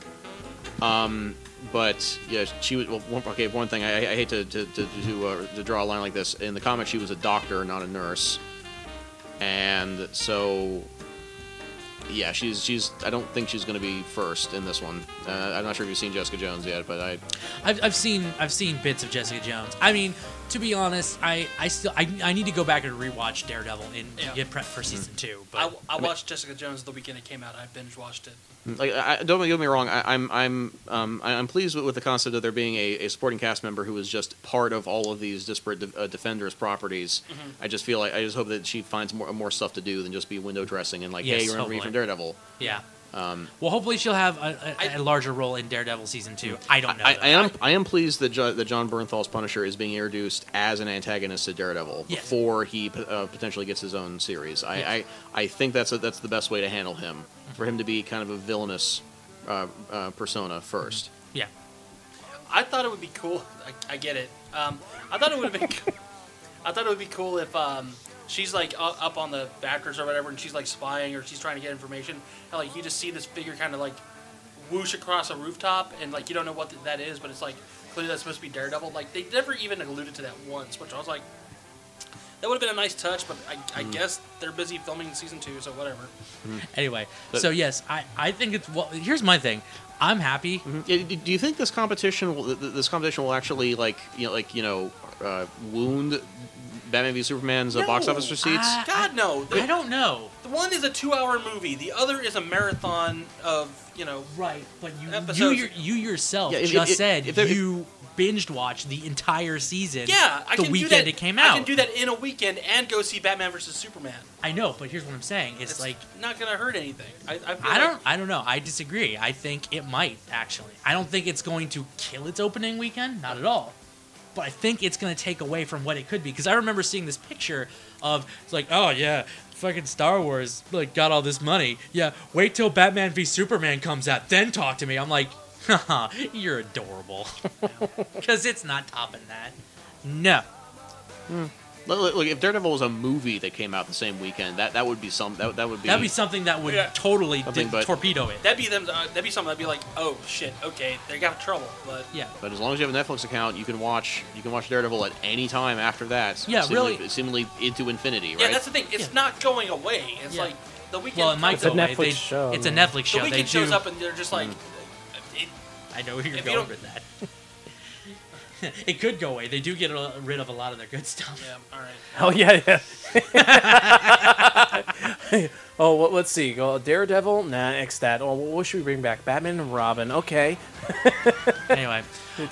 Speaker 8: Um, but yeah, she was. Well, one, okay, one thing I, I hate to to to, to, uh, to draw a line like this. In the comic, she was a doctor, not a nurse. And so, yeah, she's she's. I don't think she's going to be first in this one. Uh, I'm not sure if you've seen Jessica Jones yet, but I
Speaker 9: I've, I've seen I've seen bits of Jessica Jones. I mean, to be honest, I I still I, I need to go back and rewatch Daredevil and
Speaker 3: Yeah.
Speaker 9: get prep for season two. But
Speaker 3: I, I watched Jessica Jones the weekend it came out. I binge watched it.
Speaker 8: Like, I, I- don't get me wrong. I, I'm I'm um, I- I'm pleased with, with the concept of there being a, a supporting cast member who is just part of all of these disparate de- uh, defenders' properties.
Speaker 9: Mm-hmm.
Speaker 8: I just feel like I just hope that she finds more more stuff to do than just be window dressing and like,
Speaker 9: Yes,
Speaker 8: hey, remember me
Speaker 9: hopefully.
Speaker 8: from Daredevil.
Speaker 9: yeah.
Speaker 8: Um,
Speaker 9: Well, hopefully she'll have a, a, a larger role in Daredevil season two. I don't know.
Speaker 8: I,
Speaker 9: though.
Speaker 8: I am I am pleased that jo- that John Bernthal's Punisher is being introduced as an antagonist to Daredevil
Speaker 9: Yes.
Speaker 8: before he p- uh, potentially gets his own series. I,
Speaker 9: Yes.
Speaker 8: I, I think that's a, that's the best way to handle him for him to be kind of a villainous uh, uh, persona 1st
Speaker 9: Yeah.
Speaker 3: I thought it would be cool. I, I get it. Um, I thought it would have been. cool- I thought it would be cool if um, she's like u- up on the backers or whatever, and she's like spying or she's trying to get information, and like you just see this figure kind of like whoosh across a rooftop, and like you don't know what th- that is, but it's like clearly that's supposed to be Daredevil. Like they never even alluded to that once, which I was like, that would have been a nice touch, but I, I
Speaker 9: Mhm.
Speaker 3: guess they're busy filming season two, so whatever.
Speaker 9: Anyway,
Speaker 8: But-
Speaker 9: so yes, I, I think it's well. Here's my thing. I'm happy.
Speaker 8: Yeah, d- do you think this competition will th- th- this competition will actually like you know like you know uh, wound Batman v Superman's uh, box
Speaker 3: No,
Speaker 8: office receipts?
Speaker 9: I-
Speaker 3: God no.
Speaker 9: I don't know.
Speaker 3: The one is a two-hour movie. The other is a marathon of you know.
Speaker 9: Right, but you You,
Speaker 3: episodes.
Speaker 9: your, you yourself
Speaker 3: Yeah, if-
Speaker 9: just
Speaker 3: if-
Speaker 9: said
Speaker 3: if there- if-
Speaker 9: you binged watched the entire season.
Speaker 3: yeah, I
Speaker 9: the
Speaker 3: can
Speaker 9: weekend
Speaker 3: do that.
Speaker 9: it came
Speaker 3: I
Speaker 9: out.
Speaker 3: can do that in a weekend and go see Batman versus Superman.
Speaker 9: I know, but here's what I'm saying. It's,
Speaker 3: It's
Speaker 9: like
Speaker 3: not gonna hurt anything. I, I, feel
Speaker 9: I
Speaker 3: like-
Speaker 9: don't I don't know. I disagree. I think it might actually. I don't think it's going to kill its opening weekend, not at all. But I think it's going to take away from what it could be because I remember seeing this picture of it's like, oh yeah, fucking Star Wars like got all this money. Yeah, wait till Batman v Superman comes out, then talk to me. I'm like, haha, you're adorable because it's not topping that. No.
Speaker 8: Look, look- look, if Daredevil was a movie that came out the same weekend, that, that would be some that, that would be
Speaker 9: That'd be something that would totally
Speaker 8: Something,
Speaker 9: di-
Speaker 8: but-
Speaker 9: torpedo it.
Speaker 3: That'd be them. Uh, that'd be something. I'd be like, oh shit, okay, they got trouble, but
Speaker 9: Yeah.
Speaker 8: But as long as you have a Netflix account, you can watch you can watch Daredevil at any time after that.
Speaker 9: Yeah,
Speaker 8: seemingly,
Speaker 9: really.
Speaker 8: Seemingly into infinity, right?
Speaker 3: yeah, that's the thing. It's not going away. It's
Speaker 9: Yeah.
Speaker 3: like the weekend.
Speaker 9: Well, it might
Speaker 3: comes-
Speaker 9: go away. They- It's a Netflix show.
Speaker 3: The
Speaker 9: they
Speaker 3: weekend
Speaker 9: do. Mm.
Speaker 3: shows up and they're just like, it,
Speaker 9: I know where you're
Speaker 3: If you
Speaker 9: going
Speaker 3: don't-
Speaker 9: with that. it could go away. They do get a- rid of a lot of their good stuff. Yeah,
Speaker 3: all right.
Speaker 1: Oh yeah, yeah. oh, well, let's see. Go Daredevil. Nah, X that. Oh, what should we bring back? Batman and Robin. Okay.
Speaker 9: anyway,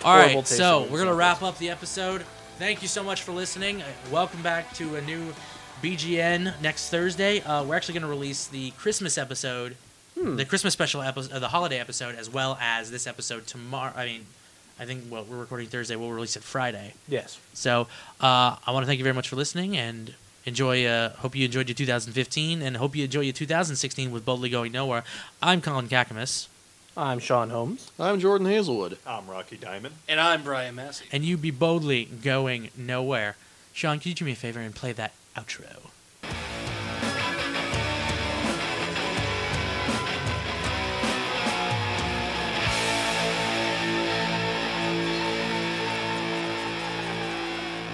Speaker 9: all right. So we're gonna wrap up the episode. Thank you so much for listening. Uh, Welcome back to a new BGN next Thursday. Uh, we're actually gonna release the Christmas episode, the Christmas special episode, uh, the holiday episode, as well as this episode tomorrow. I mean, I think well, we're recording Thursday. We'll release it Friday.
Speaker 1: Yes.
Speaker 9: So uh, I want to thank you very much for listening and enjoy. Uh, hope you enjoyed your 2015 and hope you enjoy your 2016 with Boldly Going Nowhere. I'm Colin Kakamas.
Speaker 1: I'm Sean Holmes.
Speaker 8: I'm Jordan Hazelwood.
Speaker 5: I'm Rocky Diamond.
Speaker 3: and I'm Brian Massey.
Speaker 9: And you be boldly going nowhere. Sean, can you do me a favor and play that outro?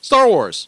Speaker 8: Star Wars.